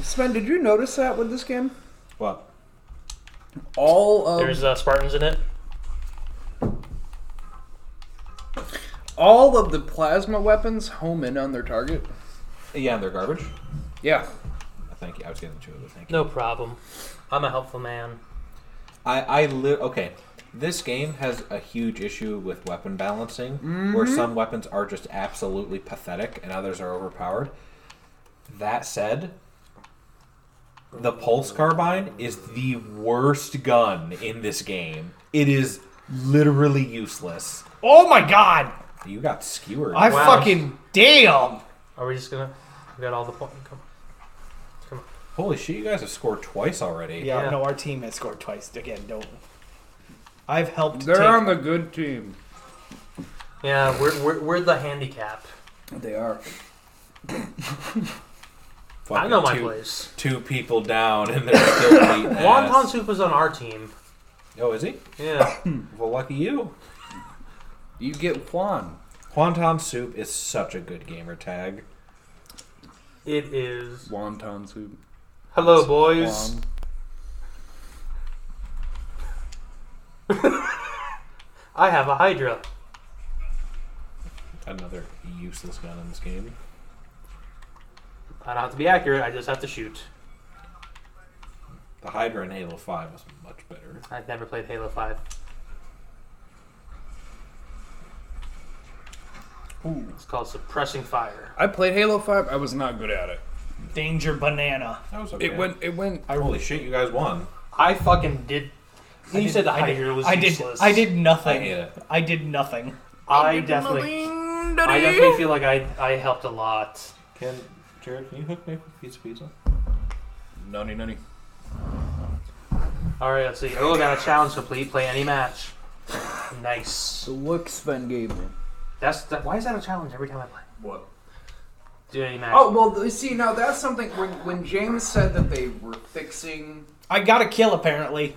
[SPEAKER 3] Sven, did you notice that with this game?
[SPEAKER 6] What?
[SPEAKER 3] All of
[SPEAKER 5] There's uh, Spartans in it.
[SPEAKER 3] all of the plasma weapons home in on their target.
[SPEAKER 6] Yeah, they're garbage.
[SPEAKER 3] Yeah.
[SPEAKER 6] I Thank you. I was getting two of it. Thank you.
[SPEAKER 5] No problem. I'm a helpful man.
[SPEAKER 6] I I li- okay. This game has a huge issue with weapon balancing, where
[SPEAKER 5] Mm-hmm.
[SPEAKER 6] some weapons are just absolutely pathetic and others are overpowered. That said, the pulse carbine is the worst gun in this game. It is literally useless.
[SPEAKER 2] Oh my god!
[SPEAKER 6] You got skewered.
[SPEAKER 2] I
[SPEAKER 5] Wow.
[SPEAKER 2] fucking damn!
[SPEAKER 5] Are we just gonna? We got all the points. Come on.
[SPEAKER 6] Holy shit! You guys have scored twice already.
[SPEAKER 2] Yeah,
[SPEAKER 5] Yeah.
[SPEAKER 2] no, our team has scored twice. Again, don't. I've helped.
[SPEAKER 3] They're
[SPEAKER 2] take-
[SPEAKER 3] on the good team.
[SPEAKER 5] Yeah, we're, we're, we're the handicap.
[SPEAKER 3] They are.
[SPEAKER 6] Fucking
[SPEAKER 5] I know my
[SPEAKER 6] two,
[SPEAKER 5] place.
[SPEAKER 6] Two people down, and they're still beating
[SPEAKER 5] Wonton
[SPEAKER 6] ass.
[SPEAKER 5] Soup was on our team.
[SPEAKER 6] Oh, is he?
[SPEAKER 5] Yeah.
[SPEAKER 6] Well, lucky you.
[SPEAKER 4] You get Juan.
[SPEAKER 6] Quantum Soup is such a good gamer tag.
[SPEAKER 5] it is.
[SPEAKER 4] Wonton soup.
[SPEAKER 5] Hello, boys.
[SPEAKER 4] Juan.
[SPEAKER 5] I have a Hydra.
[SPEAKER 6] Another useless gun in this game.
[SPEAKER 5] I don't have to be accurate, I just have to shoot.
[SPEAKER 6] The Hydra in Halo 5 was much better.
[SPEAKER 5] I've never played Halo 5. It's called Suppressing Fire.
[SPEAKER 3] I played Halo Five. I was not good at it.
[SPEAKER 2] Danger banana.
[SPEAKER 6] That was okay.
[SPEAKER 3] It went. It went.
[SPEAKER 6] Holy shit, you guys won.
[SPEAKER 5] I fucking did. You said the
[SPEAKER 2] I
[SPEAKER 5] Hydra
[SPEAKER 2] did,
[SPEAKER 5] was
[SPEAKER 2] I did.
[SPEAKER 5] useless.
[SPEAKER 2] I did nothing.
[SPEAKER 6] I hate it.
[SPEAKER 2] I did nothing.
[SPEAKER 5] I definitely. I definitely feel like I, I helped a lot.
[SPEAKER 6] Can Jared, can you hook me up with piece of pizza?
[SPEAKER 4] Nunny nunny.
[SPEAKER 5] Alright, let's see. Oh, got a challenge complete. Play any match. Nice.
[SPEAKER 3] The look Sven gave me.
[SPEAKER 5] That's that, Why is that a challenge every time I play?
[SPEAKER 4] What?
[SPEAKER 5] Do any match.
[SPEAKER 3] Oh well, th- see now that's something when when James said that they were fixing
[SPEAKER 2] I got a kill apparently.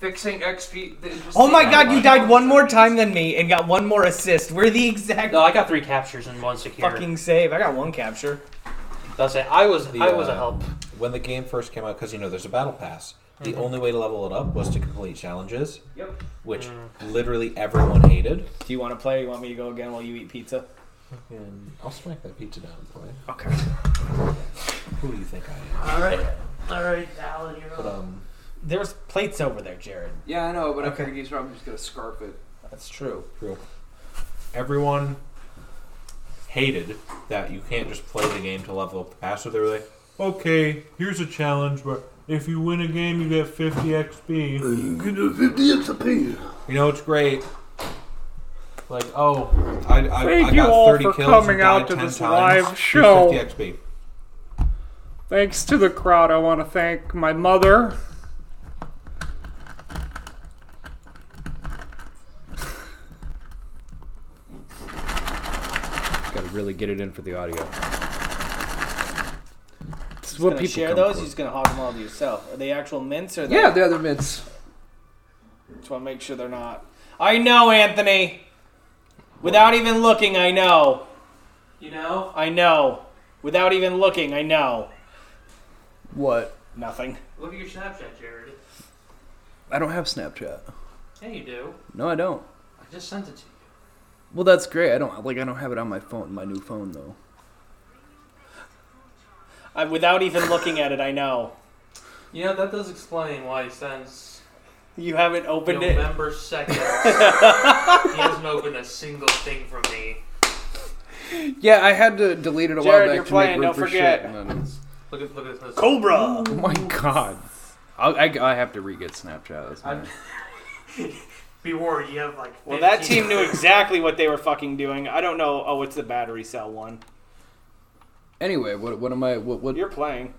[SPEAKER 3] fixing XP. they just-
[SPEAKER 2] Oh my god, you died one more time than me and got one more assist. We're the exact
[SPEAKER 5] No, I got three captures and one secure.
[SPEAKER 2] fucking save. I got one capture.
[SPEAKER 5] That's it. I was
[SPEAKER 6] The,
[SPEAKER 5] I was a
[SPEAKER 6] uh,
[SPEAKER 5] help.
[SPEAKER 6] When the game first came out, because you know there's a battle pass, the only way to level it up was to complete challenges. Yep. Which literally everyone hated.
[SPEAKER 2] Do you want to play? Or you want me to go again while you eat pizza?
[SPEAKER 6] And I'll smack that pizza down and play.
[SPEAKER 2] Okay.
[SPEAKER 6] Who do you think I am?
[SPEAKER 5] Alright. Alright, Alan, you're
[SPEAKER 6] But, um,
[SPEAKER 2] There's plates over there, Jared.
[SPEAKER 3] Yeah, I know, but I
[SPEAKER 2] Okay.
[SPEAKER 3] figured he's probably just gonna scarf it.
[SPEAKER 2] That's true.
[SPEAKER 6] True. Everyone hated that you can't just play the game to level up the passer. They were like,
[SPEAKER 13] okay, here's a challenge where if you win a game, you get 50 XP. You know, it's great. Like, oh, I, I,
[SPEAKER 16] Thank
[SPEAKER 13] I got
[SPEAKER 16] you all
[SPEAKER 13] 30
[SPEAKER 16] for
[SPEAKER 13] kills
[SPEAKER 16] coming
[SPEAKER 13] and
[SPEAKER 16] out
[SPEAKER 13] died
[SPEAKER 16] to
[SPEAKER 13] 10
[SPEAKER 16] this
[SPEAKER 13] times.
[SPEAKER 16] live
[SPEAKER 13] Here's
[SPEAKER 16] show.
[SPEAKER 13] 50 XP.
[SPEAKER 16] Thanks to the crowd, I want to thank my mother.
[SPEAKER 3] Gotta really get it in for the audio. This is what
[SPEAKER 7] What gonna
[SPEAKER 3] people
[SPEAKER 7] share
[SPEAKER 3] come
[SPEAKER 7] those?
[SPEAKER 3] for.
[SPEAKER 7] You're just gonna hog them all to yourself. Are they actual mints or?
[SPEAKER 3] Yeah, the other mints.
[SPEAKER 7] Just want to make sure they're not. I know, Anthony. Without even looking, I know. You know? I know. Without even looking, I know.
[SPEAKER 3] What?
[SPEAKER 7] Nothing.
[SPEAKER 5] Look at your Snapchat, Jared.
[SPEAKER 3] I don't have Snapchat.
[SPEAKER 5] Yeah, you do.
[SPEAKER 3] No, I don't.
[SPEAKER 5] I just sent it to you.
[SPEAKER 3] Well, that's great. I don't like. I don't have it on my phone. My new phone though.
[SPEAKER 7] I, without even looking at it, I know.
[SPEAKER 5] You know that does explain why since
[SPEAKER 7] You haven't opened it.
[SPEAKER 5] November second, he hasn't opened a single thing from me.
[SPEAKER 3] Yeah, I had to delete it a
[SPEAKER 7] Jared,
[SPEAKER 3] while back
[SPEAKER 7] you're
[SPEAKER 3] to make
[SPEAKER 7] playing,
[SPEAKER 3] room
[SPEAKER 7] don't
[SPEAKER 3] for
[SPEAKER 7] forget.
[SPEAKER 3] shit. and then-
[SPEAKER 5] Look at look at this.
[SPEAKER 7] Cobra.
[SPEAKER 3] oh my god. I'll, I, I have to re-get Snapchat. That's my-
[SPEAKER 5] Be warned, you have like.
[SPEAKER 7] Well, that
[SPEAKER 5] 15
[SPEAKER 7] team knew exactly what they were fucking doing. I don't know. Oh, it's the battery cell one.
[SPEAKER 3] Anyway, what what am I? What what?
[SPEAKER 7] You're playing.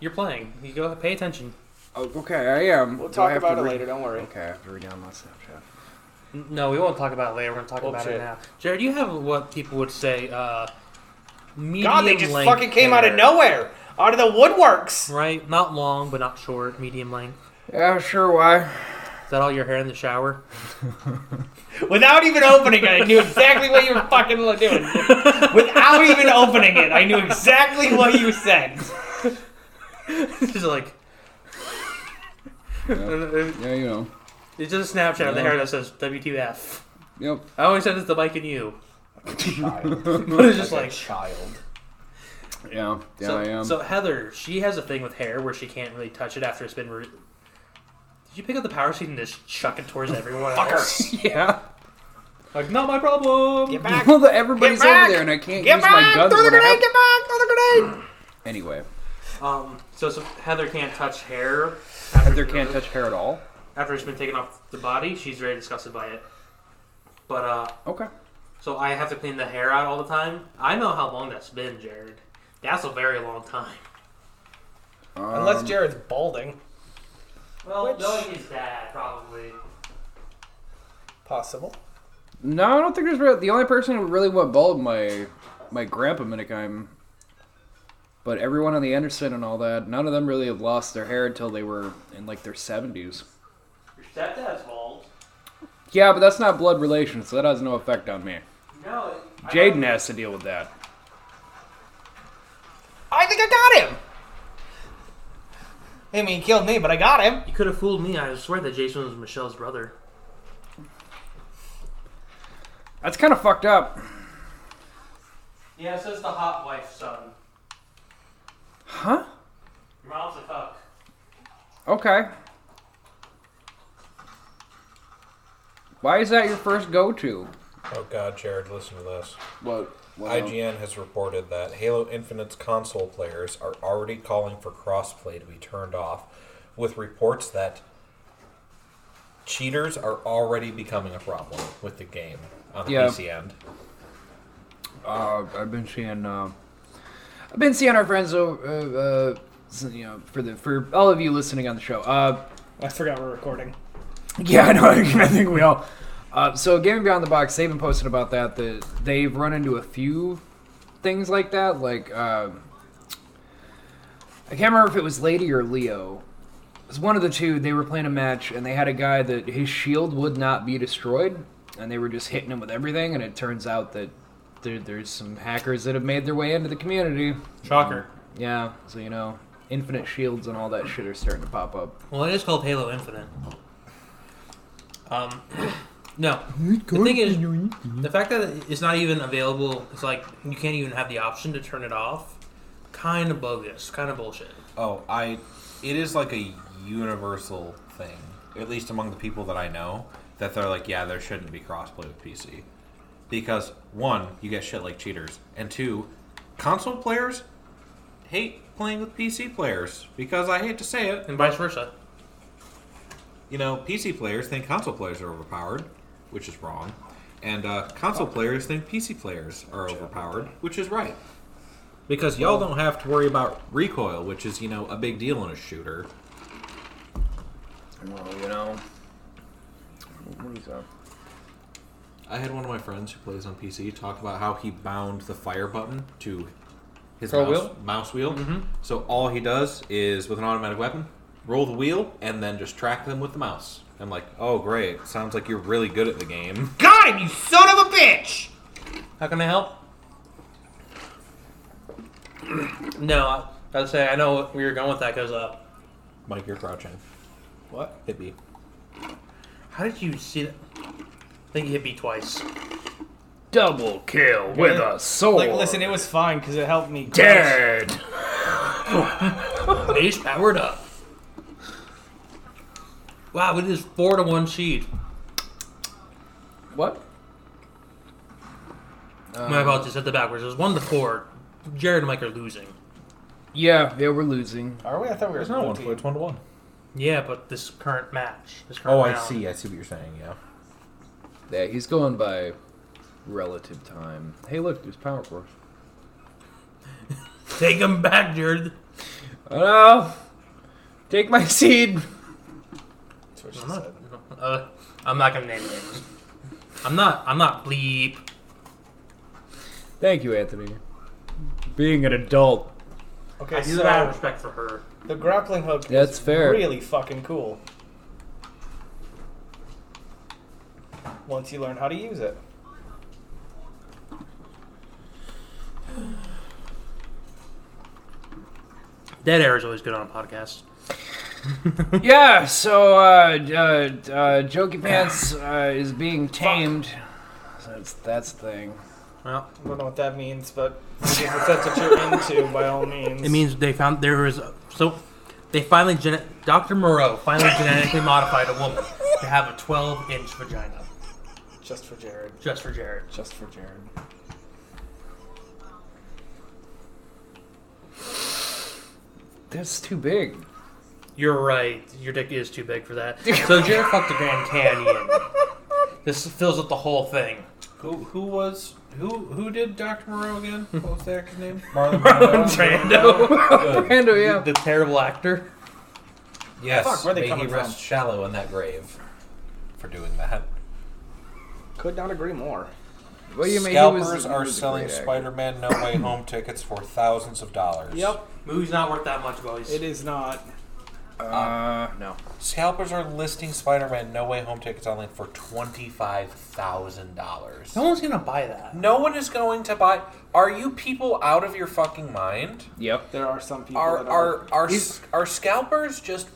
[SPEAKER 5] You're playing. You go. Pay attention.
[SPEAKER 3] Oh, okay, I am.
[SPEAKER 7] We'll
[SPEAKER 3] Do I
[SPEAKER 7] talk
[SPEAKER 3] have
[SPEAKER 7] about
[SPEAKER 3] to
[SPEAKER 7] it
[SPEAKER 3] re-
[SPEAKER 7] later. Don't worry.
[SPEAKER 3] Okay, I have to re-download Snapchat.
[SPEAKER 5] N- No, we won't talk about it later. We're gonna talk about
[SPEAKER 7] shit.
[SPEAKER 5] it now. Jared, you have what people would say. uh... Medium
[SPEAKER 7] God, they just
[SPEAKER 5] length
[SPEAKER 7] fucking came out of
[SPEAKER 5] hair,
[SPEAKER 7] nowhere, out of the woodworks.
[SPEAKER 5] Right, not long, but not short. Medium length.
[SPEAKER 3] Yeah, sure. Why?
[SPEAKER 5] Is that all your hair in the shower?
[SPEAKER 7] Without even opening it, I knew exactly what you were fucking doing. Without even opening it, I knew exactly what you said.
[SPEAKER 5] It's like
[SPEAKER 3] Yeah, you know.
[SPEAKER 5] it's just a Snapchat of the hair that says WTF.
[SPEAKER 3] Yep.
[SPEAKER 5] I always send this to Mike and you. but it's just like
[SPEAKER 6] Child.
[SPEAKER 3] Yeah. Yeah,
[SPEAKER 5] so,
[SPEAKER 3] I am.
[SPEAKER 5] so Heather, she has a thing with hair where she can't really touch it after it's been. Re- Did you pick up the power seat and just chuck it towards everyone else?
[SPEAKER 3] yeah.
[SPEAKER 5] like, not my problem.
[SPEAKER 7] Get back!
[SPEAKER 3] Well, the- everybody's
[SPEAKER 7] Get back!
[SPEAKER 3] over there, and I can't
[SPEAKER 7] Get
[SPEAKER 3] use my
[SPEAKER 7] back!
[SPEAKER 3] guns.
[SPEAKER 7] Throw the
[SPEAKER 3] when I
[SPEAKER 7] grenade!
[SPEAKER 3] have-
[SPEAKER 7] Get back! Throw the grenade!
[SPEAKER 3] Anyway,
[SPEAKER 5] Um, so, so Heather can't touch hair.
[SPEAKER 3] Heather can't touch hair at all.
[SPEAKER 5] After it's been taken off the body, she's very disgusted by it. But uh,
[SPEAKER 3] Okay.
[SPEAKER 5] so I have to clean the hair out all the time. I know how long that's been, Jared. That's a very long time.
[SPEAKER 3] Um,
[SPEAKER 7] Unless Jared's balding,
[SPEAKER 5] Well,
[SPEAKER 7] Which-
[SPEAKER 5] knowing his dad, probably.
[SPEAKER 7] possible.
[SPEAKER 3] No, I don't think there's really, the only person who really went bald my my grandpa Minikheim. But everyone on the Anderson and all that, none of them really have lost their hair until they were in like their seventies.
[SPEAKER 5] Your stepdad's bald.
[SPEAKER 3] Yeah, but that's not blood relation, so that has no effect on me.
[SPEAKER 5] No.
[SPEAKER 3] Jaden has to deal with that.
[SPEAKER 7] I think I got him. I mean, he killed me, but I got him.
[SPEAKER 5] You could have fooled me. I swear that Jason was Michelle's brother.
[SPEAKER 3] That's kind of fucked up.
[SPEAKER 5] Yeah, it says the hot wife's son.
[SPEAKER 3] Huh?
[SPEAKER 5] Your mom's a cuck.
[SPEAKER 3] Okay. Why is that your first go-to?
[SPEAKER 6] Oh God, Jared, listen to this.
[SPEAKER 3] What?
[SPEAKER 6] IGN has reported that Halo Infinite's console players are already calling for crossplay to be turned off, with reports that cheaters are already becoming a problem with the game on the
[SPEAKER 3] Yeah.
[SPEAKER 6] PC end.
[SPEAKER 3] Uh, I've been seeing. Uh, I've been seeing our friends over. Uh, uh, so, you know, for the for all of you listening on the show. Uh,
[SPEAKER 7] I forgot we're recording.
[SPEAKER 3] yeah, I know. I think we all. Uh, so, Gaming Beyond the Box, they've been posting about that. That they've run into a few things like that. Like, um I can't remember if it was Lady or Leo. It was one of the two. They were playing a match, and they had a guy that his shield would not be destroyed, and they were just hitting him with everything. And it turns out that there, there's some hackers that have made their way into the community.
[SPEAKER 5] Shocker.
[SPEAKER 3] Yeah, so you know, infinite shields and all that shit are starting to pop up.
[SPEAKER 5] Well, it is called Halo Infinite. Um, no. The thing is, the fact that it's not even available, it's like you can't even have the option to turn it off. Kind of bogus. Kind of bullshit.
[SPEAKER 6] Oh, I. It is like a universal thing, at least among the people that I know, that they're like, yeah, there shouldn't be crossplay with PC, because one, you get shit like cheaters, and two, console players hate playing with PC players because I hate to say it,
[SPEAKER 5] and vice versa.
[SPEAKER 6] you know, PC players think console players are overpowered, which is wrong, and uh, console players think PC players are overpowered, which is right. Because y'all don't have to worry about recoil, which is, you know, a big deal in a shooter.
[SPEAKER 4] Well, you know. What is that?
[SPEAKER 6] I had one of my friends who plays on PC talk about how he bound the fire button to his
[SPEAKER 5] Pro
[SPEAKER 6] mouse
[SPEAKER 5] wheel?
[SPEAKER 6] mouse wheel. So all he does is with an automatic weapon, roll the wheel and then just track them with the mouse. I'm like, oh great, sounds like you're really good at the game.
[SPEAKER 5] Got him, you son of a bitch! How can I help? no, I, I was saying, I know where you're going with that because, uh,
[SPEAKER 6] Mike, you're crouching.
[SPEAKER 5] What?
[SPEAKER 6] Hit me.
[SPEAKER 5] how did you see that? I think he hit me twice.
[SPEAKER 3] Double kill with a sword.
[SPEAKER 7] Oh.
[SPEAKER 2] Like, listen, it was fine because it helped me.
[SPEAKER 3] Dead.
[SPEAKER 5] He's powered up. Wow, it is four to one seed.
[SPEAKER 3] What?
[SPEAKER 4] Um,
[SPEAKER 5] My apologies, said the backwards. It was one to four. Jared and Mike are losing.
[SPEAKER 3] Yeah, yeah, we're losing.
[SPEAKER 2] Are we? I thought we were.
[SPEAKER 6] There's no one. It's one to one.
[SPEAKER 5] Yeah, but this current match, this current
[SPEAKER 6] Oh, I
[SPEAKER 5] round-
[SPEAKER 6] see. I see what you're saying. Yeah.
[SPEAKER 3] Yeah, he's going by relative time. Hey, look, there's power force.
[SPEAKER 5] Take him back, Jared.
[SPEAKER 3] Oh, no. take my seed.
[SPEAKER 5] I'm not, uh, I'm not gonna name names. I'm not. I'm not bleep.
[SPEAKER 3] Thank you, Anthony. Being an adult.
[SPEAKER 5] I
[SPEAKER 2] Okay,
[SPEAKER 5] do that out of
[SPEAKER 2] so
[SPEAKER 5] respect for her.
[SPEAKER 2] the grappling hook
[SPEAKER 3] That's fair.
[SPEAKER 2] really fucking cool. Once you learn how to use it.
[SPEAKER 5] Dead air is always good on a podcast.
[SPEAKER 3] yeah, so uh, d- uh, d- uh, Jokey Pants uh, is being tamed. So that's that's the thing.
[SPEAKER 5] Well,
[SPEAKER 2] I don't know what that means, but if that's what you're into, by all means.
[SPEAKER 5] it means they found there was a, so they finally gen- Dr. Moreau finally genetically modified a woman to have a 12 inch vagina
[SPEAKER 2] just for Jared.
[SPEAKER 5] just for Jared.
[SPEAKER 2] Just for Jared.
[SPEAKER 3] That's too big.
[SPEAKER 5] You're right. Your dick is too big for that. So Jared fucked the Grand Canyon. This fills up the whole thing.
[SPEAKER 6] Who who was who who did Doctor Moreau again? What was the actor's name?
[SPEAKER 5] Brando,
[SPEAKER 2] Oh,
[SPEAKER 3] Brando, yeah.
[SPEAKER 5] the terrible actor.
[SPEAKER 6] Yes.
[SPEAKER 2] Fuck, where'd they
[SPEAKER 6] may
[SPEAKER 2] come
[SPEAKER 6] he
[SPEAKER 2] from?
[SPEAKER 6] rest shallow in that grave for doing that.
[SPEAKER 2] Could not agree more.
[SPEAKER 3] Well, Oh, you mean he was-
[SPEAKER 6] Scalpers
[SPEAKER 3] he
[SPEAKER 6] are
[SPEAKER 3] was a
[SPEAKER 6] selling
[SPEAKER 3] great actor.
[SPEAKER 6] Spider-Man No Way Home tickets for thousands of dollars.
[SPEAKER 2] Yep,
[SPEAKER 5] Movie's not worth that much, boys.
[SPEAKER 2] it is not.
[SPEAKER 3] Uh, no.
[SPEAKER 6] Scalpers are listing Spider-Man No Way Home tickets online for twenty-five thousand dollars.
[SPEAKER 5] No one's gonna buy that.
[SPEAKER 6] No one is going to buy. Are you people out of your fucking mind?
[SPEAKER 3] Yep.
[SPEAKER 2] There are some people
[SPEAKER 6] Are
[SPEAKER 2] that are.
[SPEAKER 6] are are s- are scalpers just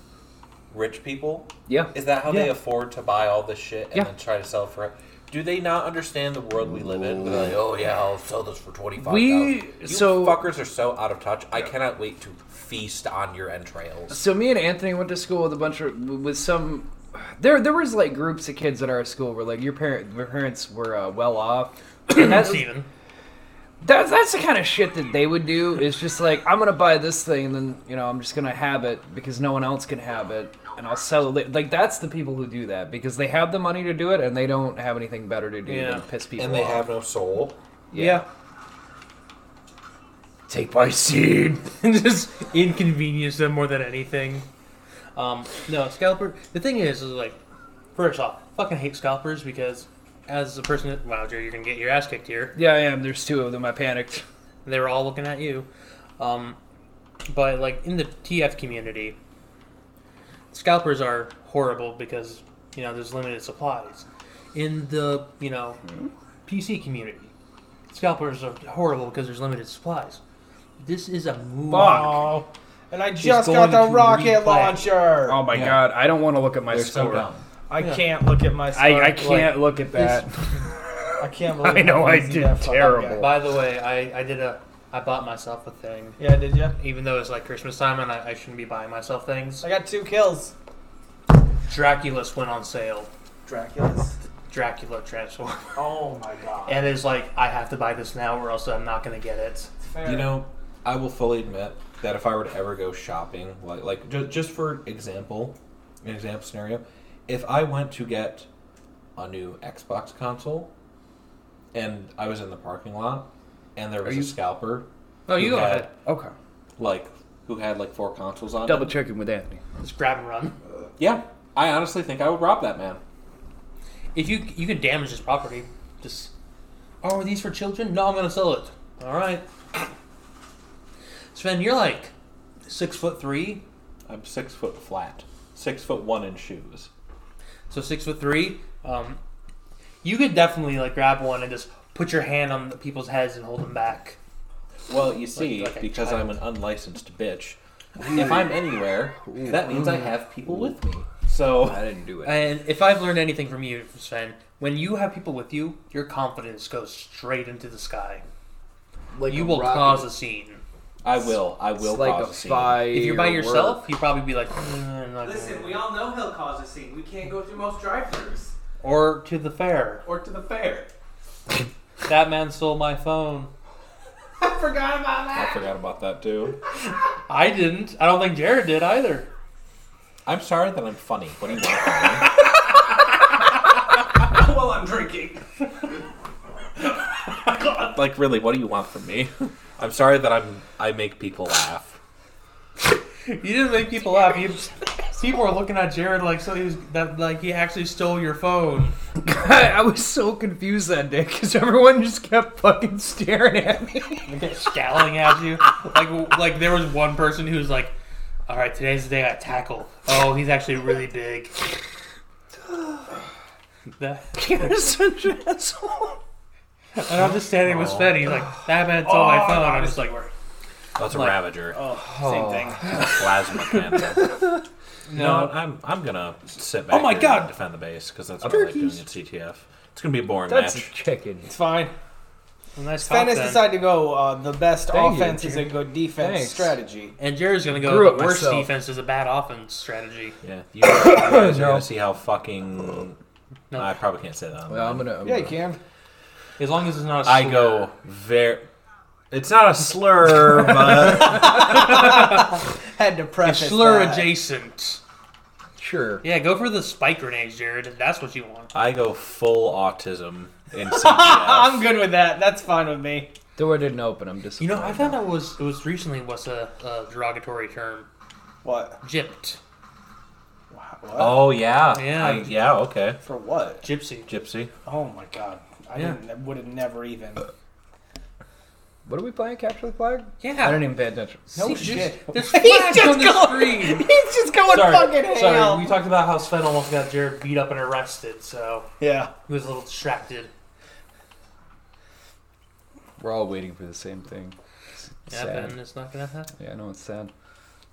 [SPEAKER 6] rich people?
[SPEAKER 3] Yeah.
[SPEAKER 6] Is that how they
[SPEAKER 3] Yeah.
[SPEAKER 6] afford to buy all this shit and
[SPEAKER 3] Yeah.
[SPEAKER 6] then try to sell for it? Do they not understand the world we live in? They're like, oh yeah, I'll sell this for twenty five.
[SPEAKER 3] We-
[SPEAKER 6] you
[SPEAKER 3] so-
[SPEAKER 6] fuckers are so out of touch. I cannot wait to feast on your entrails.
[SPEAKER 3] So me and Anthony went to school with a bunch of with some. There, there was like groups of kids at our school where like your parent, your parents were uh, well off. And that's,
[SPEAKER 5] Steven.
[SPEAKER 3] that's that's the kind of shit that they would do. Is just like I'm gonna buy this thing, and then you know I'm just gonna have it because no one else can have it, and I'll sell it. Like that's the people who do that because they have the money to do it, and they don't have anything better to do
[SPEAKER 5] Yeah.
[SPEAKER 3] than piss people
[SPEAKER 6] And they
[SPEAKER 3] off.
[SPEAKER 6] have no soul.
[SPEAKER 3] yeah. Take my seed.
[SPEAKER 5] just inconvenience them more than anything. Um, no, scalper. The thing is, is like, first off, fucking hate scalpers because as a person, that, wow, Jerry, you're gonna get your ass kicked here.
[SPEAKER 3] Yeah, I am. There's two of them. I panicked.
[SPEAKER 5] They were all looking at you. Um, but like in the TF community, scalpers are horrible because you know there's limited supplies. In the you know PC community, scalpers are horrible because there's limited supplies. This is a move.
[SPEAKER 2] Fuck. And I just got
[SPEAKER 5] going
[SPEAKER 2] the
[SPEAKER 5] to
[SPEAKER 2] rocket
[SPEAKER 5] replant.
[SPEAKER 2] launcher.
[SPEAKER 3] Oh my god, I don't want to look at my
[SPEAKER 6] They're so
[SPEAKER 3] score.
[SPEAKER 6] dumb.
[SPEAKER 2] I can't look at my.
[SPEAKER 3] I, I
[SPEAKER 2] scarf,
[SPEAKER 3] can't look at
[SPEAKER 2] this-
[SPEAKER 3] that.
[SPEAKER 2] like, I can't. Believe
[SPEAKER 3] I know
[SPEAKER 2] how
[SPEAKER 3] I
[SPEAKER 2] easy
[SPEAKER 3] did
[SPEAKER 2] that fucking
[SPEAKER 3] terrible.
[SPEAKER 2] got.
[SPEAKER 5] By the way, I, I did a I bought myself a thing,
[SPEAKER 2] Yeah, did you?
[SPEAKER 5] even though it's like Christmas time and I, I shouldn't be buying myself things.
[SPEAKER 2] I got two kills.
[SPEAKER 5] Dracula's went on sale.
[SPEAKER 2] Dracula's.
[SPEAKER 5] Dracula transform,
[SPEAKER 2] Oh my god.
[SPEAKER 5] and it's like I have to buy this now or else I'm not gonna get it.
[SPEAKER 2] Fair.
[SPEAKER 6] You know, I will fully admit that if I were to ever go shopping, like like just, just for example, an example scenario, if I went to get a new Xbox console, and I was in the parking lot, and there was
[SPEAKER 3] you-
[SPEAKER 6] a scalper.
[SPEAKER 5] No, you
[SPEAKER 6] who
[SPEAKER 5] go
[SPEAKER 6] had,
[SPEAKER 5] ahead.
[SPEAKER 3] Okay.
[SPEAKER 6] Like who had like four consoles on?
[SPEAKER 3] Double
[SPEAKER 6] him.
[SPEAKER 3] checking with Anthony.
[SPEAKER 5] Just grab and run.
[SPEAKER 6] Yeah, I honestly think I would rob that man.
[SPEAKER 5] If you you can damage his property, just oh, are these for children? No, I'm gonna sell it. All right. Sven, you're like six foot three,
[SPEAKER 6] I'm six foot flat, six foot one in shoes.
[SPEAKER 5] so six foot three. Um, you could definitely like grab one and just put your hand on the people's heads and hold them back.
[SPEAKER 6] Well, you see,
[SPEAKER 5] like a
[SPEAKER 6] because
[SPEAKER 5] child.
[SPEAKER 6] I'm an unlicensed bitch, if I'm anywhere, that means
[SPEAKER 5] Mm.
[SPEAKER 6] I have people with me. So
[SPEAKER 4] I didn't do it.
[SPEAKER 5] And if I've learned anything from you, Sven, when you have people with you, your confidence goes straight into the sky.
[SPEAKER 3] Like
[SPEAKER 5] You
[SPEAKER 3] a
[SPEAKER 5] will
[SPEAKER 3] rocket.
[SPEAKER 5] cause a scene.
[SPEAKER 6] I will. I
[SPEAKER 3] It's
[SPEAKER 6] will
[SPEAKER 3] like
[SPEAKER 6] cause
[SPEAKER 3] a
[SPEAKER 6] a scene.
[SPEAKER 3] fire.
[SPEAKER 5] If you're by
[SPEAKER 3] or-
[SPEAKER 5] yourself, you'd probably be like, "Mm, I'm not
[SPEAKER 7] Listen,
[SPEAKER 5] going."
[SPEAKER 7] we all know he'll cause a scene. We can't go through most drive-throughs
[SPEAKER 5] or to the fair.
[SPEAKER 7] or to the fair.
[SPEAKER 5] That man stole my phone.
[SPEAKER 7] I forgot about
[SPEAKER 6] I
[SPEAKER 7] that.
[SPEAKER 6] forgot about that too.
[SPEAKER 5] I didn't. I don't think Jared did either.
[SPEAKER 6] I'm sorry that I'm funny. What do you want from me?
[SPEAKER 7] While I'm drinking.
[SPEAKER 6] Like really, what do you want from me? I'm sorry that I'm I make people laugh.
[SPEAKER 5] You didn't make people laugh. You, people were looking at Jared like so he was that like he actually stole your phone.
[SPEAKER 3] I was so confused that day because everyone just kept fucking staring at me.
[SPEAKER 5] scowling at you. Like like there was one person who was like, "All right, today's the day I tackle." Oh, he's actually really big. That,
[SPEAKER 3] You're such an asshole.
[SPEAKER 5] and I'm just standing with Sven. He's like, "That man stole
[SPEAKER 3] Oh,
[SPEAKER 5] my phone." I'm just like,
[SPEAKER 6] That's a
[SPEAKER 5] Like-
[SPEAKER 6] ravager.
[SPEAKER 7] Same thing.
[SPEAKER 6] Plasma cannon. No, Oh
[SPEAKER 5] "No."
[SPEAKER 6] I'm I'm gonna sit back.
[SPEAKER 2] my
[SPEAKER 6] here
[SPEAKER 2] God.
[SPEAKER 6] And defend the base because that's what I like doing at CTF. It's gonna be a boring
[SPEAKER 3] That's
[SPEAKER 6] match.
[SPEAKER 3] chicken.
[SPEAKER 2] It's fine.
[SPEAKER 5] Well, nice talk
[SPEAKER 2] Sven has
[SPEAKER 5] then.
[SPEAKER 2] decided to go. Uh, the best
[SPEAKER 3] Thank you,
[SPEAKER 2] offense is a
[SPEAKER 3] Jim.
[SPEAKER 2] good defense
[SPEAKER 3] Thanks.
[SPEAKER 2] strategy.
[SPEAKER 5] And Jared's gonna
[SPEAKER 3] Grew
[SPEAKER 5] go.
[SPEAKER 3] it
[SPEAKER 5] The worst
[SPEAKER 3] myself.
[SPEAKER 5] defense is a bad offense strategy.
[SPEAKER 6] Yeah, you guys you guys are
[SPEAKER 3] No.
[SPEAKER 6] gonna see how fucking.
[SPEAKER 5] No.
[SPEAKER 6] I probably can't say that. on
[SPEAKER 3] Well, I'm gonna. I'm
[SPEAKER 2] Yeah, you
[SPEAKER 3] gonna-
[SPEAKER 2] can.
[SPEAKER 5] As long as it's not. A
[SPEAKER 6] I
[SPEAKER 5] slur.
[SPEAKER 6] go very. It's not a slur, but
[SPEAKER 2] Had to
[SPEAKER 5] It's
[SPEAKER 2] preface
[SPEAKER 5] slur
[SPEAKER 2] that.
[SPEAKER 5] adjacent.
[SPEAKER 3] Sure.
[SPEAKER 5] Yeah, go for the spike grenades, Jared. if That's what you want.
[SPEAKER 6] I go full autism in CTF.
[SPEAKER 2] I'm good with that. That's fine with me.
[SPEAKER 3] Door didn't open. I'm
[SPEAKER 5] You
[SPEAKER 3] disappointed.
[SPEAKER 5] know, I found that was it was recently was a, a derogatory term,
[SPEAKER 2] What?
[SPEAKER 5] gypped,
[SPEAKER 6] oh yeah,
[SPEAKER 5] Yeah.
[SPEAKER 6] I, yeah. Okay,
[SPEAKER 2] For what?
[SPEAKER 5] gypsy.
[SPEAKER 6] gypsy.
[SPEAKER 2] Oh my god. I
[SPEAKER 5] Yeah.
[SPEAKER 2] didn't, would have never even.
[SPEAKER 3] What are we playing? Capture the flag?
[SPEAKER 5] Yeah.
[SPEAKER 3] I didn't even pay attention.
[SPEAKER 2] No
[SPEAKER 5] See,
[SPEAKER 2] shit.
[SPEAKER 5] There's flash on the screen.
[SPEAKER 2] He's just going fucking
[SPEAKER 5] sorry.
[SPEAKER 2] hell.
[SPEAKER 5] We talked about how Sven almost got Jared beat up and arrested, so
[SPEAKER 2] Yeah.
[SPEAKER 5] he was a little distracted.
[SPEAKER 3] We're all waiting for the same thing. It's
[SPEAKER 5] Yeah,
[SPEAKER 3] sad.
[SPEAKER 5] and it's not gonna happen.
[SPEAKER 3] Yeah, I know it's sad.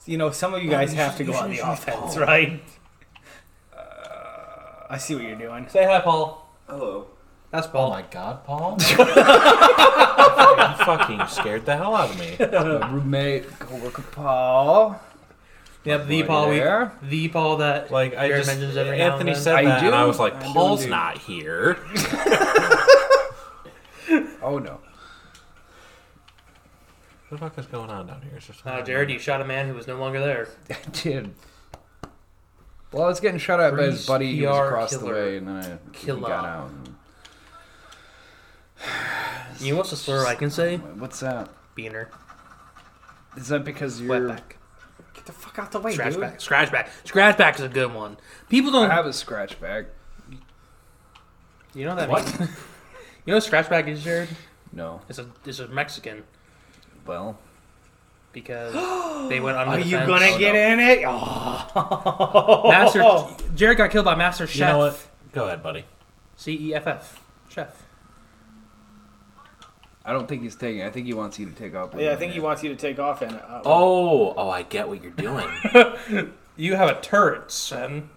[SPEAKER 2] You know, some of you guys have to go on the offense, right? Uh, I see what you're doing.
[SPEAKER 5] Say hi, Paul.
[SPEAKER 4] Hello.
[SPEAKER 5] That's
[SPEAKER 6] Oh
[SPEAKER 5] Paul.
[SPEAKER 6] my god, Paul! you fucking scared the hell out of me.
[SPEAKER 5] Uh,
[SPEAKER 3] My roommate, coworker Paul.
[SPEAKER 5] yep, the
[SPEAKER 3] Right
[SPEAKER 5] Paul. We,
[SPEAKER 3] there.
[SPEAKER 5] the Paul that
[SPEAKER 6] Like I
[SPEAKER 5] Jared
[SPEAKER 6] just
[SPEAKER 5] mentions every now and
[SPEAKER 6] Anthony
[SPEAKER 5] then.
[SPEAKER 6] said
[SPEAKER 3] I
[SPEAKER 6] that,
[SPEAKER 3] do.
[SPEAKER 6] and I was like,
[SPEAKER 3] I do
[SPEAKER 6] Paul's
[SPEAKER 3] indeed.
[SPEAKER 6] not here.
[SPEAKER 3] Oh no.
[SPEAKER 6] What the fuck is going on down here? Is there something-
[SPEAKER 5] Uh, Jared, you shot a man who was no longer there.
[SPEAKER 3] I did. Well, I was getting shot at by his
[SPEAKER 5] Freeze
[SPEAKER 3] buddy who was
[SPEAKER 5] PR
[SPEAKER 3] across the
[SPEAKER 5] killer.
[SPEAKER 3] way, and then I he
[SPEAKER 5] Killer.
[SPEAKER 3] got out. and-
[SPEAKER 5] You know what's a slur I can say?
[SPEAKER 3] What's that?
[SPEAKER 5] Beaner.
[SPEAKER 3] Is that because you're?
[SPEAKER 5] Wetback.
[SPEAKER 2] Get the fuck out the way, dude.
[SPEAKER 5] Scratchback. Scratchback. Scratchback is a good one. People
[SPEAKER 3] I
[SPEAKER 5] don't.
[SPEAKER 3] have a scratch bag.
[SPEAKER 5] you know that. What? you know what scratchback is, Jared?
[SPEAKER 3] No.
[SPEAKER 5] It's a it's a Mexican
[SPEAKER 3] Well,
[SPEAKER 5] because they went under.
[SPEAKER 2] Are
[SPEAKER 5] the
[SPEAKER 2] you
[SPEAKER 5] fence.
[SPEAKER 2] gonna
[SPEAKER 5] Oh,
[SPEAKER 2] get
[SPEAKER 5] no.
[SPEAKER 2] in it? Oh.
[SPEAKER 5] Master Jared got killed by Master Chef.
[SPEAKER 6] You know what? Go ahead, buddy.
[SPEAKER 5] C E F F. Chef.
[SPEAKER 3] I don't think he's taking. it. I think he wants you to take off. with
[SPEAKER 2] Yeah, I
[SPEAKER 3] him.
[SPEAKER 2] think he wants you to take off in it. Uh,
[SPEAKER 6] Oh, oh, I get what you're doing.
[SPEAKER 5] You have a turret, son.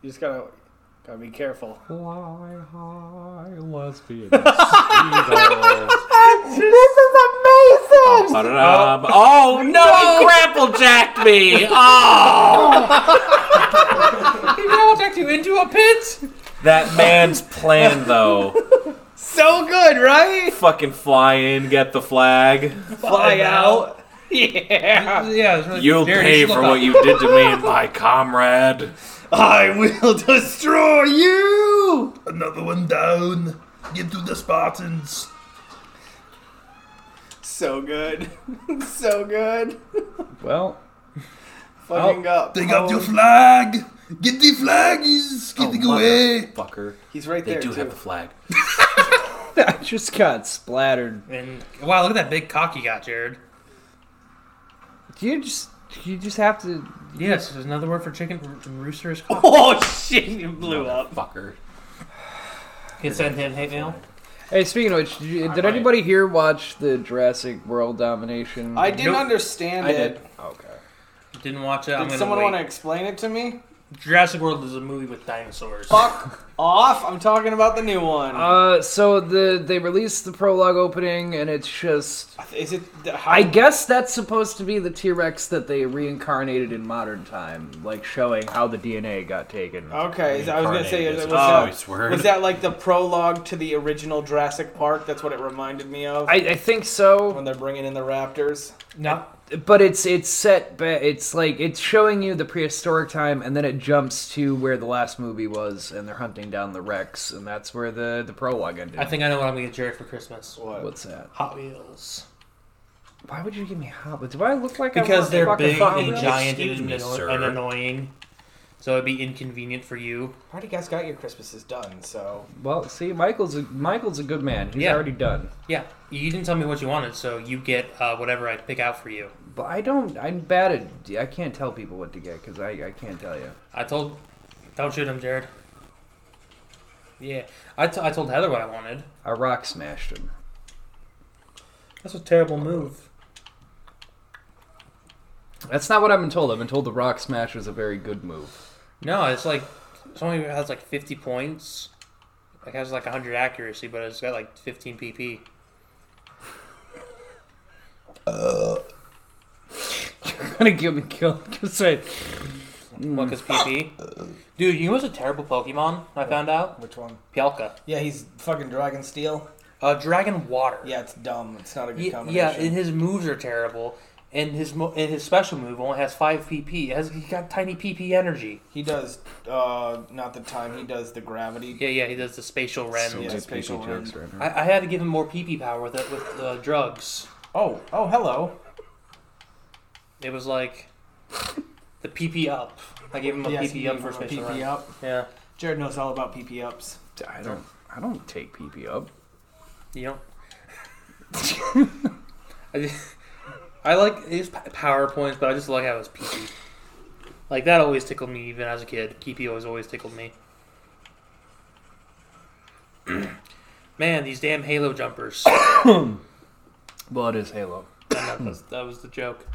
[SPEAKER 2] You just gotta gotta be careful.
[SPEAKER 13] Fly high, lesbian.
[SPEAKER 6] Ba-da-dum. oh no, he grapple jacked me. Oh,
[SPEAKER 5] Project you into a pit.
[SPEAKER 6] that man's plan though.
[SPEAKER 2] So good, right?
[SPEAKER 6] Fucking fly in, get the flag.
[SPEAKER 2] Fly out. yeah.
[SPEAKER 5] Yeah, it's really
[SPEAKER 17] You'll
[SPEAKER 5] Jared,
[SPEAKER 17] pay
[SPEAKER 5] should
[SPEAKER 17] for
[SPEAKER 5] look
[SPEAKER 17] what
[SPEAKER 5] up.
[SPEAKER 17] you did to me and my comrade.
[SPEAKER 1] I will destroy you! Another one down. Give to the Spartans.
[SPEAKER 7] So good. so good.
[SPEAKER 4] Well,
[SPEAKER 7] Fucking up.
[SPEAKER 1] Take up your flag. Get the flag. He's
[SPEAKER 6] Oh,
[SPEAKER 1] getting away.
[SPEAKER 4] Fucker.
[SPEAKER 7] He's right
[SPEAKER 4] They
[SPEAKER 7] there.
[SPEAKER 4] do
[SPEAKER 7] too.
[SPEAKER 4] have the flag.
[SPEAKER 3] I just got splattered.
[SPEAKER 5] And wow, look at that big cock you got, Jared.
[SPEAKER 3] You just you just have to.
[SPEAKER 5] Yes, there's another word for chicken. r- Rooster is cock.
[SPEAKER 7] Oh shit! You blew up.
[SPEAKER 4] Fucker.
[SPEAKER 5] Oh. Can send him hate mail.
[SPEAKER 3] Hey, speaking of which, did, you, did
[SPEAKER 4] might.
[SPEAKER 3] anybody here watch the Jurassic World Domination?
[SPEAKER 7] I didn't
[SPEAKER 5] Nope.
[SPEAKER 7] understand
[SPEAKER 3] I
[SPEAKER 7] it.
[SPEAKER 3] did.
[SPEAKER 4] Okay.
[SPEAKER 5] Didn't watch it. I'm
[SPEAKER 7] Did
[SPEAKER 5] gonna
[SPEAKER 7] someone
[SPEAKER 5] wait.
[SPEAKER 7] want to explain it to me?
[SPEAKER 5] Jurassic World is a movie with dinosaurs.
[SPEAKER 7] Fuck off! I'm talking about the new one.
[SPEAKER 3] Uh, so the they released the prologue opening, and it's just.
[SPEAKER 7] Is it? the- How,
[SPEAKER 3] I guess that's supposed to be the T Rex that they reincarnated in modern time, like showing how the DNA got taken.
[SPEAKER 2] Oh.
[SPEAKER 7] Okay, is- I was gonna say, is it- was,
[SPEAKER 17] Oh,
[SPEAKER 7] that,
[SPEAKER 17] it's word.
[SPEAKER 7] was that like the prologue to the original Jurassic Park? That's what it reminded me of
[SPEAKER 3] I, I think so,
[SPEAKER 7] when they're bringing in the raptors.
[SPEAKER 5] No,
[SPEAKER 3] but it's it's set. Ba- it's like it's showing you the prehistoric time, and then it jumps to where the last movie was, and they're hunting down the Rex, and that's where the the prologue ended.
[SPEAKER 5] I think I know what I'm gonna get Jared for Christmas.
[SPEAKER 3] What's that?
[SPEAKER 5] Hot Wheels.
[SPEAKER 3] Why would you give me hot? Wheels? Do I look like I
[SPEAKER 5] Because
[SPEAKER 3] want
[SPEAKER 5] they're
[SPEAKER 3] fucking
[SPEAKER 5] big
[SPEAKER 3] Hot
[SPEAKER 5] and
[SPEAKER 3] Wheels?
[SPEAKER 5] giant and,
[SPEAKER 6] Excuse me,
[SPEAKER 5] anno-
[SPEAKER 6] sir.
[SPEAKER 5] and annoying, so it'd be inconvenient for you.
[SPEAKER 7] Already guys got your Christmases done, so
[SPEAKER 3] Well, see, Michael's a, Michael's a good man. He's
[SPEAKER 5] Yeah.
[SPEAKER 3] already done.
[SPEAKER 5] Yeah, you didn't tell me what you wanted, so you get uh, whatever I pick out for you.
[SPEAKER 3] But I don't. I'm bad at. I can't tell people what to get because I, I can't tell you.
[SPEAKER 5] I told, don't shoot him, Jared. Yeah, I, t- I told Heather what I wanted.
[SPEAKER 3] I rock smashed him.
[SPEAKER 5] That's a terrible move.
[SPEAKER 3] That's not what I've been told. I've been told the rock smash was a very good move.
[SPEAKER 5] No, it's like it's only has like 50 points. Like has like 100 accuracy, but it's got like 15 PP.
[SPEAKER 3] Gonna give me kill. Just say
[SPEAKER 5] What is PP? Dude, you know what's a terrible Pokemon? I found out
[SPEAKER 7] which one?
[SPEAKER 5] Pialka.
[SPEAKER 7] Yeah, he's fucking Dragon Steel.
[SPEAKER 5] Uh, Dragon Water.
[SPEAKER 7] Yeah, it's dumb. It's not a good
[SPEAKER 5] Ye- yeah,
[SPEAKER 7] combination.
[SPEAKER 5] and his moves are terrible. And his mo- and his special move only has five PP. It has he got tiny PP energy?
[SPEAKER 7] he does uh, not the time. He does the gravity.
[SPEAKER 5] Yeah, yeah, he does the spatial rend.
[SPEAKER 7] Yeah, spatial rend.
[SPEAKER 5] I, I had to give him more PP power with it, with uh, drugs.
[SPEAKER 7] Oh, oh, hello.
[SPEAKER 5] It was like the PP up. I gave him a
[SPEAKER 7] Yes, he
[SPEAKER 5] PP
[SPEAKER 7] gave
[SPEAKER 5] up for
[SPEAKER 7] him a
[SPEAKER 5] spatial
[SPEAKER 7] PP
[SPEAKER 5] rend.
[SPEAKER 7] up.
[SPEAKER 5] Yeah,
[SPEAKER 7] Jared knows all about PP ups.
[SPEAKER 3] I don't. I don't take PP up.
[SPEAKER 5] you know. I, just- I like his p- PowerPoints, but I just like how it's PP. Like that always tickled me, even as a kid. PP always always tickled me. Man, these damn Halo jumpers.
[SPEAKER 3] Well, it is Halo.
[SPEAKER 5] I know, that's- that was the joke.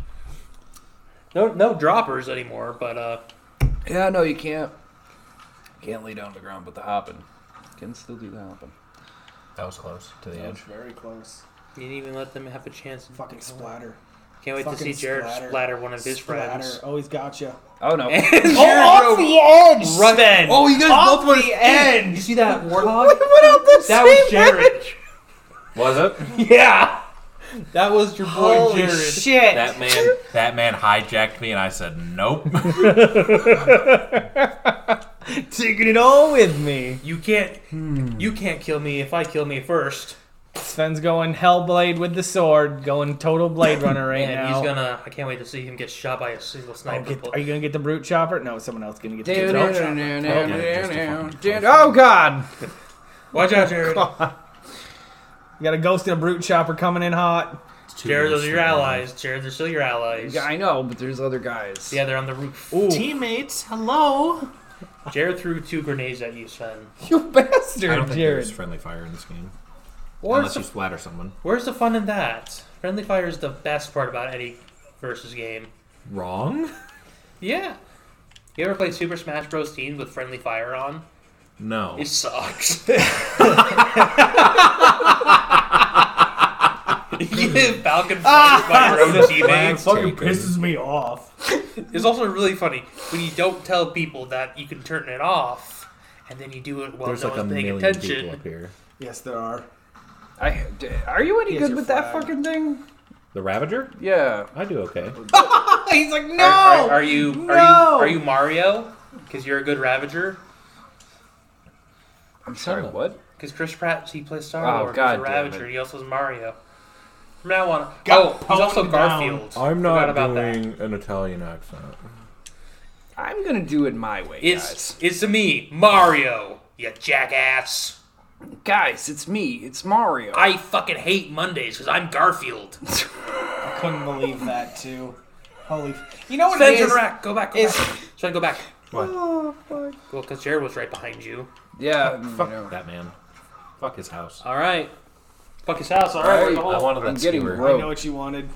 [SPEAKER 5] No, no droppers anymore, but uh,
[SPEAKER 4] Yeah, no, you can't. Can't lay down on the ground, but the hopping. Can still do the hopping.
[SPEAKER 6] That was close to the edge.
[SPEAKER 7] Very close.
[SPEAKER 5] you didn't even let them have a chance. to kill
[SPEAKER 7] Fucking
[SPEAKER 5] him.
[SPEAKER 7] splatter.
[SPEAKER 5] Can't wait to see
[SPEAKER 7] Fucking
[SPEAKER 5] Jared
[SPEAKER 7] splatter.
[SPEAKER 5] splatter, one of his friends.
[SPEAKER 7] Always gotcha.
[SPEAKER 4] Oh no.
[SPEAKER 1] off the edge,
[SPEAKER 5] Run-
[SPEAKER 1] Sven.
[SPEAKER 5] Oh,
[SPEAKER 1] you guys
[SPEAKER 5] Off
[SPEAKER 1] both
[SPEAKER 5] the end. You see that warthog?
[SPEAKER 3] What up the
[SPEAKER 5] That was Jared.
[SPEAKER 6] Was it?
[SPEAKER 5] Yeah. That was your boy
[SPEAKER 1] Holy
[SPEAKER 5] Jared.
[SPEAKER 1] shit.
[SPEAKER 17] That man, that man hijacked me, and I said nope.
[SPEAKER 2] Taking it all with me.
[SPEAKER 5] You can't. You can't kill me if I kill me first.
[SPEAKER 2] Sven's going Hellblade with the sword, going total Blade Runner right
[SPEAKER 5] And
[SPEAKER 2] now.
[SPEAKER 5] he's gonna. I can't wait to see him get shot by a single sniper.
[SPEAKER 2] Get-
[SPEAKER 5] bullet.
[SPEAKER 2] are you gonna get the brute chopper? No, someone else gonna get the brute chopper.
[SPEAKER 3] Oh God!
[SPEAKER 5] Watch out, Jared.
[SPEAKER 2] You got a ghost and a brute chopper coming in hot.
[SPEAKER 5] Jared, those are your allies. Jared, they're still your allies.
[SPEAKER 3] I know, but there's other guys.
[SPEAKER 5] Yeah, they're on the roof.
[SPEAKER 1] Teammates, hello.
[SPEAKER 5] Jared threw two grenades at you, Sven.
[SPEAKER 2] You bastard,
[SPEAKER 6] I don't think
[SPEAKER 2] Jared.
[SPEAKER 6] there's friendly fire in this game.
[SPEAKER 5] Where's
[SPEAKER 6] Unless
[SPEAKER 5] the,
[SPEAKER 6] you splatter someone.
[SPEAKER 5] where's the fun in that? Friendly fire is the best part about any versus game.
[SPEAKER 6] Wrong?
[SPEAKER 5] Yeah. You ever play Super Smash Bros. Teams with friendly fire on?
[SPEAKER 6] No.
[SPEAKER 5] It sucks. Yeah, Falcon fire
[SPEAKER 6] Ah!
[SPEAKER 5] by your own teammates.
[SPEAKER 13] Fucking pisses me off.
[SPEAKER 5] It's also really funny when you don't tell people that you can turn it off, and then you do it while
[SPEAKER 6] There's
[SPEAKER 5] no
[SPEAKER 6] like a
[SPEAKER 5] one's paying
[SPEAKER 6] million
[SPEAKER 5] attention.
[SPEAKER 6] people up here.
[SPEAKER 7] Yes, there are.
[SPEAKER 3] I, d- are you any
[SPEAKER 7] Here's
[SPEAKER 3] good
[SPEAKER 7] your
[SPEAKER 3] with that
[SPEAKER 7] flag.
[SPEAKER 3] fucking thing?
[SPEAKER 6] The Ravager?
[SPEAKER 3] Yeah.
[SPEAKER 6] I do okay.
[SPEAKER 2] He's like, no.
[SPEAKER 5] Are, are, are you are
[SPEAKER 2] No!
[SPEAKER 5] you are you Mario? Because you're a good Ravager.
[SPEAKER 4] I'm sorry, what?
[SPEAKER 5] Because Chris Pratt he plays Star
[SPEAKER 4] Oh,
[SPEAKER 5] Wars. He's
[SPEAKER 4] God
[SPEAKER 5] a
[SPEAKER 4] damn
[SPEAKER 5] Ravager.
[SPEAKER 4] it.
[SPEAKER 5] He also is Mario. From now on.
[SPEAKER 13] Got
[SPEAKER 5] oh, he's also
[SPEAKER 13] pwned down.
[SPEAKER 5] Garfield.
[SPEAKER 13] I'm
[SPEAKER 5] Forgot
[SPEAKER 13] not
[SPEAKER 5] about that.
[SPEAKER 13] doing an Italian accent.
[SPEAKER 3] I'm gonna do it my way,
[SPEAKER 5] It's it's me, Mario. You
[SPEAKER 3] guys.
[SPEAKER 5] jackass.
[SPEAKER 3] Guys, it's me. It's Mario.
[SPEAKER 5] I fucking hate Mondays because I'm Garfield.
[SPEAKER 7] I couldn't believe that too. Holy, f- you know what
[SPEAKER 5] Send
[SPEAKER 7] it
[SPEAKER 5] your
[SPEAKER 7] is?
[SPEAKER 5] rack. Go back. Go
[SPEAKER 7] is-
[SPEAKER 5] back. Try to go back.
[SPEAKER 7] Oh, fuck.
[SPEAKER 5] Well, because Jared was right behind you.
[SPEAKER 3] Mm, Yeah.
[SPEAKER 6] Fuck that man. Fuck his house.
[SPEAKER 5] All right. Fuck his house. All
[SPEAKER 7] right,
[SPEAKER 5] right.
[SPEAKER 7] we're
[SPEAKER 6] I wanted that
[SPEAKER 3] Oh, I'm getting
[SPEAKER 6] skewer.
[SPEAKER 7] I know
[SPEAKER 3] broke.
[SPEAKER 7] what you wanted.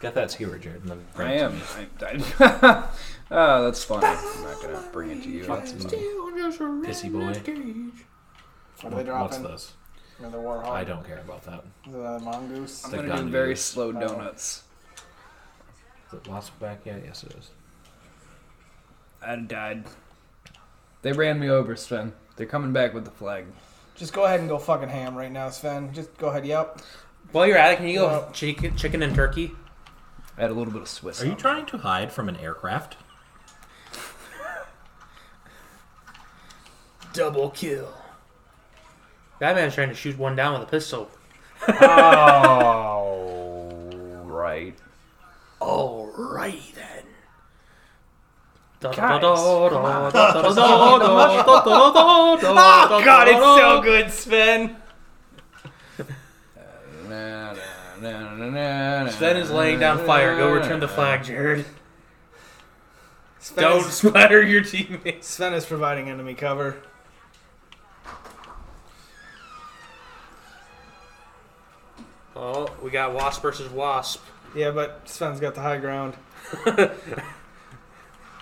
[SPEAKER 6] Got that skewer, Jared. And then
[SPEAKER 3] I am. I, I, Ah, that's funny. I'm not gonna bring it to you. That's
[SPEAKER 6] Pissy boy.
[SPEAKER 7] What are they
[SPEAKER 6] What's
[SPEAKER 7] dropping?
[SPEAKER 6] this?
[SPEAKER 7] Another warhog.
[SPEAKER 6] I don't care about that.
[SPEAKER 7] The mongoose.
[SPEAKER 3] I'm
[SPEAKER 6] The
[SPEAKER 3] gonna
[SPEAKER 6] gun
[SPEAKER 3] do very
[SPEAKER 6] dude.
[SPEAKER 3] slow donuts.
[SPEAKER 6] Is it lost back yet? Yes, it is.
[SPEAKER 3] I died. They ran me over, Sven. They're coming back with the flag.
[SPEAKER 7] Just go ahead and go fucking ham right now, Sven. Just go ahead. Yep.
[SPEAKER 5] While you're at it, can you go
[SPEAKER 7] Well-
[SPEAKER 5] chicken, chicken and turkey?
[SPEAKER 3] I had a little bit of Swiss.
[SPEAKER 6] Are you
[SPEAKER 3] on it.
[SPEAKER 6] trying to hide from an aircraft?
[SPEAKER 5] Double kill. That man's trying to shoot one down with a pistol.
[SPEAKER 4] oh, right.
[SPEAKER 5] All right then.
[SPEAKER 2] Oh god, it's so good, Sven.
[SPEAKER 3] Na, na, na, na, na, na,
[SPEAKER 5] Sven is laying down fire. Go return the flag, Jared.
[SPEAKER 7] Sven
[SPEAKER 5] Don't
[SPEAKER 7] Is,
[SPEAKER 5] splatter your teammates.
[SPEAKER 7] Sven is providing enemy cover.
[SPEAKER 5] Oh, we got wasp versus wasp.
[SPEAKER 7] Yeah, but Sven's got the high ground.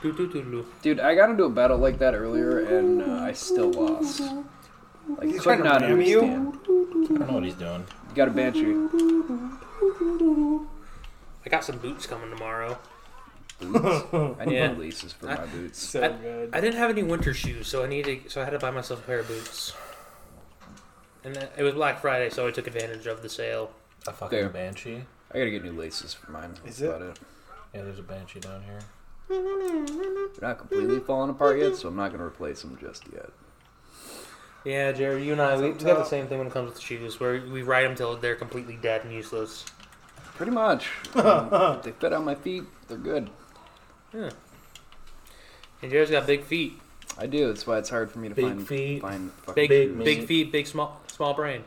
[SPEAKER 5] Doo-doo-doo-doo.
[SPEAKER 3] Dude, I got into a battle like that earlier, and uh, I still lost. Like,
[SPEAKER 7] He's trying
[SPEAKER 3] could
[SPEAKER 7] to
[SPEAKER 3] not
[SPEAKER 7] ram you?
[SPEAKER 3] understand. You?
[SPEAKER 6] I don't know what he's doing.
[SPEAKER 3] got a banshee.
[SPEAKER 5] I got some boots coming tomorrow.
[SPEAKER 3] Boots. I need
[SPEAKER 5] Yeah.
[SPEAKER 3] releases for my boots.
[SPEAKER 7] So
[SPEAKER 5] I-
[SPEAKER 7] good.
[SPEAKER 5] I didn't have any winter shoes, so I needed, so I had to buy myself a pair of boots. And that- it was Black Friday, so I took advantage of the sale.
[SPEAKER 6] A fucking
[SPEAKER 3] There.
[SPEAKER 6] banshee.
[SPEAKER 3] I gotta get new laces for mine.
[SPEAKER 7] Is
[SPEAKER 3] That's
[SPEAKER 7] it-
[SPEAKER 3] about it?
[SPEAKER 6] Yeah, there's a banshee down here.
[SPEAKER 3] They're not completely
[SPEAKER 7] Mm-hmm.
[SPEAKER 3] falling apart yet, so I'm not gonna replace them just yet.
[SPEAKER 5] Yeah, Jared, you and I, we, we
[SPEAKER 7] got
[SPEAKER 5] got the
[SPEAKER 7] the
[SPEAKER 5] same thing when it comes to shoes, where we ride them till they're completely dead and useless.
[SPEAKER 3] Pretty much. Um, they fit on my feet. They're good.
[SPEAKER 5] And Jared's got big feet,
[SPEAKER 3] I do. That's why it's hard for me to
[SPEAKER 6] Big
[SPEAKER 3] find
[SPEAKER 6] feet.
[SPEAKER 3] find fucking
[SPEAKER 5] big,
[SPEAKER 6] Big
[SPEAKER 5] big,
[SPEAKER 6] man.
[SPEAKER 5] feet, big small, small brain.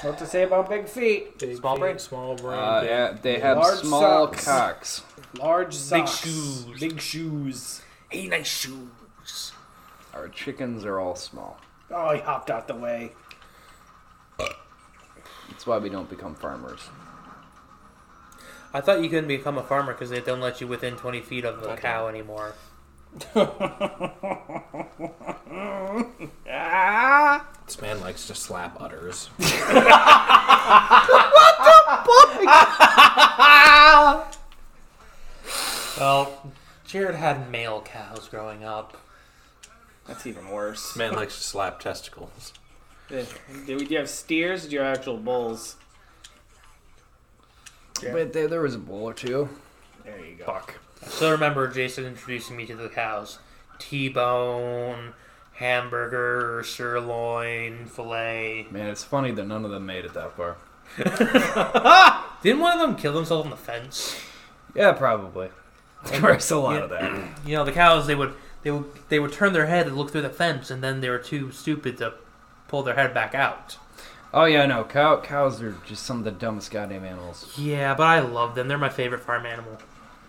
[SPEAKER 7] What to say about big feet?
[SPEAKER 5] Small brain?
[SPEAKER 6] Small brain.
[SPEAKER 3] Uh,
[SPEAKER 6] big-
[SPEAKER 3] yeah, they have
[SPEAKER 7] Large
[SPEAKER 3] small
[SPEAKER 7] socks.
[SPEAKER 3] cocks.
[SPEAKER 7] Large socks.
[SPEAKER 5] shoes.
[SPEAKER 7] Big shoes.
[SPEAKER 5] Hey, nice shoes.
[SPEAKER 3] Our chickens are all small.
[SPEAKER 7] Oh, he hopped out the way.
[SPEAKER 3] That's why we don't become farmers.
[SPEAKER 5] I thought you couldn't become a farmer because they don't let you within 20 feet of a cow anymore.
[SPEAKER 6] This man likes to slap udders.
[SPEAKER 5] Well, Jared had male cows growing up.
[SPEAKER 7] That's even worse.
[SPEAKER 6] This man likes to slap testicles.
[SPEAKER 7] Eh, Do you have steers? Or do you have actual bulls?
[SPEAKER 3] But there, there was a bull or two.
[SPEAKER 7] There you go. Fuck.
[SPEAKER 5] I still remember Jason introducing me to the cows. T-bone, hamburger, sirloin, filet.
[SPEAKER 3] Man, it's funny that none of them made it that far.
[SPEAKER 5] Didn't one of them kill themselves on the fence?
[SPEAKER 3] Yeah, probably. There's a lot
[SPEAKER 5] Yeah.
[SPEAKER 3] of that.
[SPEAKER 5] You know, the cows they would they would they would turn their head and look through the fence, and then they were too stupid to pull their head back out.
[SPEAKER 3] Oh yeah, no, cow cows are just some of the dumbest goddamn animals.
[SPEAKER 5] Yeah, but I love them. They're my favorite farm animal.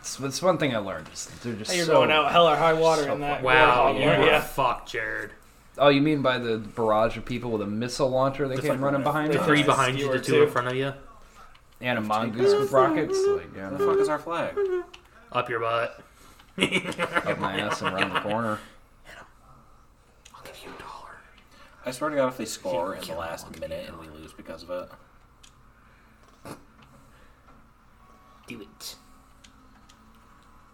[SPEAKER 3] It's, it's one thing I learned. Is that they're just
[SPEAKER 7] Hey, you're
[SPEAKER 3] so-
[SPEAKER 7] going out hell or high water in that.
[SPEAKER 5] Wow,
[SPEAKER 7] warthog,
[SPEAKER 5] you
[SPEAKER 7] aren't
[SPEAKER 5] were
[SPEAKER 7] ya?
[SPEAKER 5] fucked, Jared.
[SPEAKER 3] Oh, you mean by the barrage of people with a missile launcher that came running behind
[SPEAKER 5] The
[SPEAKER 3] us?
[SPEAKER 5] three behind you, the
[SPEAKER 7] skewer
[SPEAKER 5] two in
[SPEAKER 7] too.
[SPEAKER 5] front of you,
[SPEAKER 3] and a mongoose with rockets? Like, yeah,
[SPEAKER 4] The fuck is our flag?
[SPEAKER 5] up your butt.
[SPEAKER 3] up my ass and around the corner.
[SPEAKER 5] I'll give you a dollar.
[SPEAKER 4] I swear to God, if they score in the last minute and we lose because of it,
[SPEAKER 5] Do it.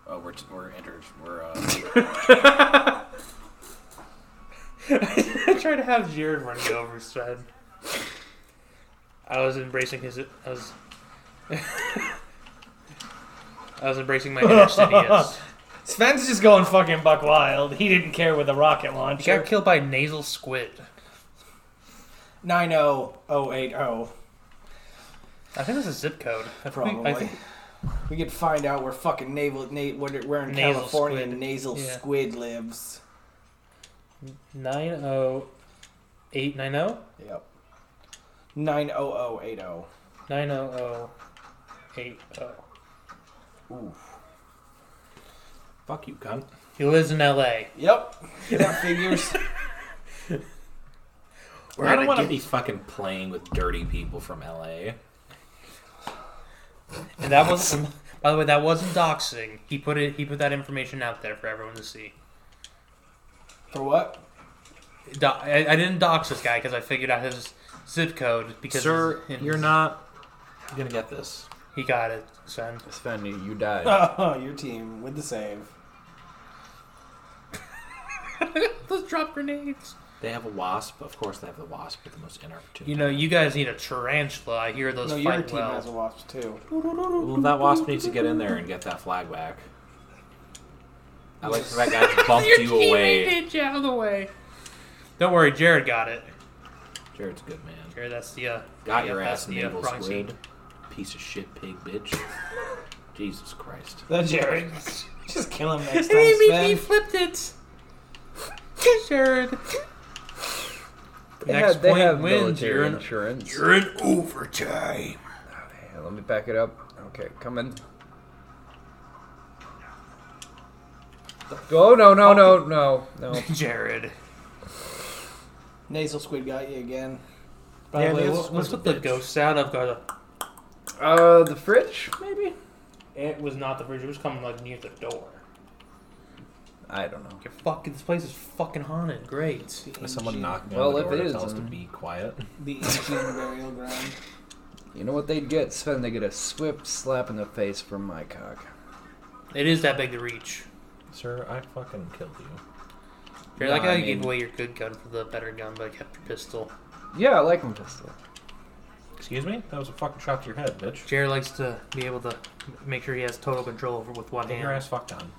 [SPEAKER 4] oh, we're t- we're entered. We're uh,
[SPEAKER 5] I tried to have Jared run me over, Sven. I was embracing his. I was I was embracing my inner city. Yes.
[SPEAKER 7] Sven's just going fucking buck wild. He didn't care with a rocket
[SPEAKER 5] He
[SPEAKER 7] launcher.
[SPEAKER 5] got killed by nasal squid.
[SPEAKER 7] 90080.
[SPEAKER 5] I think that's a zip code.
[SPEAKER 7] I
[SPEAKER 2] Probably.
[SPEAKER 7] think-
[SPEAKER 2] we could find out where fucking naval na- where where in
[SPEAKER 5] Nasal
[SPEAKER 2] California
[SPEAKER 5] squid.
[SPEAKER 2] nasal
[SPEAKER 5] Yeah.
[SPEAKER 2] squid lives.
[SPEAKER 5] Nine oh eight nine oh
[SPEAKER 2] Yep. Nine oh oh eight oh.
[SPEAKER 5] nine oh oh eight oh.
[SPEAKER 6] Fuck you, cunt.
[SPEAKER 5] He lives in L.A.
[SPEAKER 2] Yep. That figures.
[SPEAKER 6] We're
[SPEAKER 5] I don't
[SPEAKER 6] gonna
[SPEAKER 5] wanna-
[SPEAKER 6] get be fucking playing with dirty people from LA.
[SPEAKER 5] And that was, not by the way, that wasn't doxing. He put it. He put that information out there for everyone to see.
[SPEAKER 2] For what?
[SPEAKER 5] Do, I, I didn't dox this guy because I figured out his zip code. Because
[SPEAKER 6] Sir,
[SPEAKER 5] he's-
[SPEAKER 6] you're not gonna get this.
[SPEAKER 5] He got it, Sven.
[SPEAKER 3] Sven, you, you died.
[SPEAKER 2] Oh, your team with the save.
[SPEAKER 5] Let's drop grenades.
[SPEAKER 6] They have a wasp. Of course, they have the wasp with the most inopportune.
[SPEAKER 5] You know, you guys need a tarantula. I hear those
[SPEAKER 2] No, Oh, your
[SPEAKER 5] fight
[SPEAKER 2] team
[SPEAKER 5] well.
[SPEAKER 2] has a wasp too.
[SPEAKER 6] Well, that wasp needs to get in there and get that flag back. I like that that guy bumped you away.
[SPEAKER 5] did you out of the way. Don't worry, Jared got it.
[SPEAKER 6] Jared's a good man.
[SPEAKER 5] Jared, that's the uh,
[SPEAKER 6] Got
[SPEAKER 5] yeah,
[SPEAKER 6] your
[SPEAKER 5] that's
[SPEAKER 6] ass,
[SPEAKER 5] the uh,
[SPEAKER 6] naval
[SPEAKER 5] wrong
[SPEAKER 6] squid.
[SPEAKER 5] scene.
[SPEAKER 6] Piece of shit, pig bitch. Jesus Christ.
[SPEAKER 2] The Jared. Just kill him next time,
[SPEAKER 5] Hey, he, he
[SPEAKER 2] Sven.
[SPEAKER 5] flipped it. Jared.
[SPEAKER 3] They
[SPEAKER 5] Next
[SPEAKER 3] had- they
[SPEAKER 5] point
[SPEAKER 3] have
[SPEAKER 5] wins.
[SPEAKER 3] military
[SPEAKER 5] You're in,
[SPEAKER 3] insurance.
[SPEAKER 5] you're in overtime.
[SPEAKER 3] Yeah, let me back it up. Okay, come in. Go! Oh, no, no, no, no, no.
[SPEAKER 5] Jared.
[SPEAKER 2] Nasal squid got you again.
[SPEAKER 5] By the way,
[SPEAKER 2] nasal
[SPEAKER 5] what- what's
[SPEAKER 2] squid's
[SPEAKER 5] with the ghost sound? I've got a.
[SPEAKER 3] Uh, the fridge, maybe?
[SPEAKER 5] It was not the fridge. It was coming like near the door.
[SPEAKER 3] I don't know.
[SPEAKER 5] You're fucking. This place is fucking haunted. Great.
[SPEAKER 6] Is someone knocking
[SPEAKER 3] Well,
[SPEAKER 6] on the
[SPEAKER 3] if
[SPEAKER 6] door
[SPEAKER 3] it
[SPEAKER 6] to
[SPEAKER 3] is,
[SPEAKER 6] tell us to
[SPEAKER 3] then-
[SPEAKER 6] be quiet?
[SPEAKER 2] The ancient burial ground.
[SPEAKER 3] You know what they'd get, Sven? They get a swift slap in the face from my cock.
[SPEAKER 5] It is that big to reach.
[SPEAKER 6] Sir, I fucking killed you.
[SPEAKER 5] Jared, I like
[SPEAKER 3] No,
[SPEAKER 5] how
[SPEAKER 3] I
[SPEAKER 5] you gave
[SPEAKER 3] mean-
[SPEAKER 5] away your good gun for the better gun, but I kept your pistol.
[SPEAKER 3] Yeah, I like them pistol.
[SPEAKER 6] Excuse me? That was a fucking shot to your head, bitch.
[SPEAKER 5] Jared likes to be able to make sure he has total control over with one
[SPEAKER 6] Get your
[SPEAKER 5] hand.
[SPEAKER 6] ass fucked on.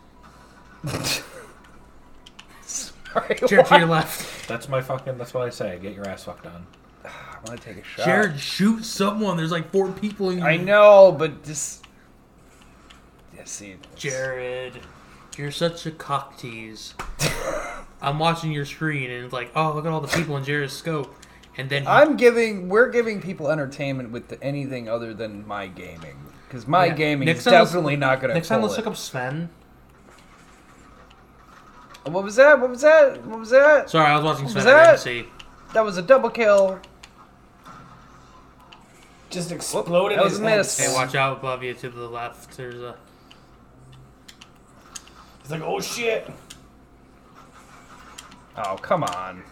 [SPEAKER 3] Sorry,
[SPEAKER 5] Jared to your left.
[SPEAKER 6] That's my fucking. That's what I say. Get your ass fucked on.
[SPEAKER 3] I want to take a shot.
[SPEAKER 5] Uh, Jared, shoot someone. There's like four people in
[SPEAKER 3] I know, but just. Yeah, see. it's-
[SPEAKER 5] Jared, you're such a cock tease. I'm watching your screen and it's like, oh, look at all the people in Jared's scope. And then he-
[SPEAKER 3] I'm giving. We're giving people entertainment with the, anything other than my gaming, because my
[SPEAKER 5] Yeah.
[SPEAKER 3] gaming
[SPEAKER 5] Next
[SPEAKER 3] is
[SPEAKER 5] time let's-
[SPEAKER 3] definitely not gonna.
[SPEAKER 5] next time,
[SPEAKER 3] pull
[SPEAKER 5] let's
[SPEAKER 3] it.
[SPEAKER 5] look up Sven.
[SPEAKER 3] What was that? What was that? What was that?
[SPEAKER 5] Sorry, I was watching
[SPEAKER 3] What
[SPEAKER 5] Sven.
[SPEAKER 3] was
[SPEAKER 5] I didn't
[SPEAKER 3] that?
[SPEAKER 5] see.
[SPEAKER 3] That was a double kill.
[SPEAKER 2] Just exploded
[SPEAKER 3] that was
[SPEAKER 2] his
[SPEAKER 3] a
[SPEAKER 2] head.
[SPEAKER 3] miss.
[SPEAKER 5] Hey, watch out above you to the left. There's a.
[SPEAKER 2] He's like, oh shit.
[SPEAKER 3] Oh come on!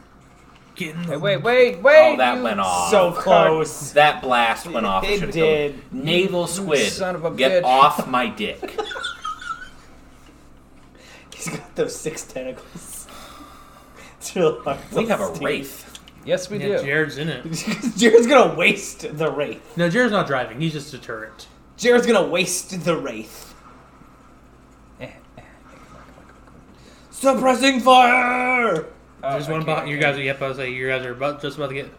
[SPEAKER 5] Get
[SPEAKER 3] Hey, wait, wait, wait!
[SPEAKER 17] Oh, that
[SPEAKER 3] you
[SPEAKER 17] went off.
[SPEAKER 2] So close.
[SPEAKER 17] that blast went off.
[SPEAKER 2] It
[SPEAKER 17] should've
[SPEAKER 2] did.
[SPEAKER 17] killed me. Naval squid.
[SPEAKER 3] son of a
[SPEAKER 17] get
[SPEAKER 3] bitch.
[SPEAKER 17] off my dick.
[SPEAKER 2] He's got those six tentacles. It's real hard
[SPEAKER 17] we
[SPEAKER 2] to
[SPEAKER 17] have a
[SPEAKER 2] see.
[SPEAKER 17] wraith.
[SPEAKER 3] Yes, we
[SPEAKER 5] Yeah,
[SPEAKER 3] do.
[SPEAKER 5] Jared's in it.
[SPEAKER 2] Jared's gonna waste the wraith.
[SPEAKER 5] No, Jared's not driving. He's just a turret.
[SPEAKER 2] Jared's gonna waste the wraith. Suppressing fire!
[SPEAKER 5] There's one behind you guys. Are, yep, I was like, you guys are about, just about to get.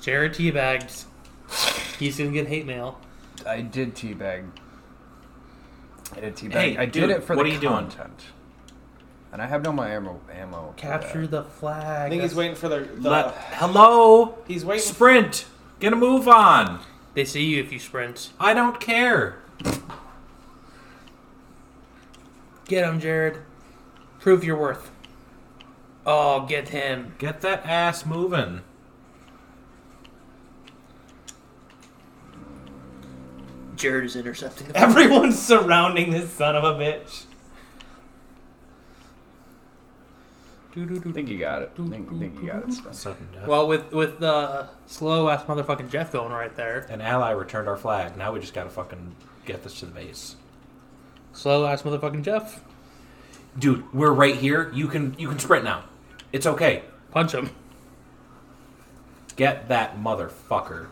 [SPEAKER 5] Jared teabagged. He's gonna get hate mail.
[SPEAKER 3] I did teabag. I did teabag.
[SPEAKER 17] Hey,
[SPEAKER 3] I
[SPEAKER 17] dude,
[SPEAKER 3] did it for
[SPEAKER 17] what
[SPEAKER 3] the
[SPEAKER 17] are you doing?
[SPEAKER 3] content. And I have no more ammo. Ammo. for
[SPEAKER 5] Capture
[SPEAKER 3] that.
[SPEAKER 5] the flag.
[SPEAKER 2] I think he's waiting for the. the
[SPEAKER 6] Let- hello?
[SPEAKER 2] he's waiting.
[SPEAKER 6] Sprint! Get a move on!
[SPEAKER 5] They see you if you sprint.
[SPEAKER 6] I don't care.
[SPEAKER 5] Get him, Jared. Prove your worth. Oh, get him.
[SPEAKER 6] Get that ass moving.
[SPEAKER 5] Jared is intercepting. The
[SPEAKER 2] Everyone's surrounding this son of a bitch.
[SPEAKER 3] I think you got it. I think, I think you got it. Spencer.
[SPEAKER 6] Sudden death.
[SPEAKER 5] Well, with with uh, slow ass motherfucking Jeff going right there.
[SPEAKER 6] An ally returned our flag. Now we just gotta fucking get this to the base.
[SPEAKER 5] Slow ass motherfucking Jeff.
[SPEAKER 6] Dude, we're right here. You can you can sprint now.
[SPEAKER 18] It's okay.
[SPEAKER 5] Punch him.
[SPEAKER 18] Get that motherfucker.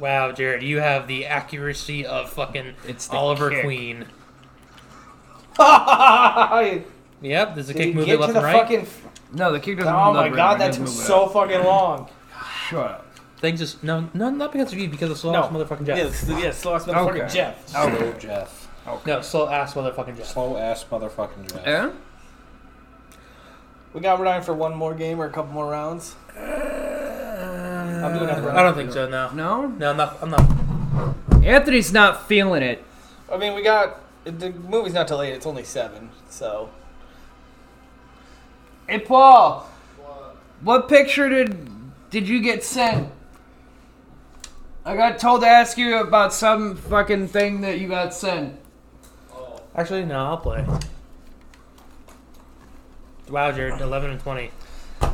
[SPEAKER 5] Wow, Jared, you have the accuracy of fucking
[SPEAKER 18] It's the
[SPEAKER 5] Oliver
[SPEAKER 18] kick.
[SPEAKER 5] Queen.
[SPEAKER 7] yep,
[SPEAKER 5] there's a
[SPEAKER 7] Did
[SPEAKER 5] kick
[SPEAKER 7] he
[SPEAKER 5] movement
[SPEAKER 7] get
[SPEAKER 5] left and
[SPEAKER 7] to the
[SPEAKER 5] right.
[SPEAKER 7] Fucking...
[SPEAKER 3] No, the kick doesn't.
[SPEAKER 7] Oh
[SPEAKER 3] move
[SPEAKER 7] my
[SPEAKER 3] that
[SPEAKER 7] god,
[SPEAKER 3] right. It
[SPEAKER 7] that
[SPEAKER 3] doesn't
[SPEAKER 7] took
[SPEAKER 3] move
[SPEAKER 7] so fucking long.
[SPEAKER 3] Shut up.
[SPEAKER 5] Things just no, no, not because of you, because of slow ass motherfucking Jeff.
[SPEAKER 7] Yeah, it's- yeah, slow ass motherfucking Okay. Jeff.
[SPEAKER 18] Slow Jeff.
[SPEAKER 5] No, slow ass motherfucking Jeff.
[SPEAKER 18] Slow ass motherfucking Jeff.
[SPEAKER 3] Yeah.
[SPEAKER 7] We got Ryan for one more game or a couple more rounds. I'm doing another round.
[SPEAKER 5] I don't think so. No.
[SPEAKER 3] No.
[SPEAKER 5] No, I'm not. I'm not.
[SPEAKER 3] Anthony's not feeling it.
[SPEAKER 7] I mean, we got the movie's not till eight. It's only seven, so.
[SPEAKER 3] Hey, Paul. What picture did did you get sent? I got told to ask you about some fucking thing that you got sent.
[SPEAKER 5] Actually, no. I'll play. Wow, Jared, 11 and 20.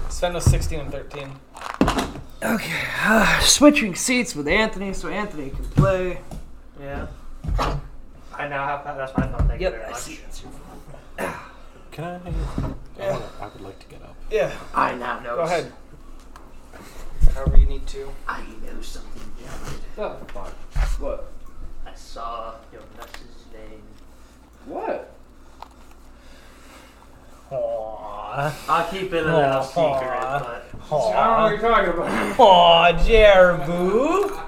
[SPEAKER 7] Sven was sixteen and thirteen.
[SPEAKER 3] Okay, switching seats with Anthony so Anthony can play.
[SPEAKER 5] Yeah. I now have that's my phone. Thank
[SPEAKER 3] Yep,
[SPEAKER 5] you very
[SPEAKER 3] I
[SPEAKER 5] much.
[SPEAKER 3] see
[SPEAKER 18] Can I? I, wanna- I would like to get up.
[SPEAKER 7] Yeah.
[SPEAKER 3] I now know.
[SPEAKER 7] Go ahead. However you need to.
[SPEAKER 17] I know something, Jared.
[SPEAKER 3] What?
[SPEAKER 17] I saw your message name.
[SPEAKER 3] What?
[SPEAKER 17] I'll keep it a
[SPEAKER 7] Aw.
[SPEAKER 17] little secret, but
[SPEAKER 7] Aw,
[SPEAKER 3] you're talking about.
[SPEAKER 7] Aw, Jerboo.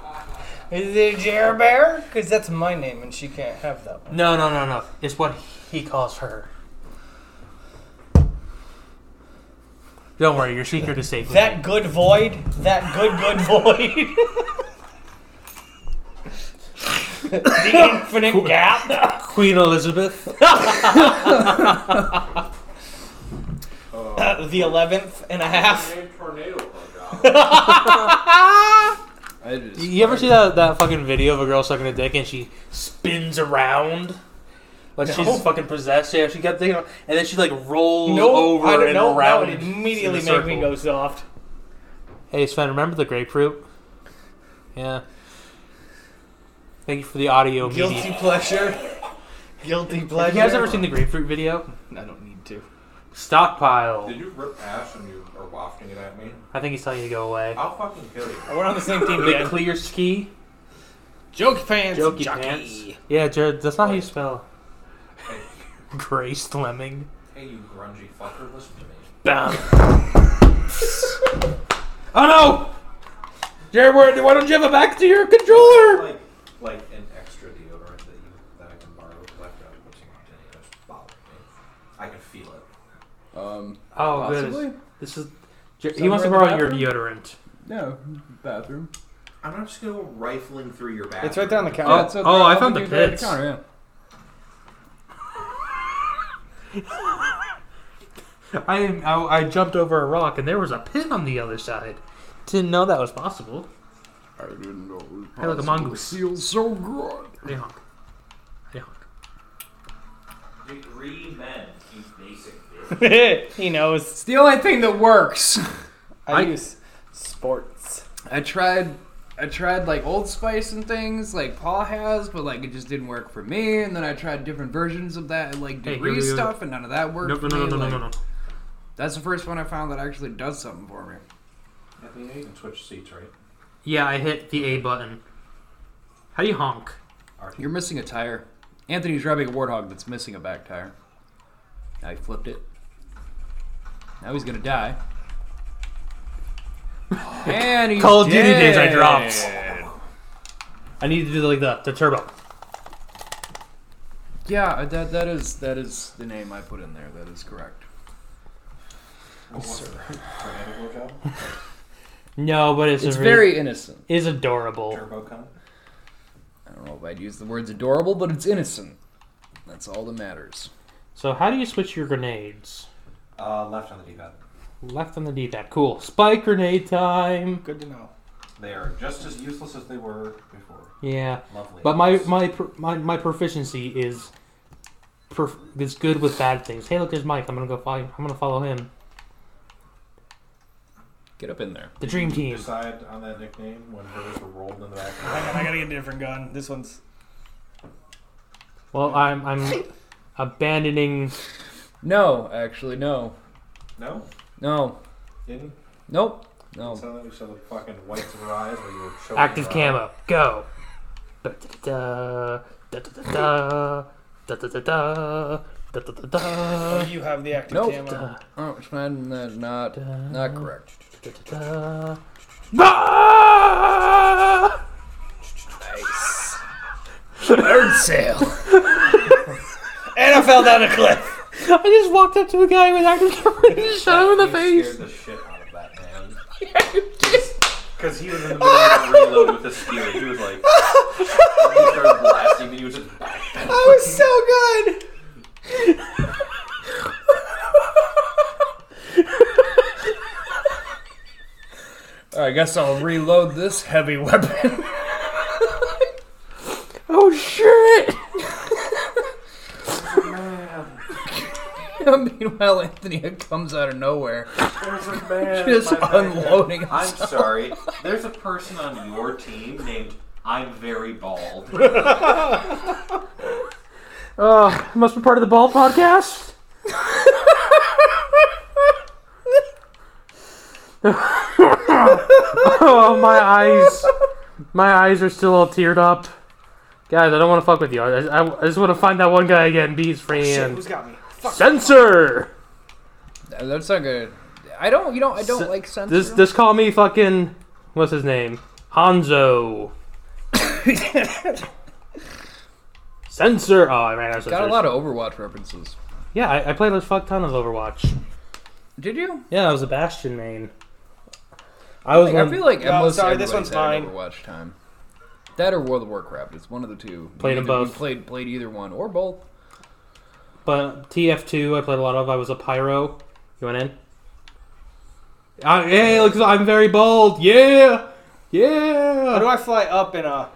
[SPEAKER 7] Is it Jerbear? Because that's my name and she can't have that one.
[SPEAKER 5] No, no, no, no. It's what he calls her. Don't worry, your secret is safe. with me.
[SPEAKER 7] That good void. That good, good void. the infinite gap.
[SPEAKER 5] Queen Elizabeth.
[SPEAKER 7] Uh, the 11th and a half.
[SPEAKER 19] I just,
[SPEAKER 5] You ever see that, that fucking video of a girl sucking a dick and she spins around? Like
[SPEAKER 7] No.
[SPEAKER 5] she's fucking possessed. Yeah, she got thing on, and then she like rolls
[SPEAKER 7] Nope,
[SPEAKER 5] over
[SPEAKER 7] I don't
[SPEAKER 5] and
[SPEAKER 7] know. That
[SPEAKER 5] around.
[SPEAKER 7] would immediately
[SPEAKER 5] in a
[SPEAKER 7] make me
[SPEAKER 5] circle.
[SPEAKER 7] go soft.
[SPEAKER 5] Hey Sven, remember the grapefruit? Yeah. Thank you for the audio
[SPEAKER 7] Guilty
[SPEAKER 5] medium.
[SPEAKER 7] pleasure. Guilty
[SPEAKER 5] Have
[SPEAKER 7] pleasure.
[SPEAKER 5] you guys ever seen the grapefruit video?
[SPEAKER 7] I don't need to.
[SPEAKER 5] Stockpile.
[SPEAKER 6] Did you rip ash and you are wafting it at me?
[SPEAKER 5] I think he's telling you to go away.
[SPEAKER 6] I'll fucking kill you.
[SPEAKER 7] We're on the same team,
[SPEAKER 5] The
[SPEAKER 7] man.
[SPEAKER 5] clear ski.
[SPEAKER 7] Joke pants.
[SPEAKER 5] Jokey
[SPEAKER 7] jockey.
[SPEAKER 5] pants. Yeah, Jared, that's not how you spell. Grace Lemming.
[SPEAKER 6] Hey, you grungy fucker, listen to me.
[SPEAKER 5] Bam.
[SPEAKER 7] Oh no! Jared, why why don't you have a back to your controller?
[SPEAKER 6] Like, like an extra deodorant that you that I can borrow left out of what's in continue that's bothering me. I can feel it.
[SPEAKER 19] um,
[SPEAKER 5] Oh,
[SPEAKER 19] Possibly.
[SPEAKER 5] good. This is. Jer- he wants to borrow your deodorant.
[SPEAKER 19] no, bathroom.
[SPEAKER 6] I'm not just gonna go rifling through your back.
[SPEAKER 7] It's right there on the counter.
[SPEAKER 5] Oh,
[SPEAKER 19] so they're
[SPEAKER 5] oh I
[SPEAKER 19] all
[SPEAKER 5] found the
[SPEAKER 19] thinking they're at
[SPEAKER 5] pits.
[SPEAKER 19] counter, yeah.
[SPEAKER 5] I, didn't- I I jumped over a rock and there was a pit on the other side. Didn't know that was possible.
[SPEAKER 19] I didn't know. It was
[SPEAKER 5] Hey, look, a
[SPEAKER 19] possible.
[SPEAKER 5] mongoose.
[SPEAKER 19] Feels so good.
[SPEAKER 5] Hey, honk. Hey, honk.
[SPEAKER 17] degree men keep basic.
[SPEAKER 7] he knows.
[SPEAKER 3] It's the only thing that works.
[SPEAKER 7] I, use sports.
[SPEAKER 3] I tried. I tried like Old Spice and things like Paul has, but like it just didn't work for me. And then I tried different versions of that, like
[SPEAKER 5] Hey,
[SPEAKER 3] degree
[SPEAKER 5] here we go.
[SPEAKER 3] stuff, and none of that worked.
[SPEAKER 5] No, no,
[SPEAKER 3] for
[SPEAKER 5] no,
[SPEAKER 3] me.
[SPEAKER 5] no, no,
[SPEAKER 3] like,
[SPEAKER 5] no, no.
[SPEAKER 3] That's the first one I found that actually does something for me.
[SPEAKER 6] I mean, you can switch seats, right?
[SPEAKER 5] Yeah, I hit the A button. How do you honk?
[SPEAKER 3] You're missing a tire. Anthony's rubbing a warthog that's missing a back tire. Now he flipped it. Now he's gonna die. and he's
[SPEAKER 5] Call of Duty days I
[SPEAKER 3] dead.
[SPEAKER 5] dropped. I need to do like the, the turbo.
[SPEAKER 3] Yeah, that that is that is the name I put in there. That is correct.
[SPEAKER 6] Tornado job?
[SPEAKER 5] No, but it's,
[SPEAKER 3] It's
[SPEAKER 5] a very
[SPEAKER 3] very innocent.
[SPEAKER 5] is adorable.
[SPEAKER 6] Turbo con?
[SPEAKER 3] I don't know if I'd use the words adorable, but it's innocent. That's all that matters.
[SPEAKER 5] So how do you switch your grenades?
[SPEAKER 6] Uh, left on the D-pad.
[SPEAKER 5] Left on the D-pad. Cool. Spike grenade time.
[SPEAKER 7] Good to know.
[SPEAKER 6] They are just as useless as they were before.
[SPEAKER 5] Yeah.
[SPEAKER 6] Lovely.
[SPEAKER 5] But my my pr- my, my proficiency is perf- is good with bad things. Hey, look, there's Mike. I'm gonna go follow. I'm gonna follow him.
[SPEAKER 19] Get up in there.
[SPEAKER 5] The dream team.
[SPEAKER 6] decide on that nickname when hers were rolled in the back.
[SPEAKER 7] Hang on, I gotta get a different gun. This one's.
[SPEAKER 5] Well, I'm I'm abandoning.
[SPEAKER 3] No, actually, no.
[SPEAKER 8] No?
[SPEAKER 3] No.
[SPEAKER 8] Didn't?
[SPEAKER 3] Nope. No.
[SPEAKER 8] Some of you saw the fucking whites of her eyes where you were choking
[SPEAKER 5] Active
[SPEAKER 8] her
[SPEAKER 5] camo.
[SPEAKER 8] out.
[SPEAKER 5] Go. Da-da-da-da, da-da-da-da, da-da-da-da, da-da-da-da.
[SPEAKER 2] Oh, you have the active
[SPEAKER 3] Nope.
[SPEAKER 2] camo.
[SPEAKER 3] Oh, it's not, not, not correct.
[SPEAKER 5] Da-da-da. Ah!
[SPEAKER 3] Nice. Bird sale.
[SPEAKER 2] And I fell down a cliff.
[SPEAKER 5] I just walked up to a guy with active camo and just shot him in the
[SPEAKER 8] You
[SPEAKER 5] face.
[SPEAKER 8] scared the shit out of that man.
[SPEAKER 5] Just-
[SPEAKER 8] Because he was in the middle of a reload with the spear. He was like, he started blasting, and he was just
[SPEAKER 2] I was so good.
[SPEAKER 3] I guess I'll reload this heavy weapon.
[SPEAKER 5] Oh shit!
[SPEAKER 3] Meanwhile, Anthony comes out of nowhere.
[SPEAKER 8] There's a man.
[SPEAKER 3] Just
[SPEAKER 8] my bad.
[SPEAKER 3] unloading
[SPEAKER 8] I'm
[SPEAKER 3] himself.
[SPEAKER 8] sorry. There's a person on your team named I'm Very Bald.
[SPEAKER 5] Uh, must be part of the Ball Podcast. oh, my eyes. My eyes are still all teared up. Guys, I don't want to fuck with you. I, I, I just want to find that one guy again, be his
[SPEAKER 2] Oh, Shit,
[SPEAKER 5] friend.
[SPEAKER 2] who's got me?
[SPEAKER 5] Censor!
[SPEAKER 3] Uh, That's not good. I don't. You know. I don't
[SPEAKER 5] S-
[SPEAKER 3] like censor.
[SPEAKER 5] This, this call me fucking. What's his name? Hanzo. Censor! Oh, I ran out of
[SPEAKER 3] Got
[SPEAKER 5] censors.
[SPEAKER 3] a lot of Overwatch references.
[SPEAKER 5] Yeah, I, I played a fuck ton of Overwatch.
[SPEAKER 3] Did you?
[SPEAKER 5] Yeah, I was a Bastion main. I was.
[SPEAKER 3] Like, I
[SPEAKER 5] one-
[SPEAKER 3] feel like
[SPEAKER 2] No,
[SPEAKER 3] most
[SPEAKER 2] sorry, this
[SPEAKER 3] everybody's
[SPEAKER 2] one's
[SPEAKER 3] had an
[SPEAKER 2] mine.
[SPEAKER 3] Overwatch time. That or World of Warcraft. It's one of the two.
[SPEAKER 5] Played
[SPEAKER 3] You
[SPEAKER 5] them
[SPEAKER 3] either- you
[SPEAKER 5] both.
[SPEAKER 3] Played played either one or both.
[SPEAKER 5] But TF2, I played a lot of. I was a pyro. You went in. I, hey, look, I'm very bold. Yeah,
[SPEAKER 2] How
[SPEAKER 5] yeah.
[SPEAKER 2] do I fly up in a?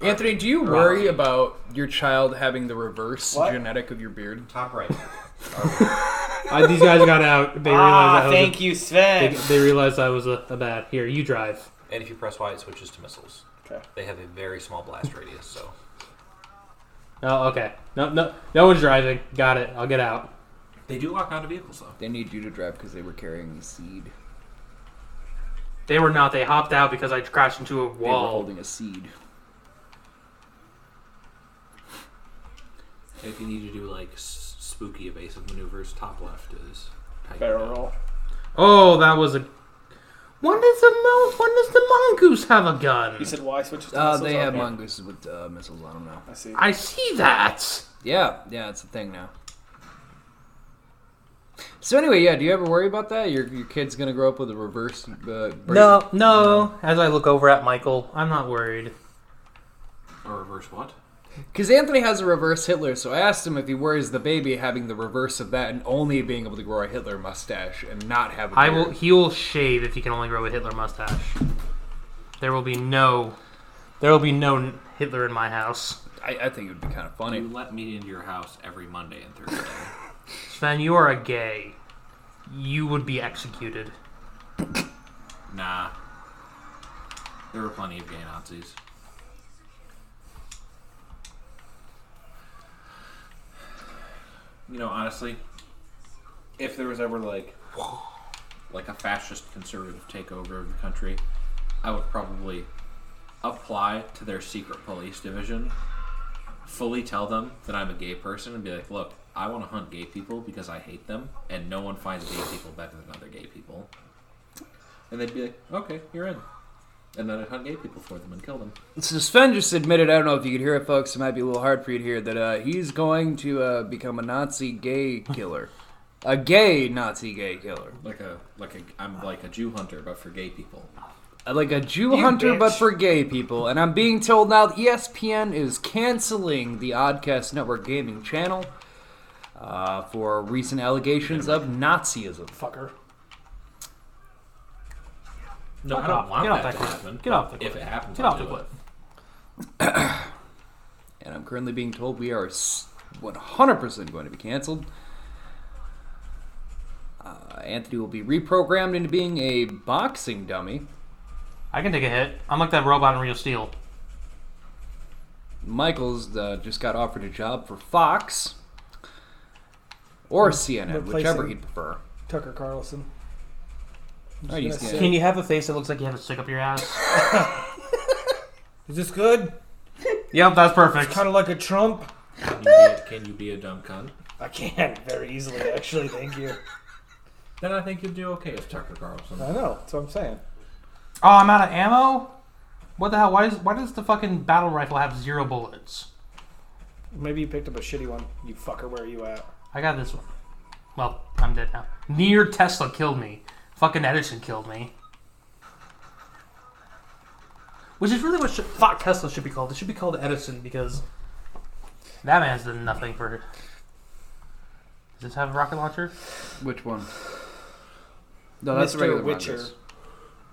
[SPEAKER 3] Anthony, do you worry about your child having the reverse
[SPEAKER 2] What?
[SPEAKER 3] genetic of your beard?
[SPEAKER 8] Top right.
[SPEAKER 5] I, these guys got out. They realized I
[SPEAKER 2] Ah,
[SPEAKER 5] was.
[SPEAKER 2] thank you,
[SPEAKER 5] a,
[SPEAKER 2] Sven.
[SPEAKER 5] they, they realized I was a, a bad. Here, you drive.
[SPEAKER 6] And if you press Y, it switches to missiles.
[SPEAKER 2] Okay.
[SPEAKER 6] They have a very small blast radius, so
[SPEAKER 5] Oh, okay. No, no, no one's driving. Got it. I'll get out.
[SPEAKER 6] they do lock onto vehicles though.
[SPEAKER 3] They need you to drive because they were carrying the seed.
[SPEAKER 5] They were not. They hopped out because I crashed into a
[SPEAKER 3] They were
[SPEAKER 5] wall.
[SPEAKER 3] holding a seed.
[SPEAKER 6] If you need to do like s- spooky evasive maneuvers, top left is how you
[SPEAKER 2] Barrel
[SPEAKER 6] do it.
[SPEAKER 2] roll.
[SPEAKER 5] Oh, that was a. When does the mo- when does the mongoose have a gun?
[SPEAKER 2] You said why switch it to
[SPEAKER 3] Uh,
[SPEAKER 2] missiles?
[SPEAKER 3] they have
[SPEAKER 2] Okay.
[SPEAKER 3] mongooses with uh, missiles on them now.
[SPEAKER 2] I see.
[SPEAKER 5] I see that.
[SPEAKER 3] Yeah, yeah, it's a thing now. So anyway, yeah, do you ever worry about that? Your your kid's gonna grow up with a reverse. Uh, brain-
[SPEAKER 5] No, no. As I look over at Michael, I'm not worried.
[SPEAKER 6] Or reverse what?
[SPEAKER 3] Because Anthony has a reverse Hitler, so I asked him if he worries the baby having the reverse of that and only being able to grow a Hitler mustache and not have a
[SPEAKER 5] I will.
[SPEAKER 3] beard.
[SPEAKER 5] He will shave if he can only grow a Hitler mustache. There will be no. There will be no Hitler in my house.
[SPEAKER 3] I, I think it would be kind of
[SPEAKER 6] You
[SPEAKER 3] funny.
[SPEAKER 6] let me into your house every Monday and Thursday.
[SPEAKER 5] Sven, you are a gay. You would be executed.
[SPEAKER 6] nah. There were plenty of gay Nazis.
[SPEAKER 8] You know, honestly, if there was ever like like a fascist conservative takeover of the country, I would probably apply to their secret police division, fully tell them that I'm a gay person and be like, "Look, I want to hunt gay people because I hate them and no one finds gay people better than other gay people." And they'd be like, "Okay, you're in." And then I'd hunt gay people for them and kill them.
[SPEAKER 3] So Sven just admitted, I don't know if you could hear it, folks, it might be a little hard for you to hear, that uh, he's going to uh, become a Nazi gay killer. a gay Nazi gay killer.
[SPEAKER 8] Like a like a I'm like a Jew hunter but for gay people.
[SPEAKER 3] Uh, Like a Jew hunter, but for gay people. And I'm being told now that E ESPN is canceling the Oddcast Network gaming channel uh, for recent allegations of Nazism.
[SPEAKER 2] Fucker.
[SPEAKER 6] No, I
[SPEAKER 5] Fuck
[SPEAKER 6] don't
[SPEAKER 5] off.
[SPEAKER 6] want
[SPEAKER 5] Get off
[SPEAKER 6] that,
[SPEAKER 5] that
[SPEAKER 6] to
[SPEAKER 5] cliff.
[SPEAKER 6] happen.
[SPEAKER 5] Get off the
[SPEAKER 6] If
[SPEAKER 5] cliff.
[SPEAKER 6] it happens,
[SPEAKER 5] Get
[SPEAKER 6] I'll
[SPEAKER 5] off the
[SPEAKER 6] do it.
[SPEAKER 5] cliff.
[SPEAKER 3] And I'm currently being told we are s- 100% going to be canceled. Uh, Anthony will be reprogrammed into being a boxing dummy.
[SPEAKER 5] I can take a hit. I'm like that robot in Real Steel.
[SPEAKER 3] Michaels uh, just got offered a job for Fox or CNN, whichever
[SPEAKER 2] Replacing-
[SPEAKER 3] he'd prefer.
[SPEAKER 2] Tucker Carlson.
[SPEAKER 3] Oh, you
[SPEAKER 2] Just gonna
[SPEAKER 3] scared.
[SPEAKER 5] Can you have a face that looks like you have a stick up your ass?
[SPEAKER 7] Is this good?
[SPEAKER 5] yep, that's perfect. Oh,
[SPEAKER 7] It's kind of like a Trump.
[SPEAKER 6] Can you, be, can you be a dumb cunt?
[SPEAKER 2] I can very easily, actually. Thank you.
[SPEAKER 6] Then I think you'd do okay as Tucker Carlson.
[SPEAKER 2] I know. That's what I'm saying.
[SPEAKER 5] Oh, I'm out of ammo. What the hell? Why does why does the fucking battle rifle have zero bullets?
[SPEAKER 2] Maybe you picked up a shitty one. You fucker, where are you at?
[SPEAKER 5] I got this one. Well, I'm dead now. Near Tesla killed me. Fucking Edison killed me. Which is really what should, fuck Tesla should be called. It should be called Edison because that man's done nothing for. Does this have a rocket launcher?
[SPEAKER 3] Which one? No, that's
[SPEAKER 2] Mr.
[SPEAKER 3] the regular
[SPEAKER 2] Witcher.
[SPEAKER 3] Rogers.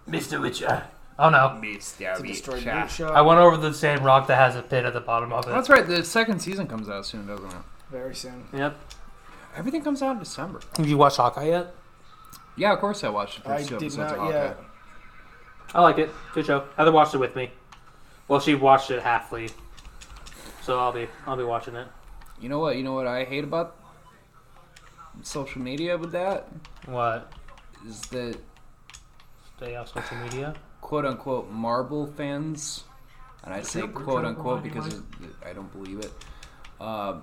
[SPEAKER 5] Mr. Witcher. Oh no.
[SPEAKER 3] Mr.
[SPEAKER 2] Destroyed
[SPEAKER 3] Witcher.
[SPEAKER 2] Lucia.
[SPEAKER 5] I went over the same rock that has a pit at the bottom of it.
[SPEAKER 3] That's right. The second season comes out soon, doesn't it?
[SPEAKER 2] Very soon.
[SPEAKER 5] Yep.
[SPEAKER 3] Everything comes out in December.
[SPEAKER 5] Have you watched Hawkeye yet?
[SPEAKER 3] Yeah, of course I watched the
[SPEAKER 2] I
[SPEAKER 3] first two
[SPEAKER 2] did
[SPEAKER 3] episodes of
[SPEAKER 2] not
[SPEAKER 3] Hawkeye.
[SPEAKER 2] yet.
[SPEAKER 5] I liked it. Good show. Heather watched it with me. Well, she watched it halfly, so I'll be I'll be watching it.
[SPEAKER 3] You know what? You know what I hate about social media with that
[SPEAKER 5] What?
[SPEAKER 3] is that
[SPEAKER 5] Stay off social media.
[SPEAKER 3] quote unquote Marvel fans, and I say
[SPEAKER 20] Yep, we're trying
[SPEAKER 3] quote
[SPEAKER 20] to
[SPEAKER 3] unquote
[SPEAKER 20] remind you,
[SPEAKER 3] because it- I don't believe it, uh,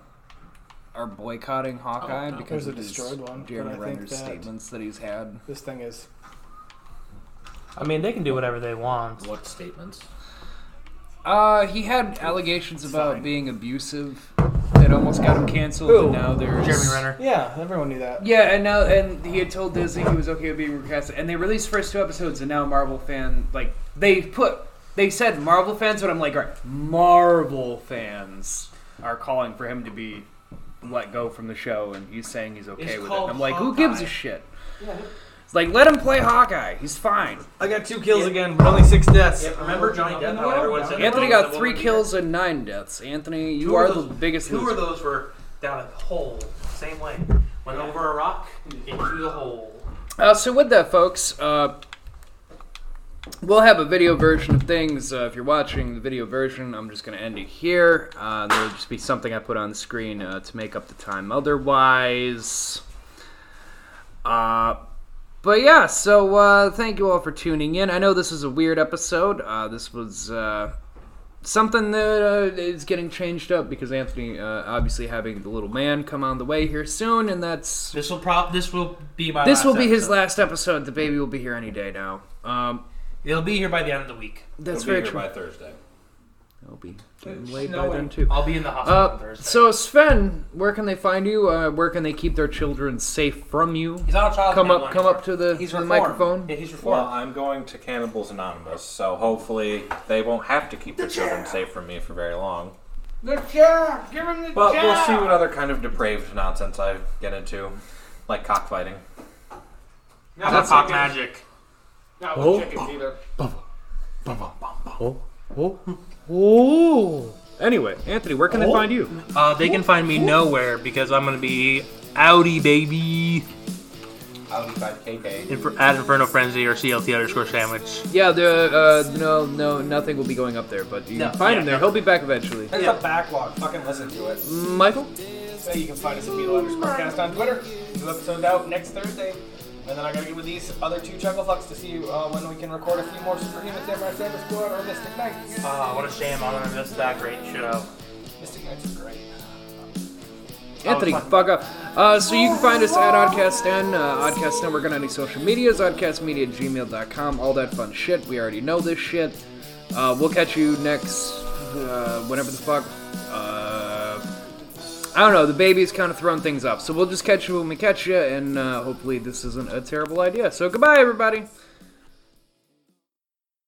[SPEAKER 3] are boycotting Hawkeye
[SPEAKER 20] no.
[SPEAKER 2] There's
[SPEAKER 3] because
[SPEAKER 2] a
[SPEAKER 3] of his
[SPEAKER 2] destroyed one, but I
[SPEAKER 3] Jeremy
[SPEAKER 2] think
[SPEAKER 3] Renner's
[SPEAKER 2] that-
[SPEAKER 3] statements that he's had.
[SPEAKER 2] This thing is.
[SPEAKER 5] I mean, they can do whatever they want.
[SPEAKER 6] What statements?
[SPEAKER 3] Uh, he had allegations about being abusive that almost got him canceled, and now there's
[SPEAKER 5] Jeremy Renner.
[SPEAKER 2] Yeah, everyone knew that.
[SPEAKER 3] Yeah, and now and he had told Disney he was okay with being recast, and they released first two episodes, and now Marvel fan like they put they said Marvel fans, but I'm like, all right, Marvel fans are calling for him to be let go from the show, and he's saying he's okay
[SPEAKER 2] It's
[SPEAKER 3] with it.
[SPEAKER 2] called
[SPEAKER 3] I'm like, who gives a
[SPEAKER 2] Hawkeye.
[SPEAKER 3] shit? It's like let him play Hawkeye. He's fine.
[SPEAKER 2] I got two kills again, but only six deaths.
[SPEAKER 20] Remember Johnny Depp? How everyone said
[SPEAKER 3] Anthony
[SPEAKER 20] that
[SPEAKER 3] got
[SPEAKER 20] woman
[SPEAKER 3] three
[SPEAKER 20] beat
[SPEAKER 3] kills and nine deaths. Anthony, you
[SPEAKER 20] Two
[SPEAKER 3] are
[SPEAKER 20] of
[SPEAKER 3] the
[SPEAKER 20] those-
[SPEAKER 3] biggest
[SPEAKER 20] Two
[SPEAKER 3] loser.
[SPEAKER 20] of those were down a hole, same way. Went over a rock into the hole.
[SPEAKER 3] Uh, so with that, folks, uh, we'll have a video version of things. Uh, if you're watching the video version, I'm just going to end it here. Uh, there'll just be something I put on the screen uh, to make up the time. Otherwise, uh, but yeah. So uh, thank you all for tuning in. I know this is a weird episode. Uh, this was. Uh, Something that uh, is getting changed up because Anthony, uh, obviously having the little man come on the way here soon, and that's
[SPEAKER 5] This will prob this will be my.
[SPEAKER 3] this
[SPEAKER 5] last
[SPEAKER 3] will be his
[SPEAKER 5] episode.
[SPEAKER 3] last episode. The baby will be here any day now. Um,
[SPEAKER 5] It'll be here by the end of the week.
[SPEAKER 3] that's
[SPEAKER 6] He'll be
[SPEAKER 3] very
[SPEAKER 6] here
[SPEAKER 3] true.
[SPEAKER 6] by Thursday.
[SPEAKER 3] I'll be getting laid by then too.
[SPEAKER 5] I'll be in the hospital on
[SPEAKER 3] Uh,
[SPEAKER 5] Thursday.
[SPEAKER 3] so Sven, where can they find you? Uh, where can they keep their children safe from you?
[SPEAKER 5] he's not a child.
[SPEAKER 3] Come
[SPEAKER 5] support
[SPEAKER 3] up, come up to the, to the microphone.
[SPEAKER 5] Yeah, he's
[SPEAKER 6] Well,
[SPEAKER 5] reformed.
[SPEAKER 6] I'm going to Cannibals Anonymous, so hopefully they won't have to keep their children safe from me for very long. The chair! Give him the but we'll see what other kind of depraved nonsense I get into, like cockfighting.
[SPEAKER 5] That's hot magic.
[SPEAKER 21] Not with chickens either.
[SPEAKER 3] Oh. Anyway, Anthony, where can they find you?
[SPEAKER 5] Uh, they can find me nowhere because I'm gonna be Audi baby.
[SPEAKER 6] Audi 5KK.
[SPEAKER 5] Infer- at Inferno Frenzy or CLT underscore sandwich.
[SPEAKER 3] Yeah, the uh, no, no, nothing will be going up there, but you
[SPEAKER 5] No,
[SPEAKER 3] can find
[SPEAKER 5] yeah,
[SPEAKER 3] him there.
[SPEAKER 5] no.
[SPEAKER 3] He'll be back eventually.
[SPEAKER 2] There's a backlog. Fucking listen to it.
[SPEAKER 3] Michael.
[SPEAKER 2] Hey, you can find us at Beetle underscore cast on Twitter. New episode's out next Thursday. And then I gotta get with these other two chuckle fucks to see uh, when we can record a few more Superhuman Samurai Saber Squad or Mystic Knights.
[SPEAKER 5] Oh, what a shame! I'm gonna miss that great show.
[SPEAKER 2] Mystic Knights is great.
[SPEAKER 3] Anthony, fuck up. Uh, so you can find us at Oddcast N, uh, Oddcast Network on any social medias, oddcastmedia gmail.com, all that fun shit. We already know this shit. Uh, we'll catch you next, uh, whatever the fuck. Uh, I don't know, the baby's kind of throwing things up. So we'll just catch you when we catch you, and uh, hopefully this isn't a terrible idea. So goodbye, everybody.